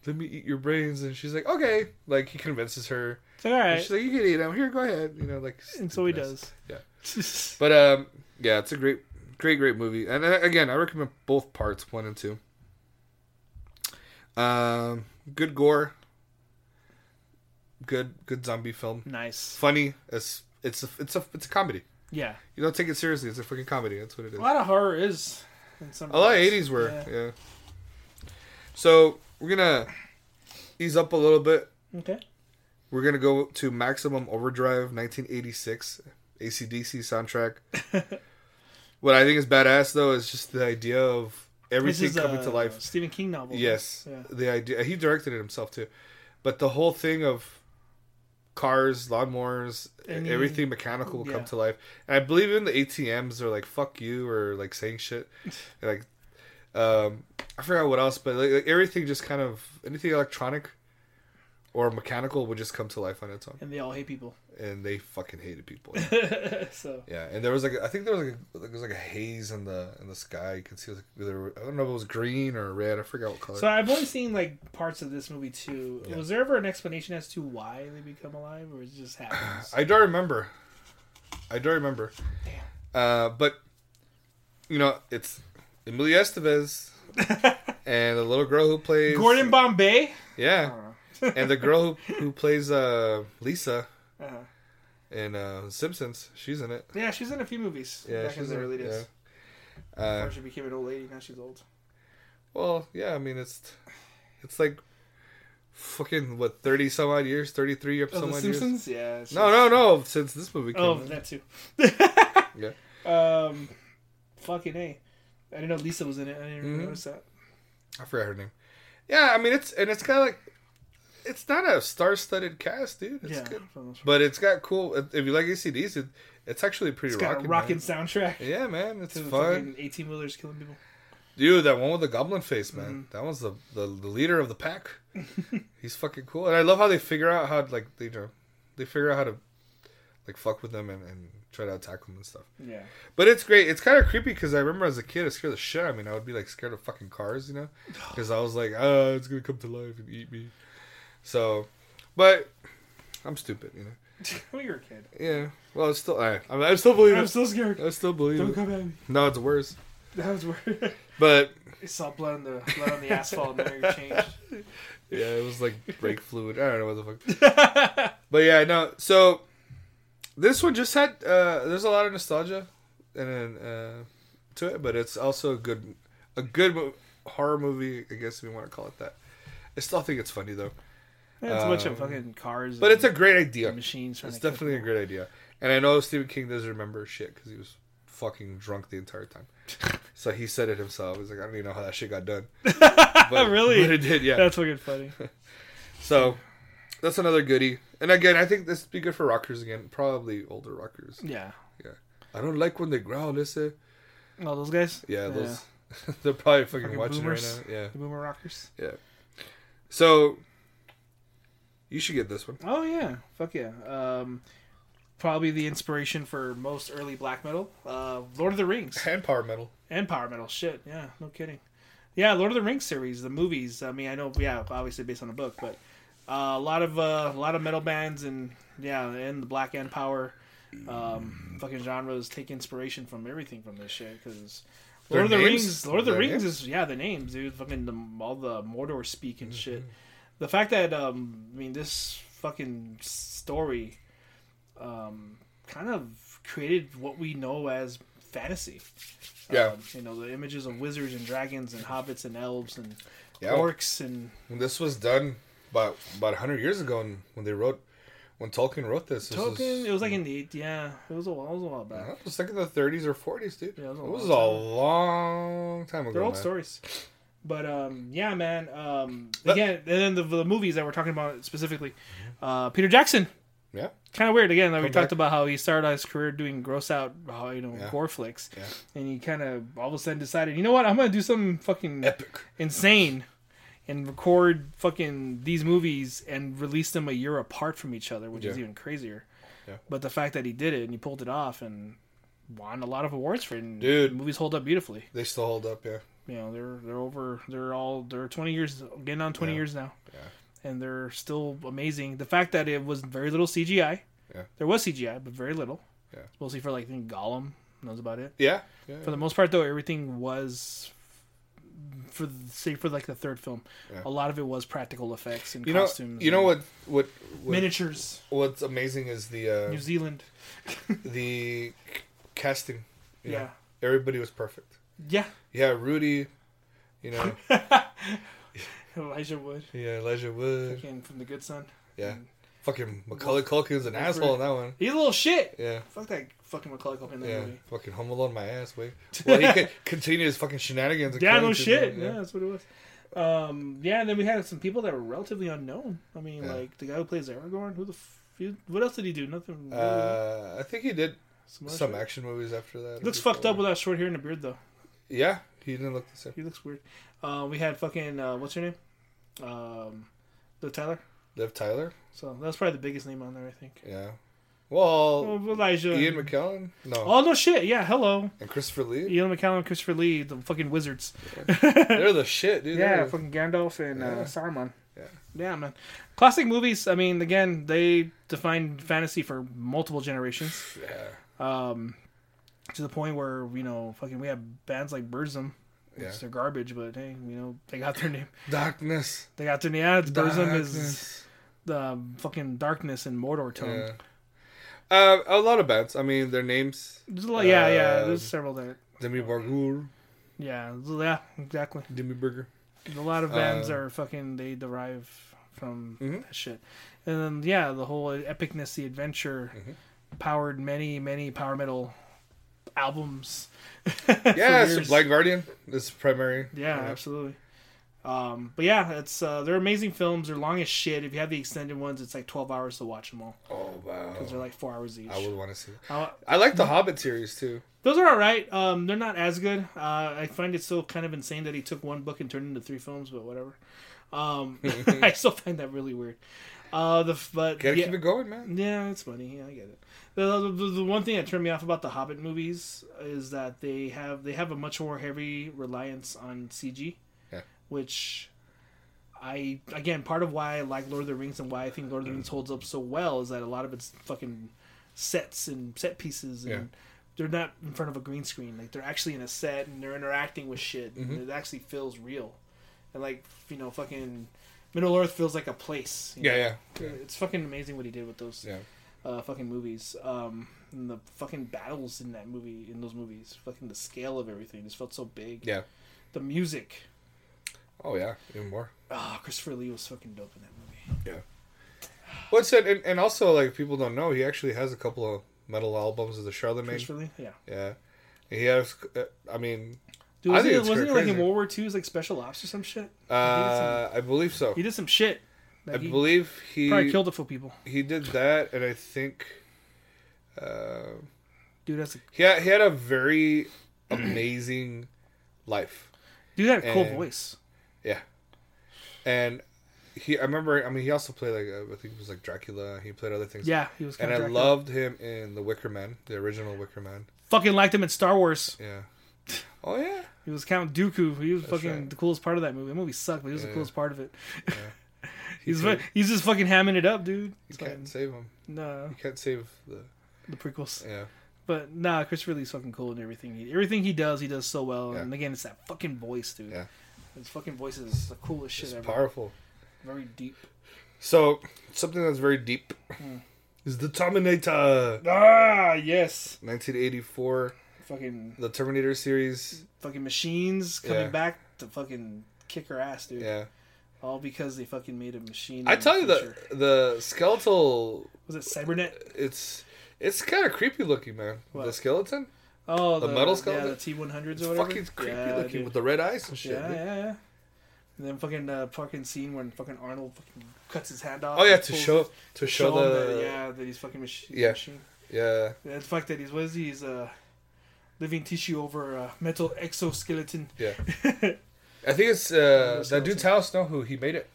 Speaker 4: let me eat your brains and she's like okay like he convinces her
Speaker 5: It's all
Speaker 4: And
Speaker 5: right.
Speaker 4: she's like you can eat them here go ahead you know like
Speaker 5: and so he
Speaker 4: stupidness.
Speaker 5: does.
Speaker 4: but um yeah it's a great great, great movie. And uh, again, I recommend both parts, one and two. Um, good gore. Good, good zombie film.
Speaker 5: Nice.
Speaker 4: Funny. It's it's a, it's a it's a comedy.
Speaker 5: Yeah.
Speaker 4: You don't take it seriously. It's a fucking comedy. That's what it is.
Speaker 5: A lot of horror is. In some
Speaker 4: A lot of
Speaker 5: regards.
Speaker 4: eighties were,
Speaker 5: Yeah.
Speaker 4: yeah. So we're gonna ease up a little bit.
Speaker 5: Okay.
Speaker 4: We're gonna go to Maximum Overdrive, nineteen eighty six, ACDC soundtrack. what I think is badass though is just the idea of
Speaker 5: This
Speaker 4: everything
Speaker 5: is uh,
Speaker 4: coming
Speaker 5: a
Speaker 4: to life.
Speaker 5: Stephen King novel.
Speaker 4: Yes,
Speaker 5: Yeah.
Speaker 4: the idea. He directed it himself too, but the whole thing of cars, lawnmowers,
Speaker 5: Any-
Speaker 4: everything mechanical will
Speaker 5: yeah.
Speaker 4: come to life. And I believe in the ATMs are like "fuck you" or like saying shit, and, like um, I forgot what else, but like, like everything just kind of anything electronic or mechanical would just come to life on its own.
Speaker 5: And they all hate people.
Speaker 4: And they fucking hated people.
Speaker 5: so
Speaker 4: Yeah, and there was like I think there was like a, there was like a haze in the in the sky. You could see like, there were, I don't know if it was green or red. I forgot what color.
Speaker 5: So I've only seen like parts of this movie too.
Speaker 4: Yeah.
Speaker 5: Was there ever an explanation as to why they become alive, or it just happens?
Speaker 4: I don't remember. I don't remember. Uh, but you know, it's Emilio Estevez and the little girl who plays
Speaker 5: Gordon Bombay.
Speaker 4: Yeah, and the girl who, who plays uh, Lisa
Speaker 5: Uh-huh.
Speaker 4: in uh, Simpsons. She's in it.
Speaker 5: Yeah, she's in a few movies.
Speaker 4: Yeah,
Speaker 5: back
Speaker 4: she's
Speaker 5: in the
Speaker 4: in-
Speaker 5: early days.
Speaker 4: yeah. Uh,
Speaker 5: Before she became an old lady. Now she's old.
Speaker 4: Well, yeah. I mean, it's it's like fucking what thirty some odd years, thirty three some
Speaker 5: Oh,
Speaker 4: odd
Speaker 5: the
Speaker 4: years.
Speaker 5: Simpsons. Yeah. it's
Speaker 4: No, no, no. Since this movie
Speaker 5: just-
Speaker 4: came,
Speaker 5: Oh,
Speaker 4: out.
Speaker 5: that too.
Speaker 4: Yeah.
Speaker 5: Um, fucking a. I didn't know Lisa was in it. I didn't even
Speaker 4: Mhm.
Speaker 5: notice that.
Speaker 4: I forgot her name. Yeah, I mean it's and it's kind of like it's not a star-studded cast, dude. It's
Speaker 5: yeah.
Speaker 4: good,
Speaker 5: It's
Speaker 4: but it's got cool. If you like ACDC, it- it's actually pretty
Speaker 5: got
Speaker 4: rocking.
Speaker 5: a rocking
Speaker 4: man.
Speaker 5: soundtrack.
Speaker 4: Yeah, man, it's
Speaker 5: To the
Speaker 4: fun,
Speaker 5: fucking eighteen wheelers killing people.
Speaker 4: dude. That one with the goblin face, man.
Speaker 5: Mm-hmm.
Speaker 4: That one's the, the the leader of the pack. He's fucking cool, and I love how they figure out how like they you know they figure out how to like fuck with them and, and try to attack them and stuff.
Speaker 5: Yeah.
Speaker 4: But it's great. It's kind of creepy because I remember as a kid, it scared the shit out of me. And I would be like scared of fucking cars, you know, because I was like, oh, it's gonna come to life and eat me. So, but I'm stupid, you know.
Speaker 5: well, you're a kid.
Speaker 4: Yeah. Well, it's still. I, I, mean, I still believe
Speaker 5: I'm
Speaker 4: it.
Speaker 5: still scared.
Speaker 4: I still believe
Speaker 5: Don't
Speaker 4: it.
Speaker 5: come at me.
Speaker 4: No, it's worse.
Speaker 5: That was weird.
Speaker 4: But
Speaker 5: It's all blood on the blood on the asphalt, and you're changed.
Speaker 4: yeah, it was like brake fluid. I don't know what the fuck. but yeah, no. So this one just had. Uh, there's a lot of nostalgia, and uh, to it, but it's also a good, a good mo- horror movie. I guess if you want to call it that. I still think it's funny though,
Speaker 5: It's a bunch
Speaker 4: Um,
Speaker 5: of fucking cars.
Speaker 4: but
Speaker 5: and
Speaker 4: it's a great idea.
Speaker 5: machines. trying
Speaker 4: It's
Speaker 5: to kill
Speaker 4: definitely a great idea, and I know Stephen King doesn't remember shit because he was fucking drunk the entire time. So he said it himself. He's like, I don't even know how that shit got done. But,
Speaker 5: Oh, Really?
Speaker 4: But it did, yeah.
Speaker 5: people. That's fucking funny.
Speaker 4: So that's another goodie. And again, I think this would be good for rockers again. Probably older rockers.
Speaker 5: Yeah.
Speaker 4: I don't like when they growl, listen.
Speaker 5: All those guys.
Speaker 4: Yeah, those they're probably fucking,
Speaker 5: Fucking
Speaker 4: watching
Speaker 5: boomers.
Speaker 4: right now. Yeah.
Speaker 5: the boomer rockers.
Speaker 4: So you should get this one.
Speaker 5: Oh yeah, fuck yeah. Um, probably the inspiration for most early black metal. Uh, Lord of the Rings.
Speaker 4: And power metal.
Speaker 5: And power metal shit. Yeah, no kidding. Yeah, Lord of the Rings series, the movies. I mean, I know, yeah, obviously based on a book, but uh, a lot of uh, a lot of metal bands and yeah, and the black and power um, fucking genres take inspiration from everything from this shit because
Speaker 4: Their
Speaker 5: Lord of the
Speaker 4: names?
Speaker 5: Rings, Lord of the
Speaker 4: Their
Speaker 5: Rings
Speaker 4: names?
Speaker 5: is yeah, the names, dude. Fucking the, all the Mordor speak and
Speaker 4: Mm-hmm.
Speaker 5: shit. The fact that um, I mean, this fucking story um, kind of created what we know as fantasy.
Speaker 4: Yeah.
Speaker 5: Um, you know, the images of wizards and dragons and hobbits and elves and
Speaker 4: Yeah.
Speaker 5: orcs and
Speaker 4: When this was done about about hundred years ago and when they wrote when Tolkien wrote this, this was-
Speaker 5: Tolkien. It was like in the yeah, it was a while, it was a while
Speaker 4: I
Speaker 5: back.
Speaker 4: was like in the 30s or 40s, dude.
Speaker 5: Yeah, it
Speaker 4: it
Speaker 5: was a
Speaker 4: was a
Speaker 5: long
Speaker 4: long time ago.
Speaker 5: They're old
Speaker 4: man.
Speaker 5: stories. But um, yeah, man. Um,
Speaker 4: But-
Speaker 5: again, and then the, the movies that we're talking about specifically, uh, Peter Jackson.
Speaker 4: Yeah.
Speaker 5: Kind of weird. Again, like we
Speaker 4: Come back.
Speaker 5: talked about how he started his career doing gross out, uh, you know,
Speaker 4: Yeah.
Speaker 5: gore flicks,
Speaker 4: Yeah.
Speaker 5: and he kind of all of a sudden decided, you know what, I'm gonna do something fucking
Speaker 4: Epic.
Speaker 5: insane and record fucking these movies and release them a year apart from each other, which is
Speaker 4: Yeah.
Speaker 5: even crazier.
Speaker 4: Yeah.
Speaker 5: But the fact that he did it and he pulled it off and won a lot of awards for it, and
Speaker 4: Dude.
Speaker 5: the movies hold up beautifully.
Speaker 4: They still hold up, yeah.
Speaker 5: You know, they're they're over, they're all they're twenty years, getting on twenty
Speaker 4: Yeah.
Speaker 5: years now,
Speaker 4: Yeah.
Speaker 5: and they're still amazing. The fact that it was very little CGI,
Speaker 4: Yeah.
Speaker 5: there was CGI but very little,
Speaker 4: Yeah.
Speaker 5: mostly for like I think Gollum That was about it.
Speaker 4: Yeah. yeah.
Speaker 5: For the most part, though, everything was for the, say for like the third film. A lot of it was practical effects and
Speaker 4: You know,
Speaker 5: costumes.
Speaker 4: you know
Speaker 5: and
Speaker 4: what, what, what
Speaker 5: Miniatures.
Speaker 4: what's amazing is the uh,
Speaker 5: New Zealand.
Speaker 4: the casting. you know.
Speaker 5: Yeah.
Speaker 4: everybody was perfect.
Speaker 5: Yeah.
Speaker 4: Yeah, Rudy, you know,
Speaker 5: Elijah Wood.
Speaker 4: yeah, Elijah Wood,
Speaker 5: Fucking from the good son.
Speaker 4: yeah, fucking Macaulay Culkin's an asshole in that one.
Speaker 5: He's a little shit.
Speaker 4: Yeah,
Speaker 5: Fuck that fucking McCulloch up in that
Speaker 4: yeah,
Speaker 5: movie.
Speaker 4: fucking Home Alone my ass. Wait, well, he could continue his fucking shenanigans. and
Speaker 5: Yeah,
Speaker 4: killing
Speaker 5: no
Speaker 4: people,
Speaker 5: shit. Yeah.
Speaker 4: Yeah.
Speaker 5: that's what it was. Um, yeah, and then we had some people that were relatively unknown. I mean,
Speaker 4: Yeah.
Speaker 5: like the guy who plays Aragorn. Who the f- he- what else did he do? Nothing. Really.
Speaker 4: Uh, I think he did
Speaker 5: Some other
Speaker 4: some
Speaker 5: shit.
Speaker 4: action movies after that.
Speaker 5: Looks fucked up with that short hair and a beard though.
Speaker 4: Yeah, he didn't look the same.
Speaker 5: He looks weird. Uh, we had fucking uh, what's her name? Um, Liv Tyler.
Speaker 4: Liv Tyler.
Speaker 5: So that's probably the biggest name on there, I think.
Speaker 4: Yeah. Well,
Speaker 5: Oh, Elijah.
Speaker 4: Ian McKellen. No.
Speaker 5: oh no shit! Yeah, hello.
Speaker 4: and Christopher Lee.
Speaker 5: Ian McCallum, Christopher Lee, the fucking wizards.
Speaker 4: They're the shit, dude.
Speaker 5: Yeah,
Speaker 4: They're-
Speaker 5: fucking Gandalf and
Speaker 4: Yeah.
Speaker 5: uh, Saruman.
Speaker 4: Yeah.
Speaker 5: yeah, man. Classic movies. I mean, again, they defined fantasy for multiple generations
Speaker 4: yeah.
Speaker 5: um, to the point where you know, fucking, we have bands like Burzum.
Speaker 4: Yeah.
Speaker 5: They're garbage, but hey, you know, they got their name.
Speaker 4: Darkness.
Speaker 5: They got their name. Yeah, it's Burzum is
Speaker 4: darkness.
Speaker 5: the fucking darkness and Mordor tone.
Speaker 4: Yeah. Uh, a lot of bands. I mean, their names:
Speaker 5: There's a lot, yeah, yeah.
Speaker 4: Um,
Speaker 5: There's several that.
Speaker 4: Demi Borgir,
Speaker 5: Yeah, yeah, exactly.
Speaker 4: Demi Burger.
Speaker 5: A lot of bands
Speaker 4: Uh,
Speaker 5: are fucking. They derive from
Speaker 4: Mhm.
Speaker 5: that shit, and then yeah, the whole epicness, the adventure,
Speaker 4: Mm-hmm.
Speaker 5: powered many, many power metal albums.
Speaker 4: Yeah,
Speaker 5: For
Speaker 4: so
Speaker 5: years.
Speaker 4: Blind Guardian is primary.
Speaker 5: Yeah, absolutely. Um, but yeah, it's uh, they're amazing films. They're long as shit. If you have the extended ones, it's like twelve hours to watch them all
Speaker 4: Oh wow.
Speaker 5: because they're like four hours each.
Speaker 4: I would want to see. It.
Speaker 5: Uh,
Speaker 4: I like the Hobbit series too.
Speaker 5: those are all right. Um, they're not as good. Uh, I find it still kind of insane that he took one book and turned it into three films, but whatever. Um, I still find that really weird. Uh, the f- but
Speaker 4: Gotta
Speaker 5: yeah,
Speaker 4: keep it going, man.
Speaker 5: yeah, it's funny. Yeah, I get it. The, the, the one thing that turned me off about the Hobbit movies is that they have they have a much more heavy reliance on CG,
Speaker 4: Yeah.
Speaker 5: which I again part of why I like Lord of the Rings and why I think Lord of the Rings holds up so well is that a lot of it's fucking sets and set pieces and.
Speaker 4: Yeah.
Speaker 5: They're not in front of a green screen. Like they're actually in a set and they're interacting with shit.
Speaker 4: Mm-hmm.
Speaker 5: And it actually feels real, and like you know, fucking Middle Earth feels like a place. you
Speaker 4: Yeah,
Speaker 5: know?
Speaker 4: yeah, yeah.
Speaker 5: It's fucking amazing what he did with those
Speaker 4: Yeah.
Speaker 5: uh, fucking movies. Um, and the fucking battles in that movie, in those movies, fucking the scale of everything just felt so big.
Speaker 4: Yeah.
Speaker 5: The music.
Speaker 4: Oh yeah, even more.
Speaker 5: Ah, Christopher Lee was fucking dope in that movie.
Speaker 4: What's it? And, and also, like people don't know, he actually has a couple of metal albums of the Charlemagne.
Speaker 5: Christopher Lee, yeah.
Speaker 4: Yeah. He has. uh, I mean,
Speaker 5: Dude,
Speaker 4: I
Speaker 5: was
Speaker 4: think
Speaker 5: he,
Speaker 4: it's
Speaker 5: wasn't he like in
Speaker 4: crazy.
Speaker 5: World War II? He's like special ops or some shit.
Speaker 4: uh, I believe so.
Speaker 5: He did some shit. Like
Speaker 4: I
Speaker 5: he
Speaker 4: believe he
Speaker 5: probably killed a few people.
Speaker 4: he did that, and I think. Uh,
Speaker 5: Dude, that's a,
Speaker 4: he had, he had a very amazing life
Speaker 5: dude had a cool
Speaker 4: And-
Speaker 5: voice.
Speaker 4: and he i remember i mean he also played like uh, i think it was like dracula he played other things
Speaker 5: Yeah, he was.
Speaker 4: and
Speaker 5: kinda
Speaker 4: i
Speaker 5: Dracula.
Speaker 4: loved him in the wicker man the original wicker man
Speaker 5: Fucking liked him in Star Wars.
Speaker 4: yeah oh yeah
Speaker 5: He was Count Dooku. He was fucking
Speaker 4: right.
Speaker 5: the coolest part of that movie. That movie sucked, but he was
Speaker 4: Yeah.
Speaker 5: the coolest part of it.
Speaker 4: He
Speaker 5: he's
Speaker 4: can't-
Speaker 5: fu- he's just fucking hamming it up, dude.
Speaker 4: you
Speaker 5: It's
Speaker 4: can't
Speaker 5: fucking-
Speaker 4: save him
Speaker 5: Nah,
Speaker 4: you can't save the
Speaker 5: the prequels.
Speaker 4: yeah
Speaker 5: But nah, Christopher Lee's fucking cool and everything. He, everything he does, he does so well.
Speaker 4: Yeah.
Speaker 5: And again, it's that fucking voice, dude.
Speaker 4: Yeah.
Speaker 5: His fucking voice is the coolest shit
Speaker 4: it's
Speaker 5: ever.
Speaker 4: powerful
Speaker 5: Very deep.
Speaker 4: so something that's very deep
Speaker 5: Hmm.
Speaker 4: is the terminator
Speaker 5: Ah, yes.
Speaker 4: 1984
Speaker 5: Fucking
Speaker 4: the terminator series
Speaker 5: fucking machines coming
Speaker 4: Yeah.
Speaker 5: back to fucking kick her ass, dude.
Speaker 4: yeah
Speaker 5: All because they fucking made a machine.
Speaker 4: i
Speaker 5: in the
Speaker 4: tell you the
Speaker 5: future.
Speaker 4: the skeletal
Speaker 5: was it Cybernet?
Speaker 4: it's it's kind of creepy looking, man.
Speaker 5: What?
Speaker 4: The skeleton,
Speaker 5: Oh,
Speaker 4: The
Speaker 5: the,
Speaker 4: metal
Speaker 5: Yeah,
Speaker 4: skeleton?
Speaker 5: the T one hundreds
Speaker 4: it's
Speaker 5: or whatever.
Speaker 4: fucking creepy
Speaker 5: Yeah,
Speaker 4: looking
Speaker 5: dude.
Speaker 4: with the red eyes and shit.
Speaker 5: yeah,
Speaker 4: dude.
Speaker 5: yeah, yeah. And then fucking uh, fucking scene when fucking Arnold fucking cuts his hand off.
Speaker 4: Oh yeah,
Speaker 5: and
Speaker 4: to
Speaker 5: pulls-
Speaker 4: show to show,
Speaker 5: him
Speaker 4: the
Speaker 5: that, yeah that he's fucking mach-
Speaker 4: Yeah.
Speaker 5: machine.
Speaker 4: yeah.
Speaker 5: Yeah, the fact that he's what is he? He's uh, living tissue over a metal exoskeleton.
Speaker 4: I think it's uh, that
Speaker 5: skeleton.
Speaker 4: dude's house. No, who he made it?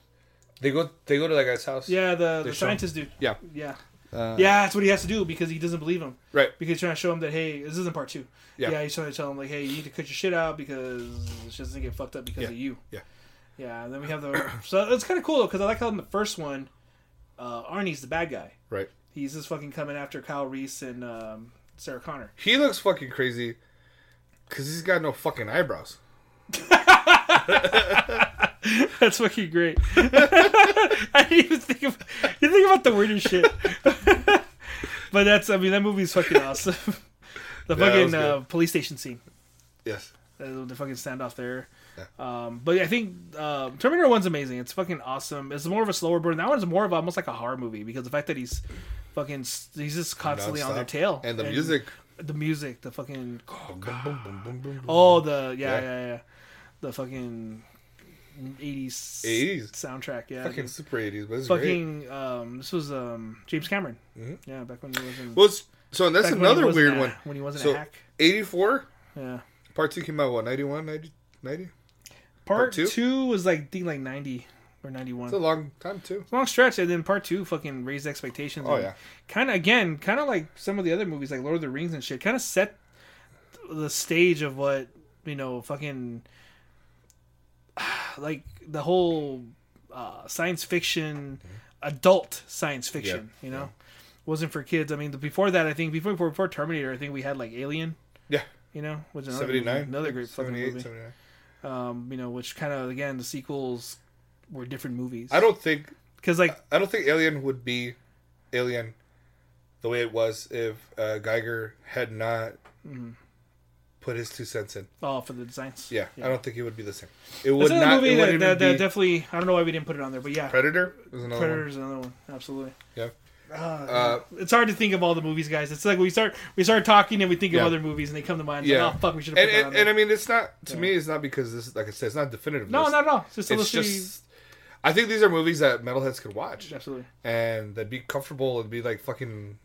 Speaker 4: They go they go to that guy's house.
Speaker 5: Yeah, the
Speaker 4: They
Speaker 5: the
Speaker 4: show him.
Speaker 5: scientist dude.
Speaker 4: Yeah.
Speaker 5: yeah,
Speaker 4: uh,
Speaker 5: yeah. That's what he has to do because he doesn't believe him.
Speaker 4: Right.
Speaker 5: Because he's trying to show him that hey, this isn't part two.
Speaker 4: Yeah.
Speaker 5: Yeah. he's trying to tell him like, hey, you need to cut your shit out because it just doesn't get fucked up because
Speaker 4: Yeah.
Speaker 5: of you.
Speaker 4: Yeah.
Speaker 5: Yeah, and then we have the so it's kind of cool though because I like how in the first one, uh, Arnie's the bad guy.
Speaker 4: Right.
Speaker 5: He's just fucking coming after Kyle Reese and um, Sarah Connor.
Speaker 4: He looks fucking crazy because he's got no fucking eyebrows.
Speaker 5: That's fucking great. I didn't even think of you think about the weirdest shit. but that's I mean that movie's fucking awesome. The
Speaker 4: that
Speaker 5: fucking
Speaker 4: was
Speaker 5: uh,
Speaker 4: good.
Speaker 5: police station scene.
Speaker 4: Yes.
Speaker 5: Uh, the fucking standoff there. Um, but I think uh, Terminator One's amazing. It's fucking awesome. It's more of a slower burn. That one's more of almost like a horror movie because the fact that he's fucking s- he's just constantly on their
Speaker 4: Nonstop.
Speaker 5: tail
Speaker 4: And the music.
Speaker 5: the music, the fucking
Speaker 4: Boom, boom, boom, boom, boom, boom.
Speaker 5: oh the yeah yeah
Speaker 4: Yeah.
Speaker 5: yeah, the fucking eighties
Speaker 4: 80s.
Speaker 5: soundtrack yeah
Speaker 4: fucking
Speaker 5: dude.
Speaker 4: super 80s, but it's great. Mm-hmm.
Speaker 5: fucking um this was um James Cameron yeah back when he was in
Speaker 4: Well, it's, so that's
Speaker 5: back when he
Speaker 4: another
Speaker 5: wasn't
Speaker 4: weird
Speaker 5: a-
Speaker 4: one.
Speaker 5: when he wasn't
Speaker 4: So-
Speaker 5: a hack
Speaker 4: 84,
Speaker 5: yeah
Speaker 4: part 2 came out, what, 91, 90? 90?
Speaker 5: part,
Speaker 4: Part
Speaker 5: two?
Speaker 4: two?
Speaker 5: was like I think like ninety or ninety one
Speaker 4: It's a long time, too.
Speaker 5: long stretch, and then part two fucking raised expectations.
Speaker 4: Oh,
Speaker 5: and
Speaker 4: yeah.
Speaker 5: kind of again, kind of like some of the other movies, like Lord of the Rings and shit, kind of set the stage of what you know, fucking like the whole uh, science fiction,
Speaker 4: Mm-hmm.
Speaker 5: adult science fiction. You know, wasn't for kids. I mean, the- before that, I think before before, before Terminator, I think we had like Alien.
Speaker 4: Yeah.
Speaker 5: You know, which is another movie-
Speaker 4: 79.
Speaker 5: another great fucking
Speaker 4: 78,
Speaker 5: movie.
Speaker 4: 79.
Speaker 5: Um, you know, which kind of again the sequels were different movies.
Speaker 4: I don't think
Speaker 5: because like
Speaker 4: I don't think Alien would be Alien the way it was if uh, Geiger had not
Speaker 5: Mm-hmm.
Speaker 4: put his two cents in.
Speaker 5: oh for the designs.
Speaker 4: Yeah, I don't think it would be the same. It would
Speaker 5: That's another
Speaker 4: not.
Speaker 5: movie
Speaker 4: It
Speaker 5: that,
Speaker 4: wouldn't
Speaker 5: that,
Speaker 4: even
Speaker 5: that
Speaker 4: be
Speaker 5: definitely. I don't know why we didn't put it on there, but yeah,
Speaker 4: Predator. Was another
Speaker 5: Predator is another one. Absolutely,
Speaker 4: one.
Speaker 5: uh, it's hard to think of all the movies, guys. It's like we start we start talking and we think
Speaker 4: Yeah.
Speaker 5: of other movies and they come to mind.
Speaker 4: Yeah.
Speaker 5: Like, oh fuck, we should
Speaker 4: Yeah,
Speaker 5: have
Speaker 4: and
Speaker 5: put that on
Speaker 4: and, and
Speaker 5: there.
Speaker 4: I mean, it's not to me. It's not because this, like I said, it's not definitive.
Speaker 5: no,
Speaker 4: list.
Speaker 5: not at all. It's just a
Speaker 4: It's
Speaker 5: little
Speaker 4: just. I think these are movies that metalheads could watch,
Speaker 5: absolutely.
Speaker 4: and that'd be comfortable and be like fucking,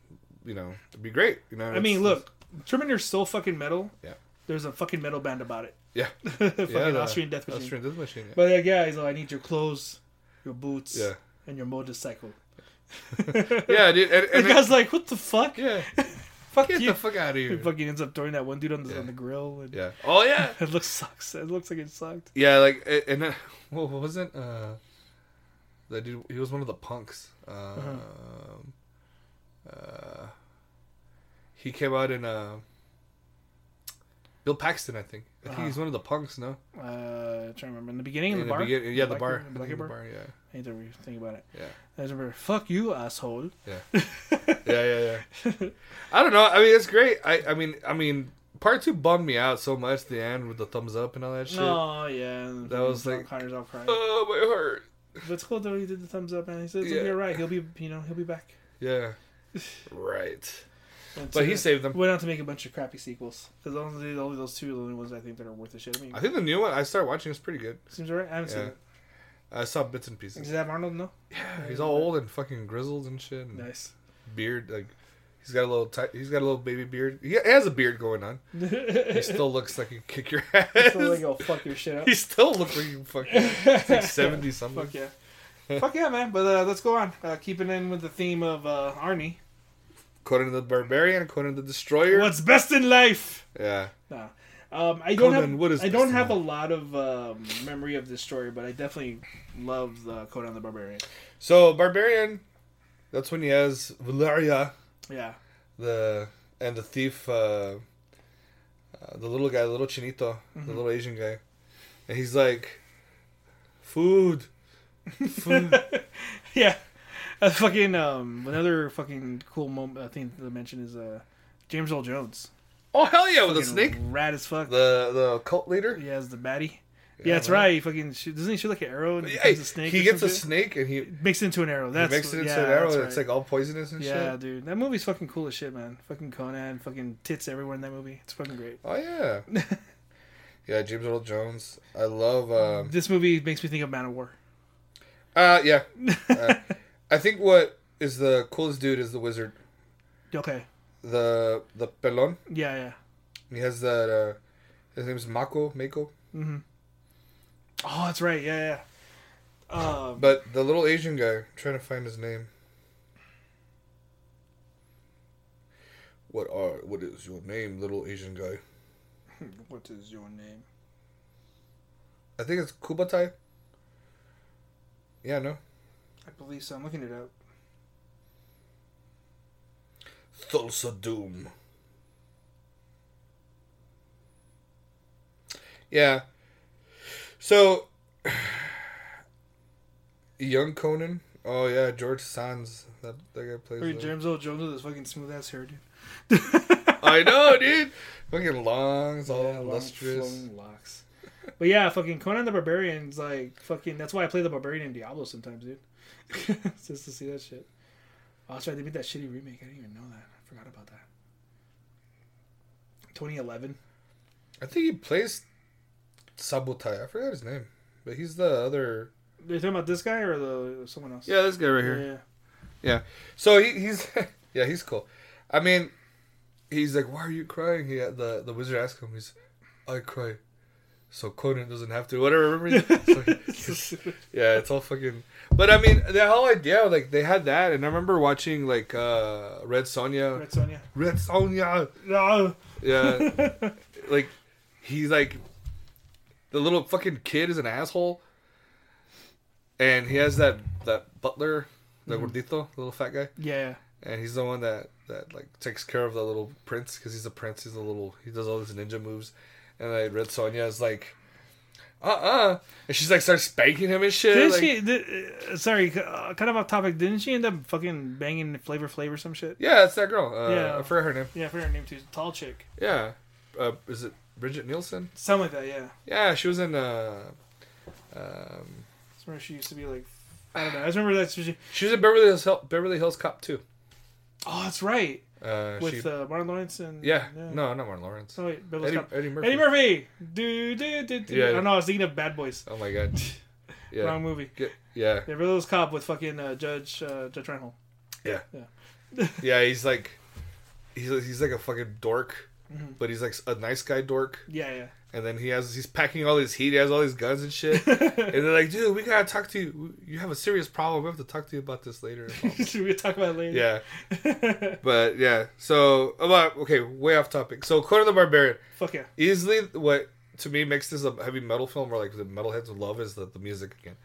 Speaker 4: you know, it'd be great. You know,
Speaker 5: I mean, look, Terminator's so fucking metal.
Speaker 4: Yeah.
Speaker 5: There's a fucking metal band about it.
Speaker 4: yeah,
Speaker 5: fucking
Speaker 4: yeah, the
Speaker 5: Austrian Death Machine.
Speaker 4: Austrian Death Machine. Yeah.
Speaker 5: But like, yeah, he's like, I need your clothes, your boots,
Speaker 4: Yeah.
Speaker 5: and your motorcycle.
Speaker 4: yeah, dude, and,
Speaker 5: The
Speaker 4: and it-
Speaker 5: guy's like, what the fuck?
Speaker 4: yeah,
Speaker 5: fuck
Speaker 4: get
Speaker 5: you.
Speaker 4: the fuck out of
Speaker 5: He
Speaker 4: here.
Speaker 5: fucking ends up throwing that one dude on the
Speaker 4: Yeah.
Speaker 5: on the grill. And
Speaker 4: Yeah. Oh yeah.
Speaker 5: It looks sucks. It looks like it sucked.
Speaker 4: Yeah, like a- and uh, what what was it? Uh, that dude, he was one of the punks. Um, uh, he came out in uh, Bill Paxton, I think. I think he's one of the punks. No,
Speaker 5: uh, trying to remember in the beginning
Speaker 4: in
Speaker 5: Uh-huh. in the, bar.
Speaker 4: begin- yeah, the
Speaker 5: Black-
Speaker 4: bar,
Speaker 5: the
Speaker 4: I
Speaker 5: Black
Speaker 4: think the
Speaker 5: bar.
Speaker 4: bar, yeah,
Speaker 5: I need to think about it.
Speaker 4: yeah.
Speaker 5: I just remember, fuck you, asshole.
Speaker 4: Oh, yeah, yeah, yeah. I don't know. I mean, it's great. I, I mean, I mean, part two bummed me out so much. The end with the thumbs up and all that shit.
Speaker 5: Oh yeah, and
Speaker 4: That was
Speaker 5: John
Speaker 4: like-
Speaker 5: Connor's all crying.
Speaker 4: Oh, my heart.
Speaker 5: but it's cool though. He did the thumbs up, and he says,
Speaker 4: Yeah.
Speaker 5: "You're right. He'll be, you know, he'll be back."
Speaker 4: Yeah. Right.
Speaker 5: And
Speaker 4: But
Speaker 5: so
Speaker 4: he
Speaker 5: then
Speaker 4: saved them.
Speaker 5: uh, Went on to make a bunch of crappy sequels because only only those two are the only ones I think that are worth a shit. I mean,
Speaker 4: I think the new one I started watching is pretty good.
Speaker 5: seems alright. I haven't seen
Speaker 4: Yeah.
Speaker 5: it.
Speaker 4: I saw bits and pieces.
Speaker 5: Is that Arnold? No.
Speaker 4: He's all old and fucking grizzled and shit. And
Speaker 5: Nice.
Speaker 4: Beard, like he's got a little, tight he's got a little baby beard. He has a beard going on. He still looks like he could kick your ass.
Speaker 5: So like, oh fuck your shit up.
Speaker 4: he still looks like he fucking he's like seventy something.
Speaker 5: Fuck yeah. Fuck yeah, man. But uh, let's go on. Uh, keeping in with the theme of uh, Arnie.
Speaker 4: Conan the Barbarian, Conan the Destroyer.
Speaker 5: What's best in life?
Speaker 4: Yeah,
Speaker 5: Nah. Um, I don't
Speaker 4: Conan,
Speaker 5: have
Speaker 4: what is
Speaker 5: I don't
Speaker 4: this
Speaker 5: have a
Speaker 4: now?
Speaker 5: lot of um, memory of this story, but I definitely love the Conan the Barbarian.
Speaker 4: so Barbarian, that's when he has Valeria,
Speaker 5: Yeah,
Speaker 4: the and the thief, uh, uh, the little guy, the little chinito,
Speaker 5: Mm-hmm.
Speaker 4: the little Asian guy, and he's like, food, food.
Speaker 5: yeah. A fucking um, another fucking cool moment. I think to mention is uh, James Earl Jones.
Speaker 4: oh hell yeah, with the
Speaker 5: Fucking
Speaker 4: snake.
Speaker 5: rat as fuck.
Speaker 4: the the cult leader.
Speaker 5: he has the baddie. Yeah, that's
Speaker 4: man.
Speaker 5: right. He fucking shoot, doesn't he shoot like an arrow and he
Speaker 4: Hey,
Speaker 5: becomes a snake?
Speaker 4: he
Speaker 5: or
Speaker 4: gets a
Speaker 5: some shit?
Speaker 4: snake and he, he
Speaker 5: makes it into an arrow. That's
Speaker 4: makes it into
Speaker 5: yeah,
Speaker 4: an arrow
Speaker 5: that's
Speaker 4: and
Speaker 5: right.
Speaker 4: it's like all poisonous and
Speaker 5: yeah,
Speaker 4: shit.
Speaker 5: dude, that movie's fucking cool as shit, man. Fucking Conan, fucking tits everywhere in that movie. It's fucking great.
Speaker 4: Oh yeah, yeah. James Earl Jones. I love. Um,
Speaker 5: This movie makes me think of Man of War.
Speaker 4: uh yeah. Uh, I think what is the coolest dude is the wizard.
Speaker 5: Okay.
Speaker 4: The the pelon.
Speaker 5: Yeah, yeah.
Speaker 4: He has that. Uh, his name's Mako Mako.
Speaker 5: Oh, that's right. Yeah, yeah. Um,
Speaker 4: But the little Asian guy. I'm trying to find his name. What are what is your name, little Asian guy?
Speaker 5: what is your name?
Speaker 4: I think it's Kubatai. Yeah, no.
Speaker 5: I believe so. I'm looking it up.
Speaker 4: Thulsa Doom. Yeah. So, young Conan. Oh yeah, George Sands. That, that guy plays.
Speaker 5: Or
Speaker 4: the-
Speaker 5: James Earl Jones with his fucking smooth ass hair, dude.
Speaker 4: I know, dude. Fucking longs, all
Speaker 5: long,
Speaker 4: lustrous.
Speaker 5: flowing locks. But yeah, fucking Conan the Barbarian's like fucking. That's why I play the Barbarian in Diablo sometimes, dude. Just to see that shit. Oh, that's right. They made that shitty remake. I didn't even know that. I forgot about that. 2011.
Speaker 4: I think he plays Sabutai. I forgot his name, but he's the other.
Speaker 5: Are you talking about this guy or the someone else?
Speaker 4: Yeah, this guy right
Speaker 5: Yeah.
Speaker 4: So he, he's yeah, he's cool. I mean, he's like, "Why are you crying?" He the the wizard asked him. He's, "I cry." So Conan doesn't have to. Whatever. Remember? So- yeah, it's all fucking. But I mean, the whole idea, like they had that, and I remember watching like uh Red Sonja.
Speaker 5: Red Sonja.
Speaker 4: Red Sonja.
Speaker 5: No.
Speaker 4: Yeah. like he's like the little fucking kid is an asshole. And he has that that butler, the gordito, the little fat guy,
Speaker 5: Yeah.
Speaker 4: and he's the one that that like takes care of the little prince because he's a prince. He's a little he does all these ninja moves, and like Red Sonja is like, uh uh and she's like starts spanking him and shit.
Speaker 5: Didn't
Speaker 4: like-
Speaker 5: she? Did, uh, sorry, uh, kind of off topic. Didn't she end up fucking banging Flavor Flav or some shit?
Speaker 4: yeah, it's that girl. Uh,
Speaker 5: Yeah.
Speaker 4: I forgot her name.
Speaker 5: Yeah, I forgot her name too. Tall chick.
Speaker 4: Yeah, uh, is it Bridget Nielsen?
Speaker 5: Something like that. Yeah.
Speaker 4: Yeah, she was in. uh um,
Speaker 5: I remember she used to be like, I don't know. I just remember that she.
Speaker 4: She was in Beverly Hills, Beverly Hills Cop too.
Speaker 5: Oh, that's right.
Speaker 4: Uh,
Speaker 5: With
Speaker 4: she,
Speaker 5: uh, Martin Lawrence and
Speaker 4: yeah, no, not Martin Lawrence.
Speaker 5: Oh wait, Beverly
Speaker 4: Eddie,
Speaker 5: Hills Cop.
Speaker 4: Eddie Murphy.
Speaker 5: Eddie Murphy. Do do do do.
Speaker 4: Yeah.
Speaker 5: I don't know. I was thinking of Bad Boys.
Speaker 4: Oh my god. Yeah.
Speaker 5: Wrong movie.
Speaker 4: Get- yeah,
Speaker 5: Yeah, Beverly Hills Cop with fucking uh, Judge uh, Judge Reinhold.
Speaker 4: yeah. He's like, he's he's like a fucking dork, but he's like a nice guy dork.
Speaker 5: Yeah,
Speaker 4: And then he has he's packing all his heat. He has all these guns and shit. and
Speaker 5: yeah.
Speaker 4: they're like, dude, we gotta talk to you. You have a serious problem. We have to talk to you about this later.
Speaker 5: we'll talk about it later.
Speaker 4: yeah, but yeah. So about okay, way off topic. So Conan the Barbarian.
Speaker 5: Fuck yeah.
Speaker 4: easily what to me makes this a heavy metal film where like the metalheads love is the, the music again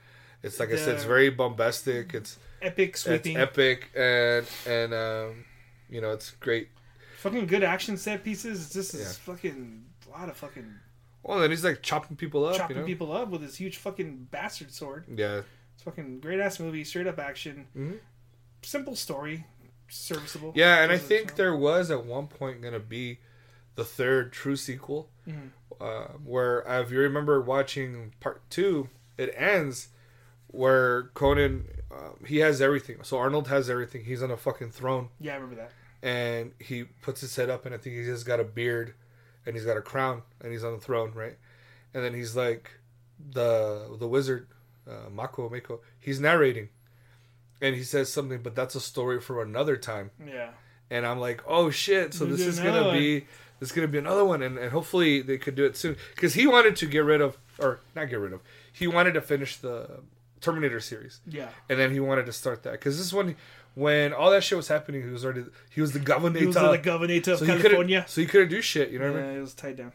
Speaker 4: it's like i said it's
Speaker 5: Yeah.
Speaker 4: very bombastic it's
Speaker 5: Epic
Speaker 4: it's
Speaker 5: sweeping.
Speaker 4: epic and and um you know it's great
Speaker 5: fucking good action set pieces. This is
Speaker 4: Yeah.
Speaker 5: fucking a lot of fucking
Speaker 4: well then he's like chopping people up
Speaker 5: chopping
Speaker 4: you know
Speaker 5: people up with his huge fucking bastard sword.
Speaker 4: yeah
Speaker 5: It's fucking great ass movie, straight up action,
Speaker 4: Mhm.
Speaker 5: simple story, serviceable.
Speaker 4: yeah and i
Speaker 5: Doesn't
Speaker 4: think
Speaker 5: sound-
Speaker 4: there was at one point gonna be the third true sequel
Speaker 5: Mhm.
Speaker 4: uh, where if you remember watching part two it ends where conan um, he has everything so arnold has everything he's on a fucking throne
Speaker 5: Yeah, I remember that.
Speaker 4: and he puts his head up and I think he's just got a beard and he's got a crown and he's on the throne, right? And then he's like the the wizard, uh, Mako Mako, he's narrating. And he says something, but that's a story for another time.
Speaker 5: Yeah,
Speaker 4: And I'm like, oh shit! So
Speaker 5: We'll
Speaker 4: this
Speaker 5: do
Speaker 4: is
Speaker 5: another
Speaker 4: gonna
Speaker 5: one.
Speaker 4: be this is gonna be another one, and, and hopefully they could do it soon because he wanted to get rid of or not get rid of. He wanted to finish the Terminator series
Speaker 5: yeah.
Speaker 4: and then he wanted to start that because this one, when all that shit was happening, he was already he was the governor.
Speaker 5: He was the governor of
Speaker 4: so he
Speaker 5: California.
Speaker 4: couldn't so he couldn't do shit. You know what I
Speaker 5: Yeah,
Speaker 4: mean?
Speaker 5: it was tied down.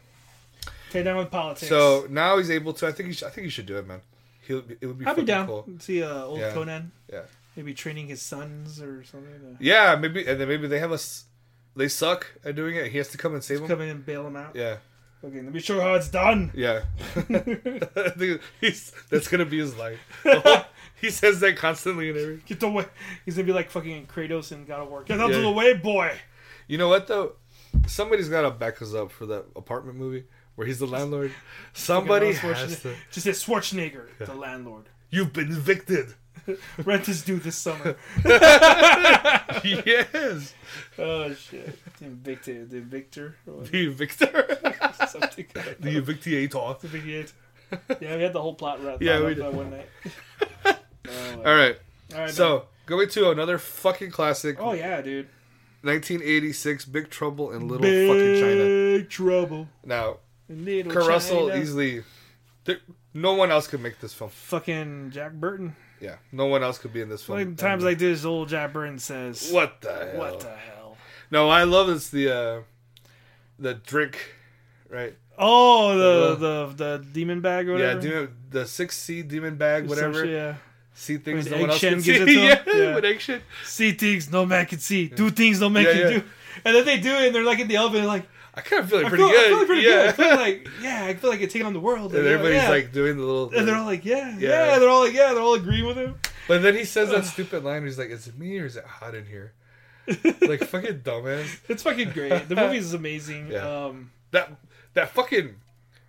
Speaker 5: Tied down with politics.
Speaker 4: So now he's able to. I think he should, I think he should do it, man. He'll be- it would be
Speaker 5: I'll be
Speaker 4: fucking
Speaker 5: down.
Speaker 4: cool.
Speaker 5: See uh, old
Speaker 4: Yeah.
Speaker 5: Conan.
Speaker 4: Yeah.
Speaker 5: Maybe training his sons or something. Uh,
Speaker 4: Yeah, maybe and then maybe they have us. They suck at doing it. He has to come and save them.
Speaker 5: Come in and bail him out.
Speaker 4: Yeah,
Speaker 5: Okay, let me show you how it's done.
Speaker 4: yeah. I think he's, that's gonna be his life. The whole- he says that constantly and everything.
Speaker 5: Get away. He's gonna be like fucking Kratos in God of War. Get out
Speaker 4: Yeah.
Speaker 5: of the way, boy.
Speaker 4: You know what though? Somebody's gotta back us up for that apartment movie where he's the landlord. Somebody
Speaker 5: Arnold Schwarzenegger-
Speaker 4: has to.
Speaker 5: Just say Schwarzenegger, the landlord.
Speaker 4: You've been evicted.
Speaker 5: Rent is due this summer.
Speaker 4: yes,
Speaker 5: oh shit. The Invictor. The Victor. Or whatever.
Speaker 4: the evictor,
Speaker 5: something.
Speaker 4: the evictiator. All
Speaker 5: The big eight. Yeah, we had the whole plot wrapped
Speaker 4: Yeah,
Speaker 5: yeah,
Speaker 4: we
Speaker 5: up
Speaker 4: did.
Speaker 5: that one night. Oh, well.
Speaker 4: right,
Speaker 5: All right, man.
Speaker 4: so going to another fucking classic,
Speaker 5: Oh yeah, dude.
Speaker 4: 1986, Big Trouble in Little fucking China.
Speaker 5: Big trouble.
Speaker 4: Now,
Speaker 5: in Little
Speaker 4: Kurt Russell
Speaker 5: China.
Speaker 4: easily, there, no one else could make this film.
Speaker 5: Fucking Jack Burton.
Speaker 4: Yeah, no one else could be in this film.
Speaker 5: Like times like this, old Jack Burton says,
Speaker 4: what the hell?
Speaker 5: What the hell?"
Speaker 4: No, I love this the uh, the drink, right?
Speaker 5: Oh, the the the demon bag or whatever.
Speaker 4: Yeah, demon, the six C demon bag,
Speaker 5: Some
Speaker 4: whatever.
Speaker 5: shit, yeah.
Speaker 4: See things
Speaker 5: When
Speaker 4: no one
Speaker 5: Egg
Speaker 4: else
Speaker 5: Shen
Speaker 4: can see.
Speaker 5: gives it to
Speaker 4: yeah,
Speaker 5: him? Yeah.
Speaker 4: with egg Shen.
Speaker 5: See things no man can see. Do things no man
Speaker 4: Yeah,
Speaker 5: can
Speaker 4: yeah.
Speaker 5: do. And then they do it, and they're like in the oven, like,
Speaker 4: I kind of feel like
Speaker 5: I
Speaker 4: pretty
Speaker 5: feel, I
Speaker 4: good.
Speaker 5: feel pretty
Speaker 4: yeah.
Speaker 5: good. I feel like yeah, I feel like I take on the world.
Speaker 4: and
Speaker 5: you know,
Speaker 4: everybody's
Speaker 5: yeah.
Speaker 4: like doing the little.
Speaker 5: and they're all like yeah, yeah,
Speaker 4: Yeah.
Speaker 5: they're all like yeah, they're all agreeing with him.
Speaker 4: but then he says that stupid line. He's like, "Is it me or is it hot in here?" like fucking dumbass.
Speaker 5: It's fucking great. The movie is amazing.
Speaker 4: Yeah.
Speaker 5: Um,
Speaker 4: That that fucking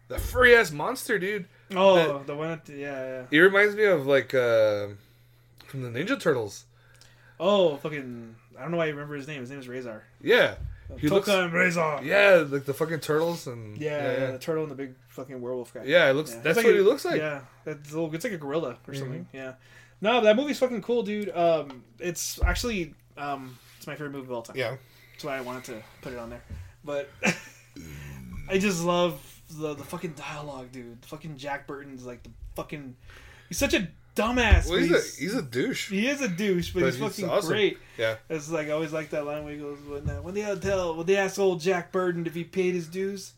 Speaker 4: that furry ass monster, dude.
Speaker 5: oh, the one at the, yeah, yeah.
Speaker 4: He reminds me of like uh, from the Ninja Turtles.
Speaker 5: Oh, fucking! I don't know why I remember his name. His name is Razor.
Speaker 4: Yeah, he
Speaker 5: Toka
Speaker 4: looks.
Speaker 5: and Razor. Yeah.
Speaker 4: Yeah, like the fucking turtles and
Speaker 5: Yeah,
Speaker 4: yeah,
Speaker 5: the turtle and the big fucking werewolf guy.
Speaker 4: Yeah, it looks.
Speaker 5: Yeah.
Speaker 4: That's
Speaker 5: It's
Speaker 4: what
Speaker 5: a-
Speaker 4: he looks like. Mm-hmm.
Speaker 5: Yeah, that's a little, it's like a gorilla or something. Yeah, no, that movie's fucking cool, dude. Um, it's actually um, it's my favorite movie of all time.
Speaker 4: yeah.
Speaker 5: That's why I wanted to put it on there. But I just love the the fucking dialogue, dude. Fucking Jack Burton's like the fucking. He's such a dumbass.
Speaker 4: Well,
Speaker 5: but
Speaker 4: he's
Speaker 5: he's-
Speaker 4: a he's a douche.
Speaker 5: he is a douche, but,
Speaker 4: But
Speaker 5: he's
Speaker 4: he's
Speaker 5: fucking
Speaker 4: awesome.
Speaker 5: great.
Speaker 4: Yeah.
Speaker 5: It's like I always like that line where he goes, when, uh, when they tell, when they ask old Jack Burden if he paid his dues,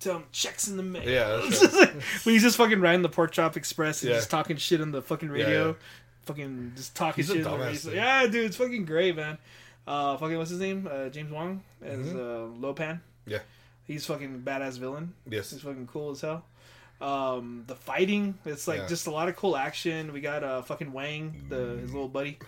Speaker 5: tell him checks in the mail.
Speaker 4: Yeah, that's
Speaker 5: It's like, when he's just fucking riding the Pork Chop Express and
Speaker 4: Yeah.
Speaker 5: just talking shit on the fucking radio,
Speaker 4: yeah.
Speaker 5: fucking just talking
Speaker 4: He's a
Speaker 5: shit. on the
Speaker 4: dumbass,
Speaker 5: radio.
Speaker 4: dude.
Speaker 5: Yeah, dude, it's fucking great, man. Uh, fucking what's his name? Uh, James Wong as
Speaker 4: Mm-hmm.
Speaker 5: uh, Lopan.
Speaker 4: Yeah.
Speaker 5: He's fucking badass villain.
Speaker 4: Yes.
Speaker 5: It's fucking cool as hell. Um, the fighting, it's like
Speaker 4: Yeah.
Speaker 5: just a lot of cool action. We got uh, fucking Wang, the his little buddy.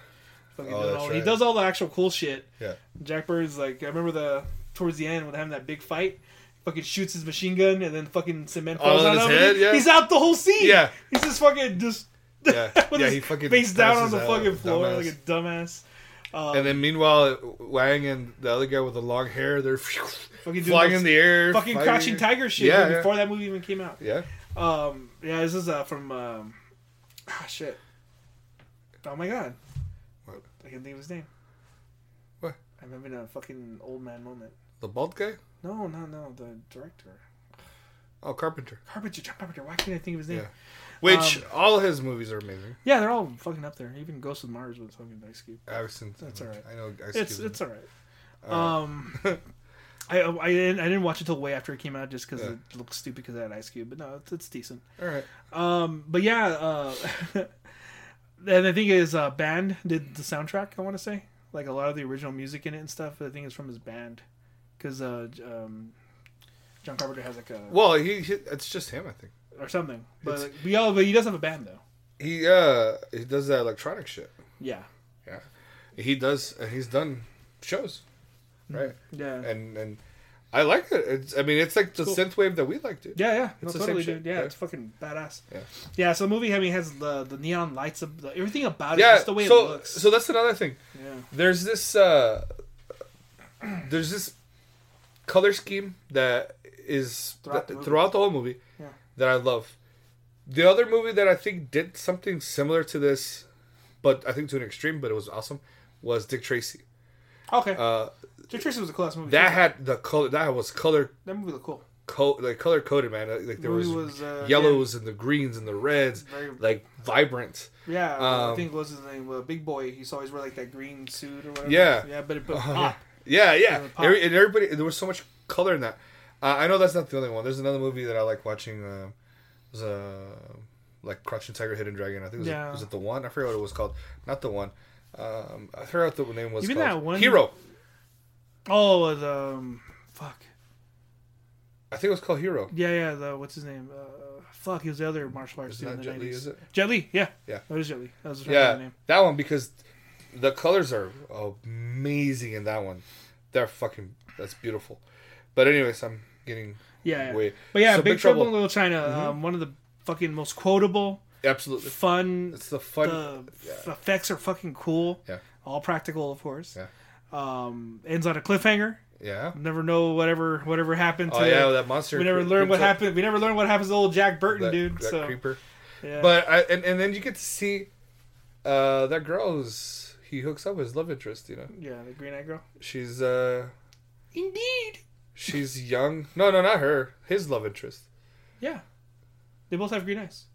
Speaker 5: Fucking
Speaker 4: Oh,
Speaker 5: doing
Speaker 4: that's
Speaker 5: all, He
Speaker 4: right.
Speaker 5: does all the actual cool shit.
Speaker 4: Yeah.
Speaker 5: Jack Bird's like, I remember the towards the end with having that big fight. Fucking shoots his machine gun and then fucking cement
Speaker 4: All
Speaker 5: falls
Speaker 4: in
Speaker 5: on
Speaker 4: his
Speaker 5: him.
Speaker 4: head,
Speaker 5: He-
Speaker 4: yeah.
Speaker 5: He's out the whole scene.
Speaker 4: Yeah.
Speaker 5: he's just fucking just
Speaker 4: Yeah.
Speaker 5: with
Speaker 4: yeah.
Speaker 5: his
Speaker 4: He fucking
Speaker 5: face down on
Speaker 4: passes
Speaker 5: the
Speaker 4: out,
Speaker 5: fucking floor
Speaker 4: dumbass.
Speaker 5: like a dumbass. Um,
Speaker 4: And then meanwhile, Wang and the other guy with the long hair, they're
Speaker 5: doing
Speaker 4: flying
Speaker 5: those
Speaker 4: in the air,
Speaker 5: fucking
Speaker 4: fighting.
Speaker 5: crouching tiger shit
Speaker 4: Yeah,
Speaker 5: dude,
Speaker 4: yeah.
Speaker 5: before that movie even came out.
Speaker 4: Yeah,
Speaker 5: Um, yeah, this is uh, from um, ah, shit. Oh my god,
Speaker 4: What?
Speaker 5: I can't think of his name.
Speaker 4: What?
Speaker 5: I'm having a fucking old man moment.
Speaker 4: the bald guy.
Speaker 5: No, no, no, the director,
Speaker 4: Oh, Carpenter.
Speaker 5: Carpenter, John Carpenter. Why can't I think of his name?
Speaker 4: Yeah.
Speaker 5: Um,
Speaker 4: Which all his movies are amazing.
Speaker 5: Yeah, they're all fucking up there. Even Ghost of Mars was fucking Ice Cube.
Speaker 4: I've seen.
Speaker 5: That's all right.
Speaker 4: I know. Ice
Speaker 5: It's
Speaker 4: Cube.
Speaker 5: it's all right. um, I I didn't, I didn't watch it till way after it came out just because
Speaker 4: Yeah.
Speaker 5: it looked stupid because I had Ice Cube. But no, it's, it's decent.
Speaker 4: all right.
Speaker 5: Um, but yeah, uh, and the thing is, uh, band did the soundtrack. I want to say like a lot of the original music in it and stuff. I think it's from his band because uh, j- um, John Carpenter has like a
Speaker 4: Well, he, he it's just him, I think.
Speaker 5: or something, but
Speaker 4: It's-
Speaker 5: but, yeah, but he does have a band though.
Speaker 4: He uh he does that electronic shit.
Speaker 5: Yeah,
Speaker 4: Yeah. He does. and He's done shows, right?
Speaker 5: Mm. yeah,
Speaker 4: And and I like it. It's, I mean, it's like the
Speaker 5: cool.
Speaker 4: synth wave that we liked, dude.
Speaker 5: yeah, yeah. No,
Speaker 4: It's the
Speaker 5: totally,
Speaker 4: same
Speaker 5: dude.
Speaker 4: shit,
Speaker 5: Yeah,
Speaker 4: yeah.
Speaker 5: it's fucking badass.
Speaker 4: Yeah.
Speaker 5: yeah. So the movie, I mean, has the the neon lights of the, everything about it,
Speaker 4: Yeah.
Speaker 5: just the way
Speaker 4: so
Speaker 5: it looks.
Speaker 4: so that's another thing.
Speaker 5: yeah,
Speaker 4: there's this uh there's this color scheme that is throughout,
Speaker 5: Throughout the
Speaker 4: the,
Speaker 5: movie.
Speaker 4: throughout the whole movie
Speaker 5: Yeah.
Speaker 4: that I love. The other movie that I think did something similar to this, but I think to an extreme, but it was awesome, was Dick Tracy.
Speaker 5: okay.
Speaker 4: Uh,
Speaker 5: Dick Tracy was a cool ass movie.
Speaker 4: that
Speaker 5: too.
Speaker 4: had the color that was color
Speaker 5: that movie was cool.
Speaker 4: co- like color coded, man. Like, Like there was,
Speaker 5: Movie was, uh,
Speaker 4: yellows and the greens and the reds,
Speaker 5: Very-
Speaker 4: like vibrant.
Speaker 5: Yeah, uh, I
Speaker 4: Um,
Speaker 5: think was his name uh, Big Boy. He's always wear like that green suit or whatever.
Speaker 4: Yeah.
Speaker 5: yeah, but but pop.
Speaker 4: Yeah,
Speaker 5: Yeah,
Speaker 4: yeah.
Speaker 5: the pop.
Speaker 4: Every, and everybody, there was so much color in that. Uh, I know that's not the only one. There's another movie that I like watching. Uh, it was uh, like Crouching Tiger, Hidden Dragon. I think it was,
Speaker 5: Yeah.
Speaker 4: was it the one? I forget what it was called. Not the one. Um, I forgot what the name was.
Speaker 5: Even
Speaker 4: called.
Speaker 5: that one-
Speaker 4: Hero.
Speaker 5: Oh, the um, fuck.
Speaker 4: I think it was called Hero.
Speaker 5: Yeah, yeah. The what's his name? Uh, fuck, he was the other martial arts
Speaker 4: Is
Speaker 5: dude in
Speaker 4: that
Speaker 5: the
Speaker 4: Jet Li?
Speaker 5: nineties.
Speaker 4: Is it?
Speaker 5: Jet Li, yeah,
Speaker 4: Yeah.
Speaker 5: That was Jet Li. That was his
Speaker 4: Yeah,
Speaker 5: name.
Speaker 4: that one because the colors are amazing in that one. They're fucking. That's beautiful. But anyways, I'm getting
Speaker 5: Yeah, yeah.
Speaker 4: way.
Speaker 5: but yeah,
Speaker 4: So Mm-hmm.
Speaker 5: Big, Trouble in Little China. Um, one of the fucking most quotable,
Speaker 4: Absolutely,
Speaker 5: fun.
Speaker 4: it's the fun.
Speaker 5: the f- effects are fucking cool.
Speaker 4: Yeah.
Speaker 5: all practical, of course.
Speaker 4: Yeah.
Speaker 5: Um, ends on a cliffhanger.
Speaker 4: yeah.
Speaker 5: Never know whatever whatever happened to
Speaker 4: Oh yeah, that monster.
Speaker 5: we never
Speaker 4: creep-
Speaker 5: learn what
Speaker 4: creeps up.
Speaker 5: happened. We never learn what happens to old Jack Burton,
Speaker 4: that,
Speaker 5: dude.
Speaker 4: that
Speaker 5: so,
Speaker 4: creeper.
Speaker 5: yeah.
Speaker 4: But I and, and then you get to see uh that girl who's he hooks up with his love interest, you know.
Speaker 5: yeah, the green eyed girl.
Speaker 4: She's uh
Speaker 5: Indeed.
Speaker 4: she's young. No, no, not her. His love interest.
Speaker 5: Yeah, they both have green eyes.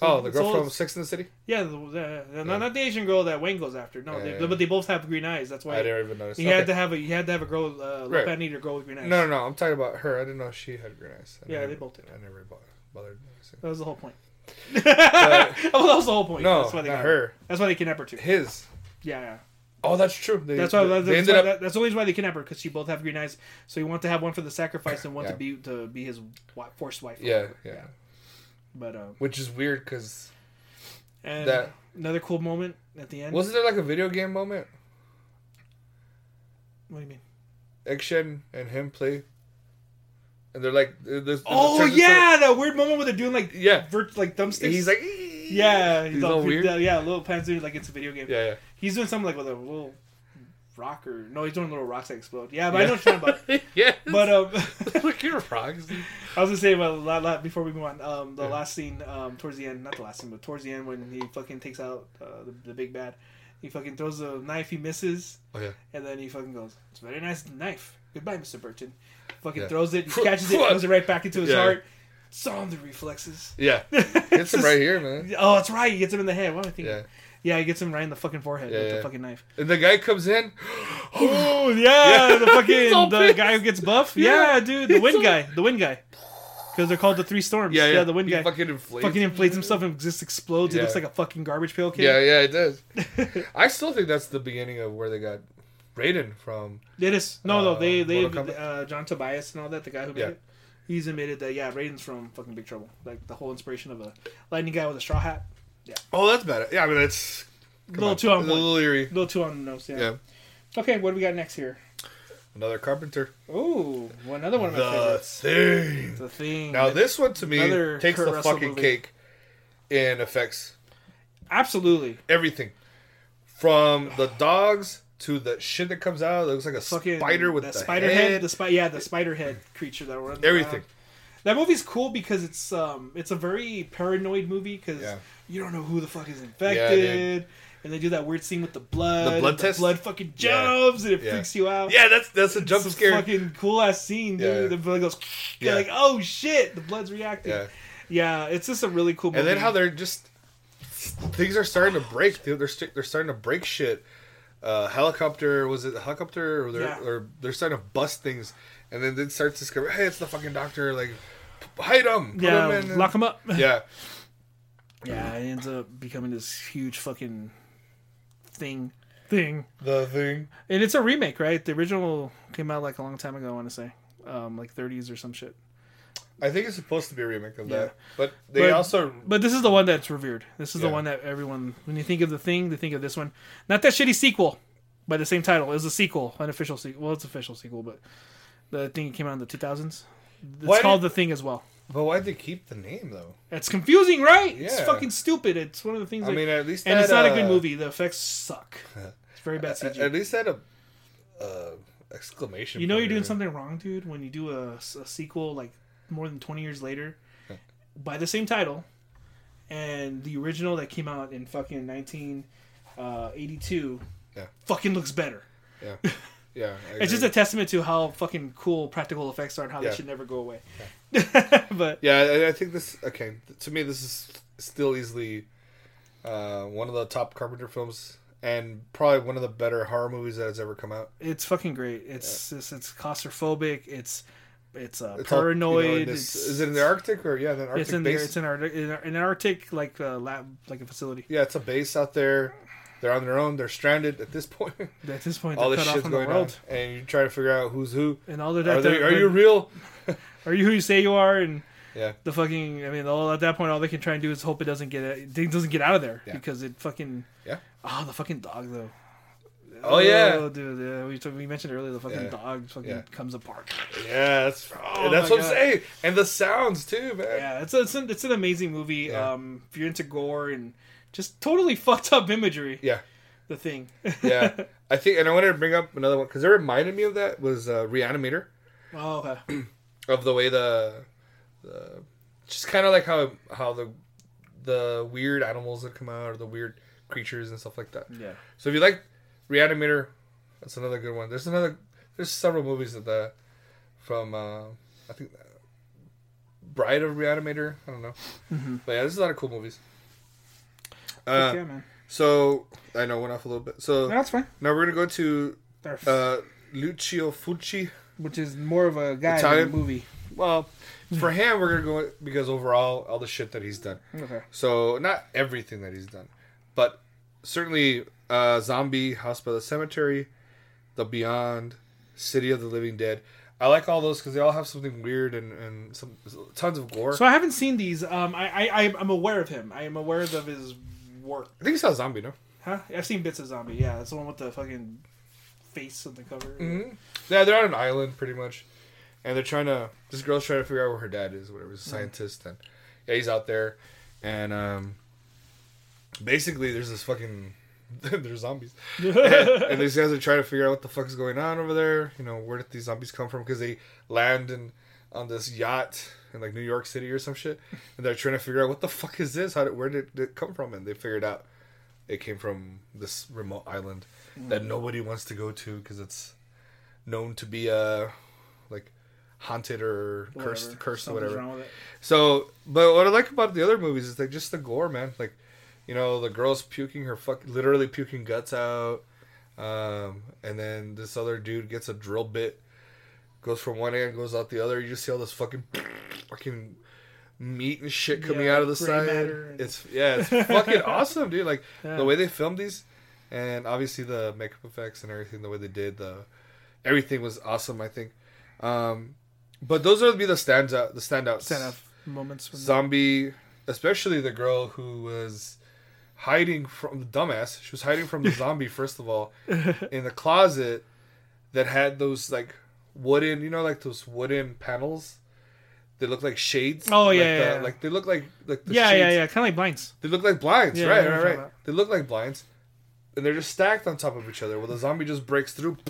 Speaker 4: oh, the
Speaker 5: it's
Speaker 4: girl
Speaker 5: all-
Speaker 4: from Sex in the City?
Speaker 5: Yeah, the, the, the- Not, not the Asian girl that Wayne goes after. No,
Speaker 4: Yeah,
Speaker 5: they,
Speaker 4: yeah,
Speaker 5: but they both have green eyes. That's
Speaker 4: I
Speaker 5: why
Speaker 4: didn't even notice.
Speaker 5: he
Speaker 4: Okay.
Speaker 5: had to have a he had to have a girl. Uh,
Speaker 4: Right.
Speaker 5: I need a girl with green eyes.
Speaker 4: No, no, no. I'm talking about her. I didn't know she had green eyes. I
Speaker 5: Yeah,
Speaker 4: never-
Speaker 5: they both did.
Speaker 4: I never bo- bothered noticing.
Speaker 5: That was the whole point. well, that was the whole point.
Speaker 4: No,
Speaker 5: that's why they
Speaker 4: not
Speaker 5: got
Speaker 4: her.
Speaker 5: That's why they kidnapped her too.
Speaker 4: His.
Speaker 5: Yeah, yeah.
Speaker 4: Oh, that's true. They,
Speaker 5: That's why.
Speaker 4: they
Speaker 5: That's,
Speaker 4: ended
Speaker 5: why
Speaker 4: up-
Speaker 5: that, that's always why they kidnap her because she both have green eyes. So you want to have one for the sacrifice and one
Speaker 4: Yeah.
Speaker 5: to be to be his wi- forced wife. or
Speaker 4: yeah,
Speaker 5: whatever.
Speaker 4: yeah.
Speaker 5: But um,
Speaker 4: Which is weird because
Speaker 5: and
Speaker 4: That-
Speaker 5: another cool moment at the end.
Speaker 4: wasn't there like a video game moment?
Speaker 5: what do you mean?
Speaker 4: Action and him play, and they're like, they're- they're-
Speaker 5: Oh
Speaker 4: turns into-
Speaker 5: yeah, that weird moment where they're doing like
Speaker 4: Yeah.
Speaker 5: vert, like thumbsticks.
Speaker 4: he's like,
Speaker 5: yeah, he's,
Speaker 4: he's
Speaker 5: all,
Speaker 4: all weird.
Speaker 5: freaked out. Yeah, little Panzer like it's a video game.
Speaker 4: yeah, yeah.
Speaker 5: He's doing something like with a little rock or no, he's doing little rocks that explode. Yeah, but I
Speaker 4: Yeah.
Speaker 5: know what you're talking about.
Speaker 4: yeah.
Speaker 5: But um,
Speaker 4: look your frogs.
Speaker 5: I was gonna say about la la- before we move on. Um, the last scene, um, towards the end, not the last scene, but towards the end when he fucking takes out uh, the, the big bad, he fucking throws a knife, he misses,
Speaker 4: Oh yeah.
Speaker 5: and then he fucking goes, "It's a very nice knife. Goodbye, Mister Burton." Fucking
Speaker 4: Yeah.
Speaker 5: throws it, he catches it, throws it right back into his
Speaker 4: Yeah.
Speaker 5: heart. Saw him the reflexes.
Speaker 4: Yeah. Hits him right here, man.
Speaker 5: Oh, that's right. He gets him in the head. What am I thinking? Yeah.
Speaker 4: Yeah.
Speaker 5: he gets him right in the fucking forehead
Speaker 4: Yeah,
Speaker 5: with the
Speaker 4: yeah.
Speaker 5: fucking knife.
Speaker 4: And the guy comes in.
Speaker 5: Oh yeah, the
Speaker 4: He's all
Speaker 5: fucking the
Speaker 4: pissed.
Speaker 5: guy who gets buff. Yeah,
Speaker 4: Yeah.
Speaker 5: dude, the
Speaker 4: He's
Speaker 5: wind
Speaker 4: all-
Speaker 5: guy, the wind guy, because they're called the three storms. Yeah, the wind
Speaker 4: he
Speaker 5: guy fucking,
Speaker 4: fucking inflates.
Speaker 5: inflates himself and just explodes. He
Speaker 4: Yeah.
Speaker 5: looks like a fucking garbage pail kid.
Speaker 4: Yeah, yeah, it does. I still think that's the beginning of where they got Raiden from.
Speaker 5: it is. No, no,
Speaker 4: Uh,
Speaker 5: they they
Speaker 4: Mortal Kombat?
Speaker 5: uh, John Tobias and all that, the guy who made
Speaker 4: Yeah.
Speaker 5: it. He's admitted that yeah, Raiden's from fucking Big Trouble. Like the whole inspiration of a lightning guy with a straw hat.
Speaker 4: Oh, that's bad. Yeah, I mean that's
Speaker 5: A little too on
Speaker 4: a
Speaker 5: point.
Speaker 4: little eerie.
Speaker 5: A little too on the nose. Yeah.
Speaker 4: Yeah,
Speaker 5: Okay, what do we got next here?
Speaker 4: another carpenter.
Speaker 5: Ooh, well, another one of my
Speaker 4: The
Speaker 5: favorites.
Speaker 4: thing.
Speaker 5: The thing.
Speaker 4: Now this one to me
Speaker 5: Another
Speaker 4: takes
Speaker 5: Kurt
Speaker 4: the
Speaker 5: Russell
Speaker 4: fucking
Speaker 5: movie.
Speaker 4: cake and affects
Speaker 5: absolutely.
Speaker 4: everything, from the dogs to the shit that comes out. It looks like a
Speaker 5: fucking
Speaker 4: spider with
Speaker 5: that
Speaker 4: the
Speaker 5: spider head.
Speaker 4: head.
Speaker 5: the spi- yeah, the spider head creature that um, runs
Speaker 4: everything.
Speaker 5: around. That movie's cool because it's um it's a very paranoid movie because
Speaker 4: Yeah.
Speaker 5: you don't know who the fuck is
Speaker 4: Yeah,
Speaker 5: infected, and they do that weird scene with the blood.
Speaker 4: The blood
Speaker 5: and
Speaker 4: test?
Speaker 5: blood fucking
Speaker 4: Yeah.
Speaker 5: jumps and it
Speaker 4: Yeah.
Speaker 5: freaks you out.
Speaker 4: Yeah, that's that's a jump
Speaker 5: uh, Some
Speaker 4: scare.
Speaker 5: Fucking cool ass scene, dude.
Speaker 4: Yeah.
Speaker 5: The blood goes. You're
Speaker 4: Yeah.
Speaker 5: like, oh shit, the blood's reacting. Yeah.
Speaker 4: Yeah.
Speaker 5: it's just a really cool. movie.
Speaker 4: and then how they're just things are starting to break. Dude. They're st- they're starting to break shit. Uh, helicopter was it the helicopter or they're
Speaker 5: Yeah.
Speaker 4: or they're starting to bust things, and then it starts to discover hey it's the fucking doctor like p- hide him put
Speaker 5: yeah,
Speaker 4: him in
Speaker 5: lock him up.
Speaker 4: yeah
Speaker 5: Yeah, it ends up becoming this huge fucking thing. Thing.
Speaker 4: the thing
Speaker 5: And it's a remake, right? The original came out like a long time ago, I want to say. Um, like 30s or some shit.
Speaker 4: I think it's supposed to be a remake of
Speaker 5: Yeah.
Speaker 4: that, but they
Speaker 5: But-
Speaker 4: also
Speaker 5: But this is the one that's revered. This is the
Speaker 4: Yeah.
Speaker 5: one that everyone, when you think of the thing, they think of this one. Not that shitty sequel by the same title. It was a sequel, unofficial sequel. Well, it's official sequel, but the thing came out in the 2000s. It's
Speaker 4: Why
Speaker 5: called The Thing as well.
Speaker 4: but why'd they keep the name though?
Speaker 5: It's confusing, right? It's
Speaker 4: Yeah.
Speaker 5: fucking stupid. It's one of the things.
Speaker 4: I
Speaker 5: like,
Speaker 4: mean at least
Speaker 5: and
Speaker 4: that,
Speaker 5: it's not a
Speaker 4: uh,
Speaker 5: good movie. The effects suck. It's very bad
Speaker 4: At,
Speaker 5: CG.
Speaker 4: at least that a uh, exclamation.
Speaker 5: You know
Speaker 4: point
Speaker 5: you're doing
Speaker 4: in there.
Speaker 5: something wrong, dude, when you do a, s- a sequel like more than 20 years later by the same title and the original that came out in fucking 1982
Speaker 4: Yeah.
Speaker 5: fucking looks better.
Speaker 4: Yeah, I
Speaker 5: It's just
Speaker 4: agree.
Speaker 5: a testament to how fucking cool practical effects are and how
Speaker 4: Yeah.
Speaker 5: they should never go away. but
Speaker 4: Yeah, I, I think this. Okay, to me, this is still easily uh, one of the top Carpenter films, and probably one of the better horror movies that has ever come out.
Speaker 5: it's fucking great. It's it's, it's claustrophobic. It's it's uh,
Speaker 4: It's all, you know, in
Speaker 5: paranoid.
Speaker 4: this-
Speaker 5: it's,
Speaker 4: is it in the Arctic or yeah, the Arctic
Speaker 5: It's in
Speaker 4: base?
Speaker 5: there. It's in our in, our- in an Arctic like uh, lab like a facility.
Speaker 4: yeah, it's a base out there. They're on their own. They're stranded at this point.
Speaker 5: At this point,
Speaker 4: All
Speaker 5: they're
Speaker 4: this
Speaker 5: cut off
Speaker 4: shit's
Speaker 5: from the
Speaker 4: going on,
Speaker 5: world.
Speaker 4: and you try to figure out who's who.
Speaker 5: And all of that.
Speaker 4: Are they?
Speaker 5: they're-
Speaker 4: Are
Speaker 5: they're-
Speaker 4: you real?
Speaker 5: are you who you say you are and
Speaker 4: Yeah.
Speaker 5: the fucking i mean all at that point all they can try and do is hope it doesn't get it doesn't get out of there
Speaker 4: Yeah.
Speaker 5: because it fucking
Speaker 4: Yeah.
Speaker 5: oh the fucking dog though
Speaker 4: Oh, yeah,
Speaker 5: oh dude yeah, we, talk- we mentioned earlier the fucking
Speaker 4: Yeah.
Speaker 5: dog fucking
Speaker 4: Yeah.
Speaker 5: comes apart
Speaker 4: yeah. That's
Speaker 5: Oh
Speaker 4: that's
Speaker 5: my
Speaker 4: what I'm
Speaker 5: God.
Speaker 4: saying. And the sounds too, man.
Speaker 5: yeah it's it's an, it's an amazing movie
Speaker 4: Uh, Yeah.
Speaker 5: um if you're into gore and just totally fucked up imagery
Speaker 4: Yeah.
Speaker 5: the thing
Speaker 4: yeah. I think, and I wanted to bring up another one because it reminded me of that was uh, Reanimator
Speaker 5: oh okay
Speaker 4: of the way the, the just kind of like how how the the weird animals that come out or the weird creatures and stuff like that.
Speaker 5: yeah
Speaker 4: So if you like Reanimator, that's another good one. There's another there's several movies that the from uh, I think uh, Bride of Reanimator. I don't know, but yeah, there's a lot of cool movies. Uh,
Speaker 5: Mm-hmm. yeah man
Speaker 4: So I know went off a little bit. So
Speaker 5: No, that's fine
Speaker 4: now we're gonna go to
Speaker 5: They're-
Speaker 4: uh, Lucio Fucci.
Speaker 5: which is more of a guy than a
Speaker 4: Italian-
Speaker 5: movie
Speaker 4: Well, for him, we're gonna go because overall, all the shit that he's done.
Speaker 5: okay
Speaker 4: So not everything that he's done, but certainly uh, Zombie, House by the Cemetery, The Beyond, City of the Living Dead. I like all those because they all have something weird and, and some tons of gore.
Speaker 5: So I haven't seen these. Um, I, I I'm aware of him. I am aware of his work.
Speaker 4: I think you saw Zombie, no?
Speaker 5: Huh? I've seen bits of zombie. Yeah, that's the one with the fucking face on the cover.
Speaker 4: Yeah, they're on an island pretty much, and they're trying to. This girl's trying to figure out where her dad is, whatever, he's a scientist, and yeah, he's out there, and um, basically there's this fucking. There's zombies, and, and these guys are trying to figure out what the fuck is going on over there. You know, where did these zombies come from? Because they land in, on this yacht in like New York City or some shit, and they're trying to figure out what the fuck is this? How did where did it come from? And they figured out it came from this remote island that nobody wants to go to because it's known to be uh like haunted or cursed cursed or
Speaker 5: Something's
Speaker 4: whatever
Speaker 5: wrong with it.
Speaker 4: so but what i like about the other movies is like just the gore man like you know the girl's puking her fuck literally puking guts out um and then this other dude gets a drill bit goes from one end goes out the other you just see all this fucking fucking meat and shit coming
Speaker 5: Yeah,
Speaker 4: out of the
Speaker 5: gray
Speaker 4: side
Speaker 5: matter and-
Speaker 4: it's yeah it's fucking awesome dude like
Speaker 5: Yeah.
Speaker 4: the way they filmed these and obviously the makeup effects and everything the way they did the everything was awesome i think um but those would be the stands out the standouts
Speaker 5: Stand up moments. From
Speaker 4: zombie especially the girl who was hiding from the dumbass she was hiding from the zombie first of all in the closet that had those like wooden you know like those wooden panels they look like shades
Speaker 5: Oh,
Speaker 4: like
Speaker 5: yeah,
Speaker 4: the-
Speaker 5: yeah, yeah.
Speaker 4: like they look like like the
Speaker 5: yeah,
Speaker 4: shades.
Speaker 5: yeah, yeah. Kind of like blinds.
Speaker 4: They look like blinds,
Speaker 5: Yeah, I
Speaker 4: right,
Speaker 5: know
Speaker 4: right,
Speaker 5: what you're
Speaker 4: right.
Speaker 5: talking about.
Speaker 4: They look like blinds, and they're just stacked on top of each other. Well, the zombie just breaks through.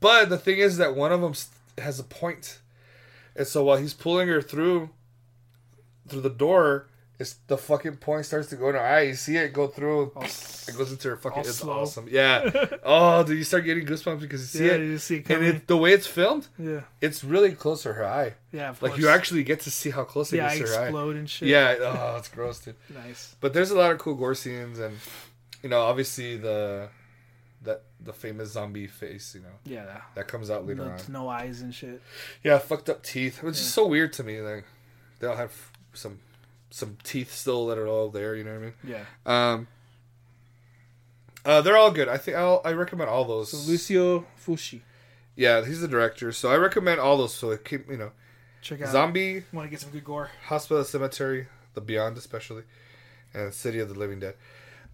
Speaker 4: But the thing is that one of them has a point, and so while he's pulling her through, through the door, it's the fucking point starts to go in her eye. You see it go through. it goes into her fucking.
Speaker 5: Oh, all
Speaker 4: It's
Speaker 5: slow.
Speaker 4: awesome. Yeah. oh, do you start getting goosebumps because you see
Speaker 5: yeah,
Speaker 4: it?
Speaker 5: you see it
Speaker 4: and
Speaker 5: coming.
Speaker 4: it, the way it's filmed,
Speaker 5: yeah,
Speaker 4: it's really close to her eye.
Speaker 5: yeah. Of
Speaker 4: Like
Speaker 5: course.
Speaker 4: you actually get to see how close it
Speaker 5: yeah, I
Speaker 4: is to her eye.
Speaker 5: explode and shit.
Speaker 4: Yeah. Oh, it's gross, dude
Speaker 5: nice.
Speaker 4: but there's a lot of cool gore scenes and you know obviously the that the famous zombie face you know
Speaker 5: Yeah,
Speaker 4: that comes out later
Speaker 5: no,
Speaker 4: on
Speaker 5: no eyes and shit.
Speaker 4: yeah fucked up teeth it was just so weird to me like they all have some some teeth still that are all there you know what i mean
Speaker 5: Yeah.
Speaker 4: um uh, they're all good. I think I'll, I recommend all those.
Speaker 5: So Lucio Fushi,
Speaker 4: yeah, he's the director, so I recommend all those. So it keep you know,
Speaker 5: check out.
Speaker 4: zombie,
Speaker 5: Want to get some good gore?
Speaker 4: Hospital Cemetery, The Beyond, especially, and City of the Living Dead.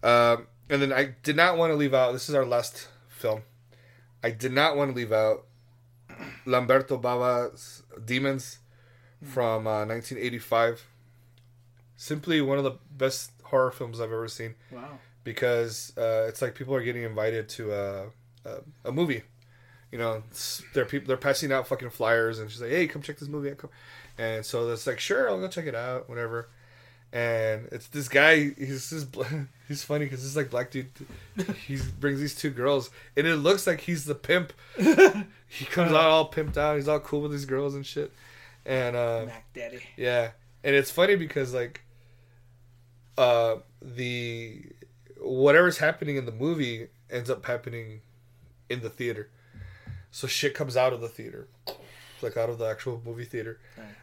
Speaker 4: Um, and then I did not want to leave out. This is our last film. I did not want to leave out Lamberto Bava's Demons from uh, 1985. Simply one of the best horror films I've ever seen
Speaker 5: Wow.
Speaker 4: because uh, it's like people are getting invited to a, a, a movie. You know, it's- they're people they're passing out fucking flyers, and she's like, "Hey, come check this movie out." Come. And so it's like, "Sure, I'll go check it out, whatever." And it's this guy. He's this. bl- He's funny because this like black dude. He brings these two girls, and it looks like he's the pimp. he comes out all pimped out. He's all cool with these girls and shit. And uh,
Speaker 5: Mac Daddy.
Speaker 4: yeah, and it's funny because like, uh, the whatever's happening in the movie ends up happening in the theater. So shit comes out of the theater, like out of the actual movie theater,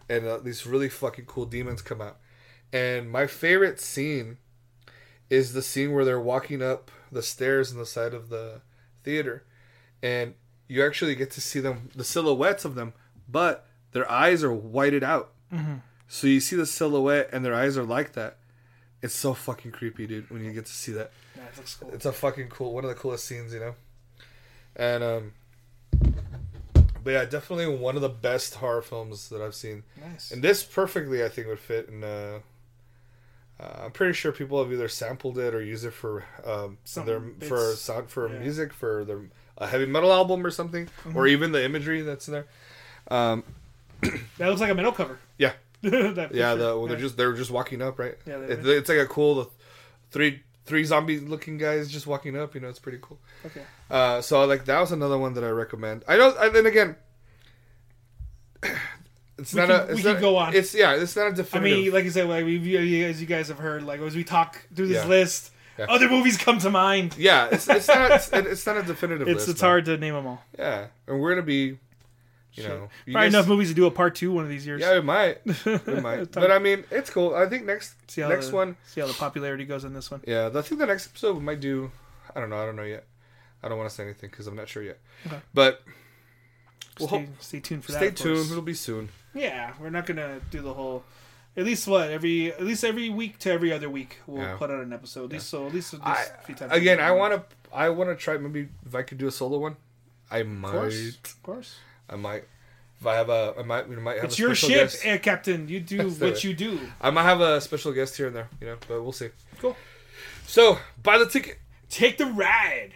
Speaker 4: and uh, these really fucking cool demons come out. And my favorite scene is the scene where they're walking up the stairs on the side of the theater, and you actually get to see them, the silhouettes of them, but their eyes are whited out. So you see the silhouette, and their eyes are like that. It's so fucking creepy, dude. When you get to see that,
Speaker 5: Nah, it looks cool.
Speaker 4: it's a fucking cool one of the coolest scenes, you know. And um, but yeah, definitely one of the best horror films that I've seen.
Speaker 5: Nice.
Speaker 4: And this perfectly, I think, would fit in. Uh, uh, I'm pretty sure people have either sampled it or used it for um,
Speaker 5: Some
Speaker 4: their
Speaker 5: bits.
Speaker 4: for sound for
Speaker 5: Yeah. Mm-hmm.
Speaker 4: music for their a heavy metal album or something, or even the imagery that's in there. Um,
Speaker 5: that looks like a metal cover.
Speaker 4: yeah,
Speaker 5: That
Speaker 4: yeah,
Speaker 5: picture.
Speaker 4: the, well,
Speaker 5: Yeah.
Speaker 4: they're just they're just walking up, right?
Speaker 5: Yeah, they
Speaker 4: it,
Speaker 5: were.
Speaker 4: it's like a cool the three three zombie looking guys just walking up. You know, it's pretty cool.
Speaker 5: okay.
Speaker 4: Uh, so like that was another one that I recommend. I don't. I, then again, it's
Speaker 5: We
Speaker 4: not
Speaker 5: can-
Speaker 4: a. It's
Speaker 5: we can
Speaker 4: not-
Speaker 5: go on.
Speaker 4: It's yeah. It's not a
Speaker 5: I
Speaker 4: definitive.
Speaker 5: mean, like I said, like we, you- as you guys have heard, like as we talk through this
Speaker 4: Yeah.
Speaker 5: list,
Speaker 4: Yeah.
Speaker 5: other movies come to mind.
Speaker 4: yeah, it's, it's not. It's, it's not a definitive.
Speaker 5: It's
Speaker 4: list,
Speaker 5: it's
Speaker 4: man.
Speaker 5: hard to name them all.
Speaker 4: Yeah, and we're gonna be You know, you
Speaker 5: Probably
Speaker 4: guys-
Speaker 5: enough movies to do a part two one of these years.
Speaker 4: Yeah, it might. It might. but I mean, it's cool. I think next
Speaker 5: See how
Speaker 4: next
Speaker 5: the,
Speaker 4: one.
Speaker 5: See how the popularity goes in this one.
Speaker 4: Yeah, I think the next episode we might do. I don't know. I don't know yet. I don't want to say anything because I'm not sure yet.
Speaker 5: Okay.
Speaker 4: But
Speaker 5: Stay,
Speaker 4: Well, hope-
Speaker 5: stay tuned for that.
Speaker 4: stay
Speaker 5: of course.
Speaker 4: tuned. It'll be soon.
Speaker 5: Yeah, we're not gonna do the whole. At least what every at least every week to every other week we'll
Speaker 4: Yeah.
Speaker 5: put out an episode. At least so at least this
Speaker 4: I,
Speaker 5: few times
Speaker 4: again, I want to. I want to try. Maybe if I could do a solo one, I
Speaker 5: Of course,
Speaker 4: might.
Speaker 5: of course.
Speaker 4: I might. If I have a, I might. We might have
Speaker 5: It's
Speaker 4: a
Speaker 5: your
Speaker 4: special
Speaker 5: ship,
Speaker 4: guest.
Speaker 5: Air Captain. You do
Speaker 4: Let's do
Speaker 5: what
Speaker 4: it.
Speaker 5: you do.
Speaker 4: I might have a special guest here and there. You know, but we'll see.
Speaker 5: Cool.
Speaker 4: So buy the ticket.
Speaker 5: Take the ride.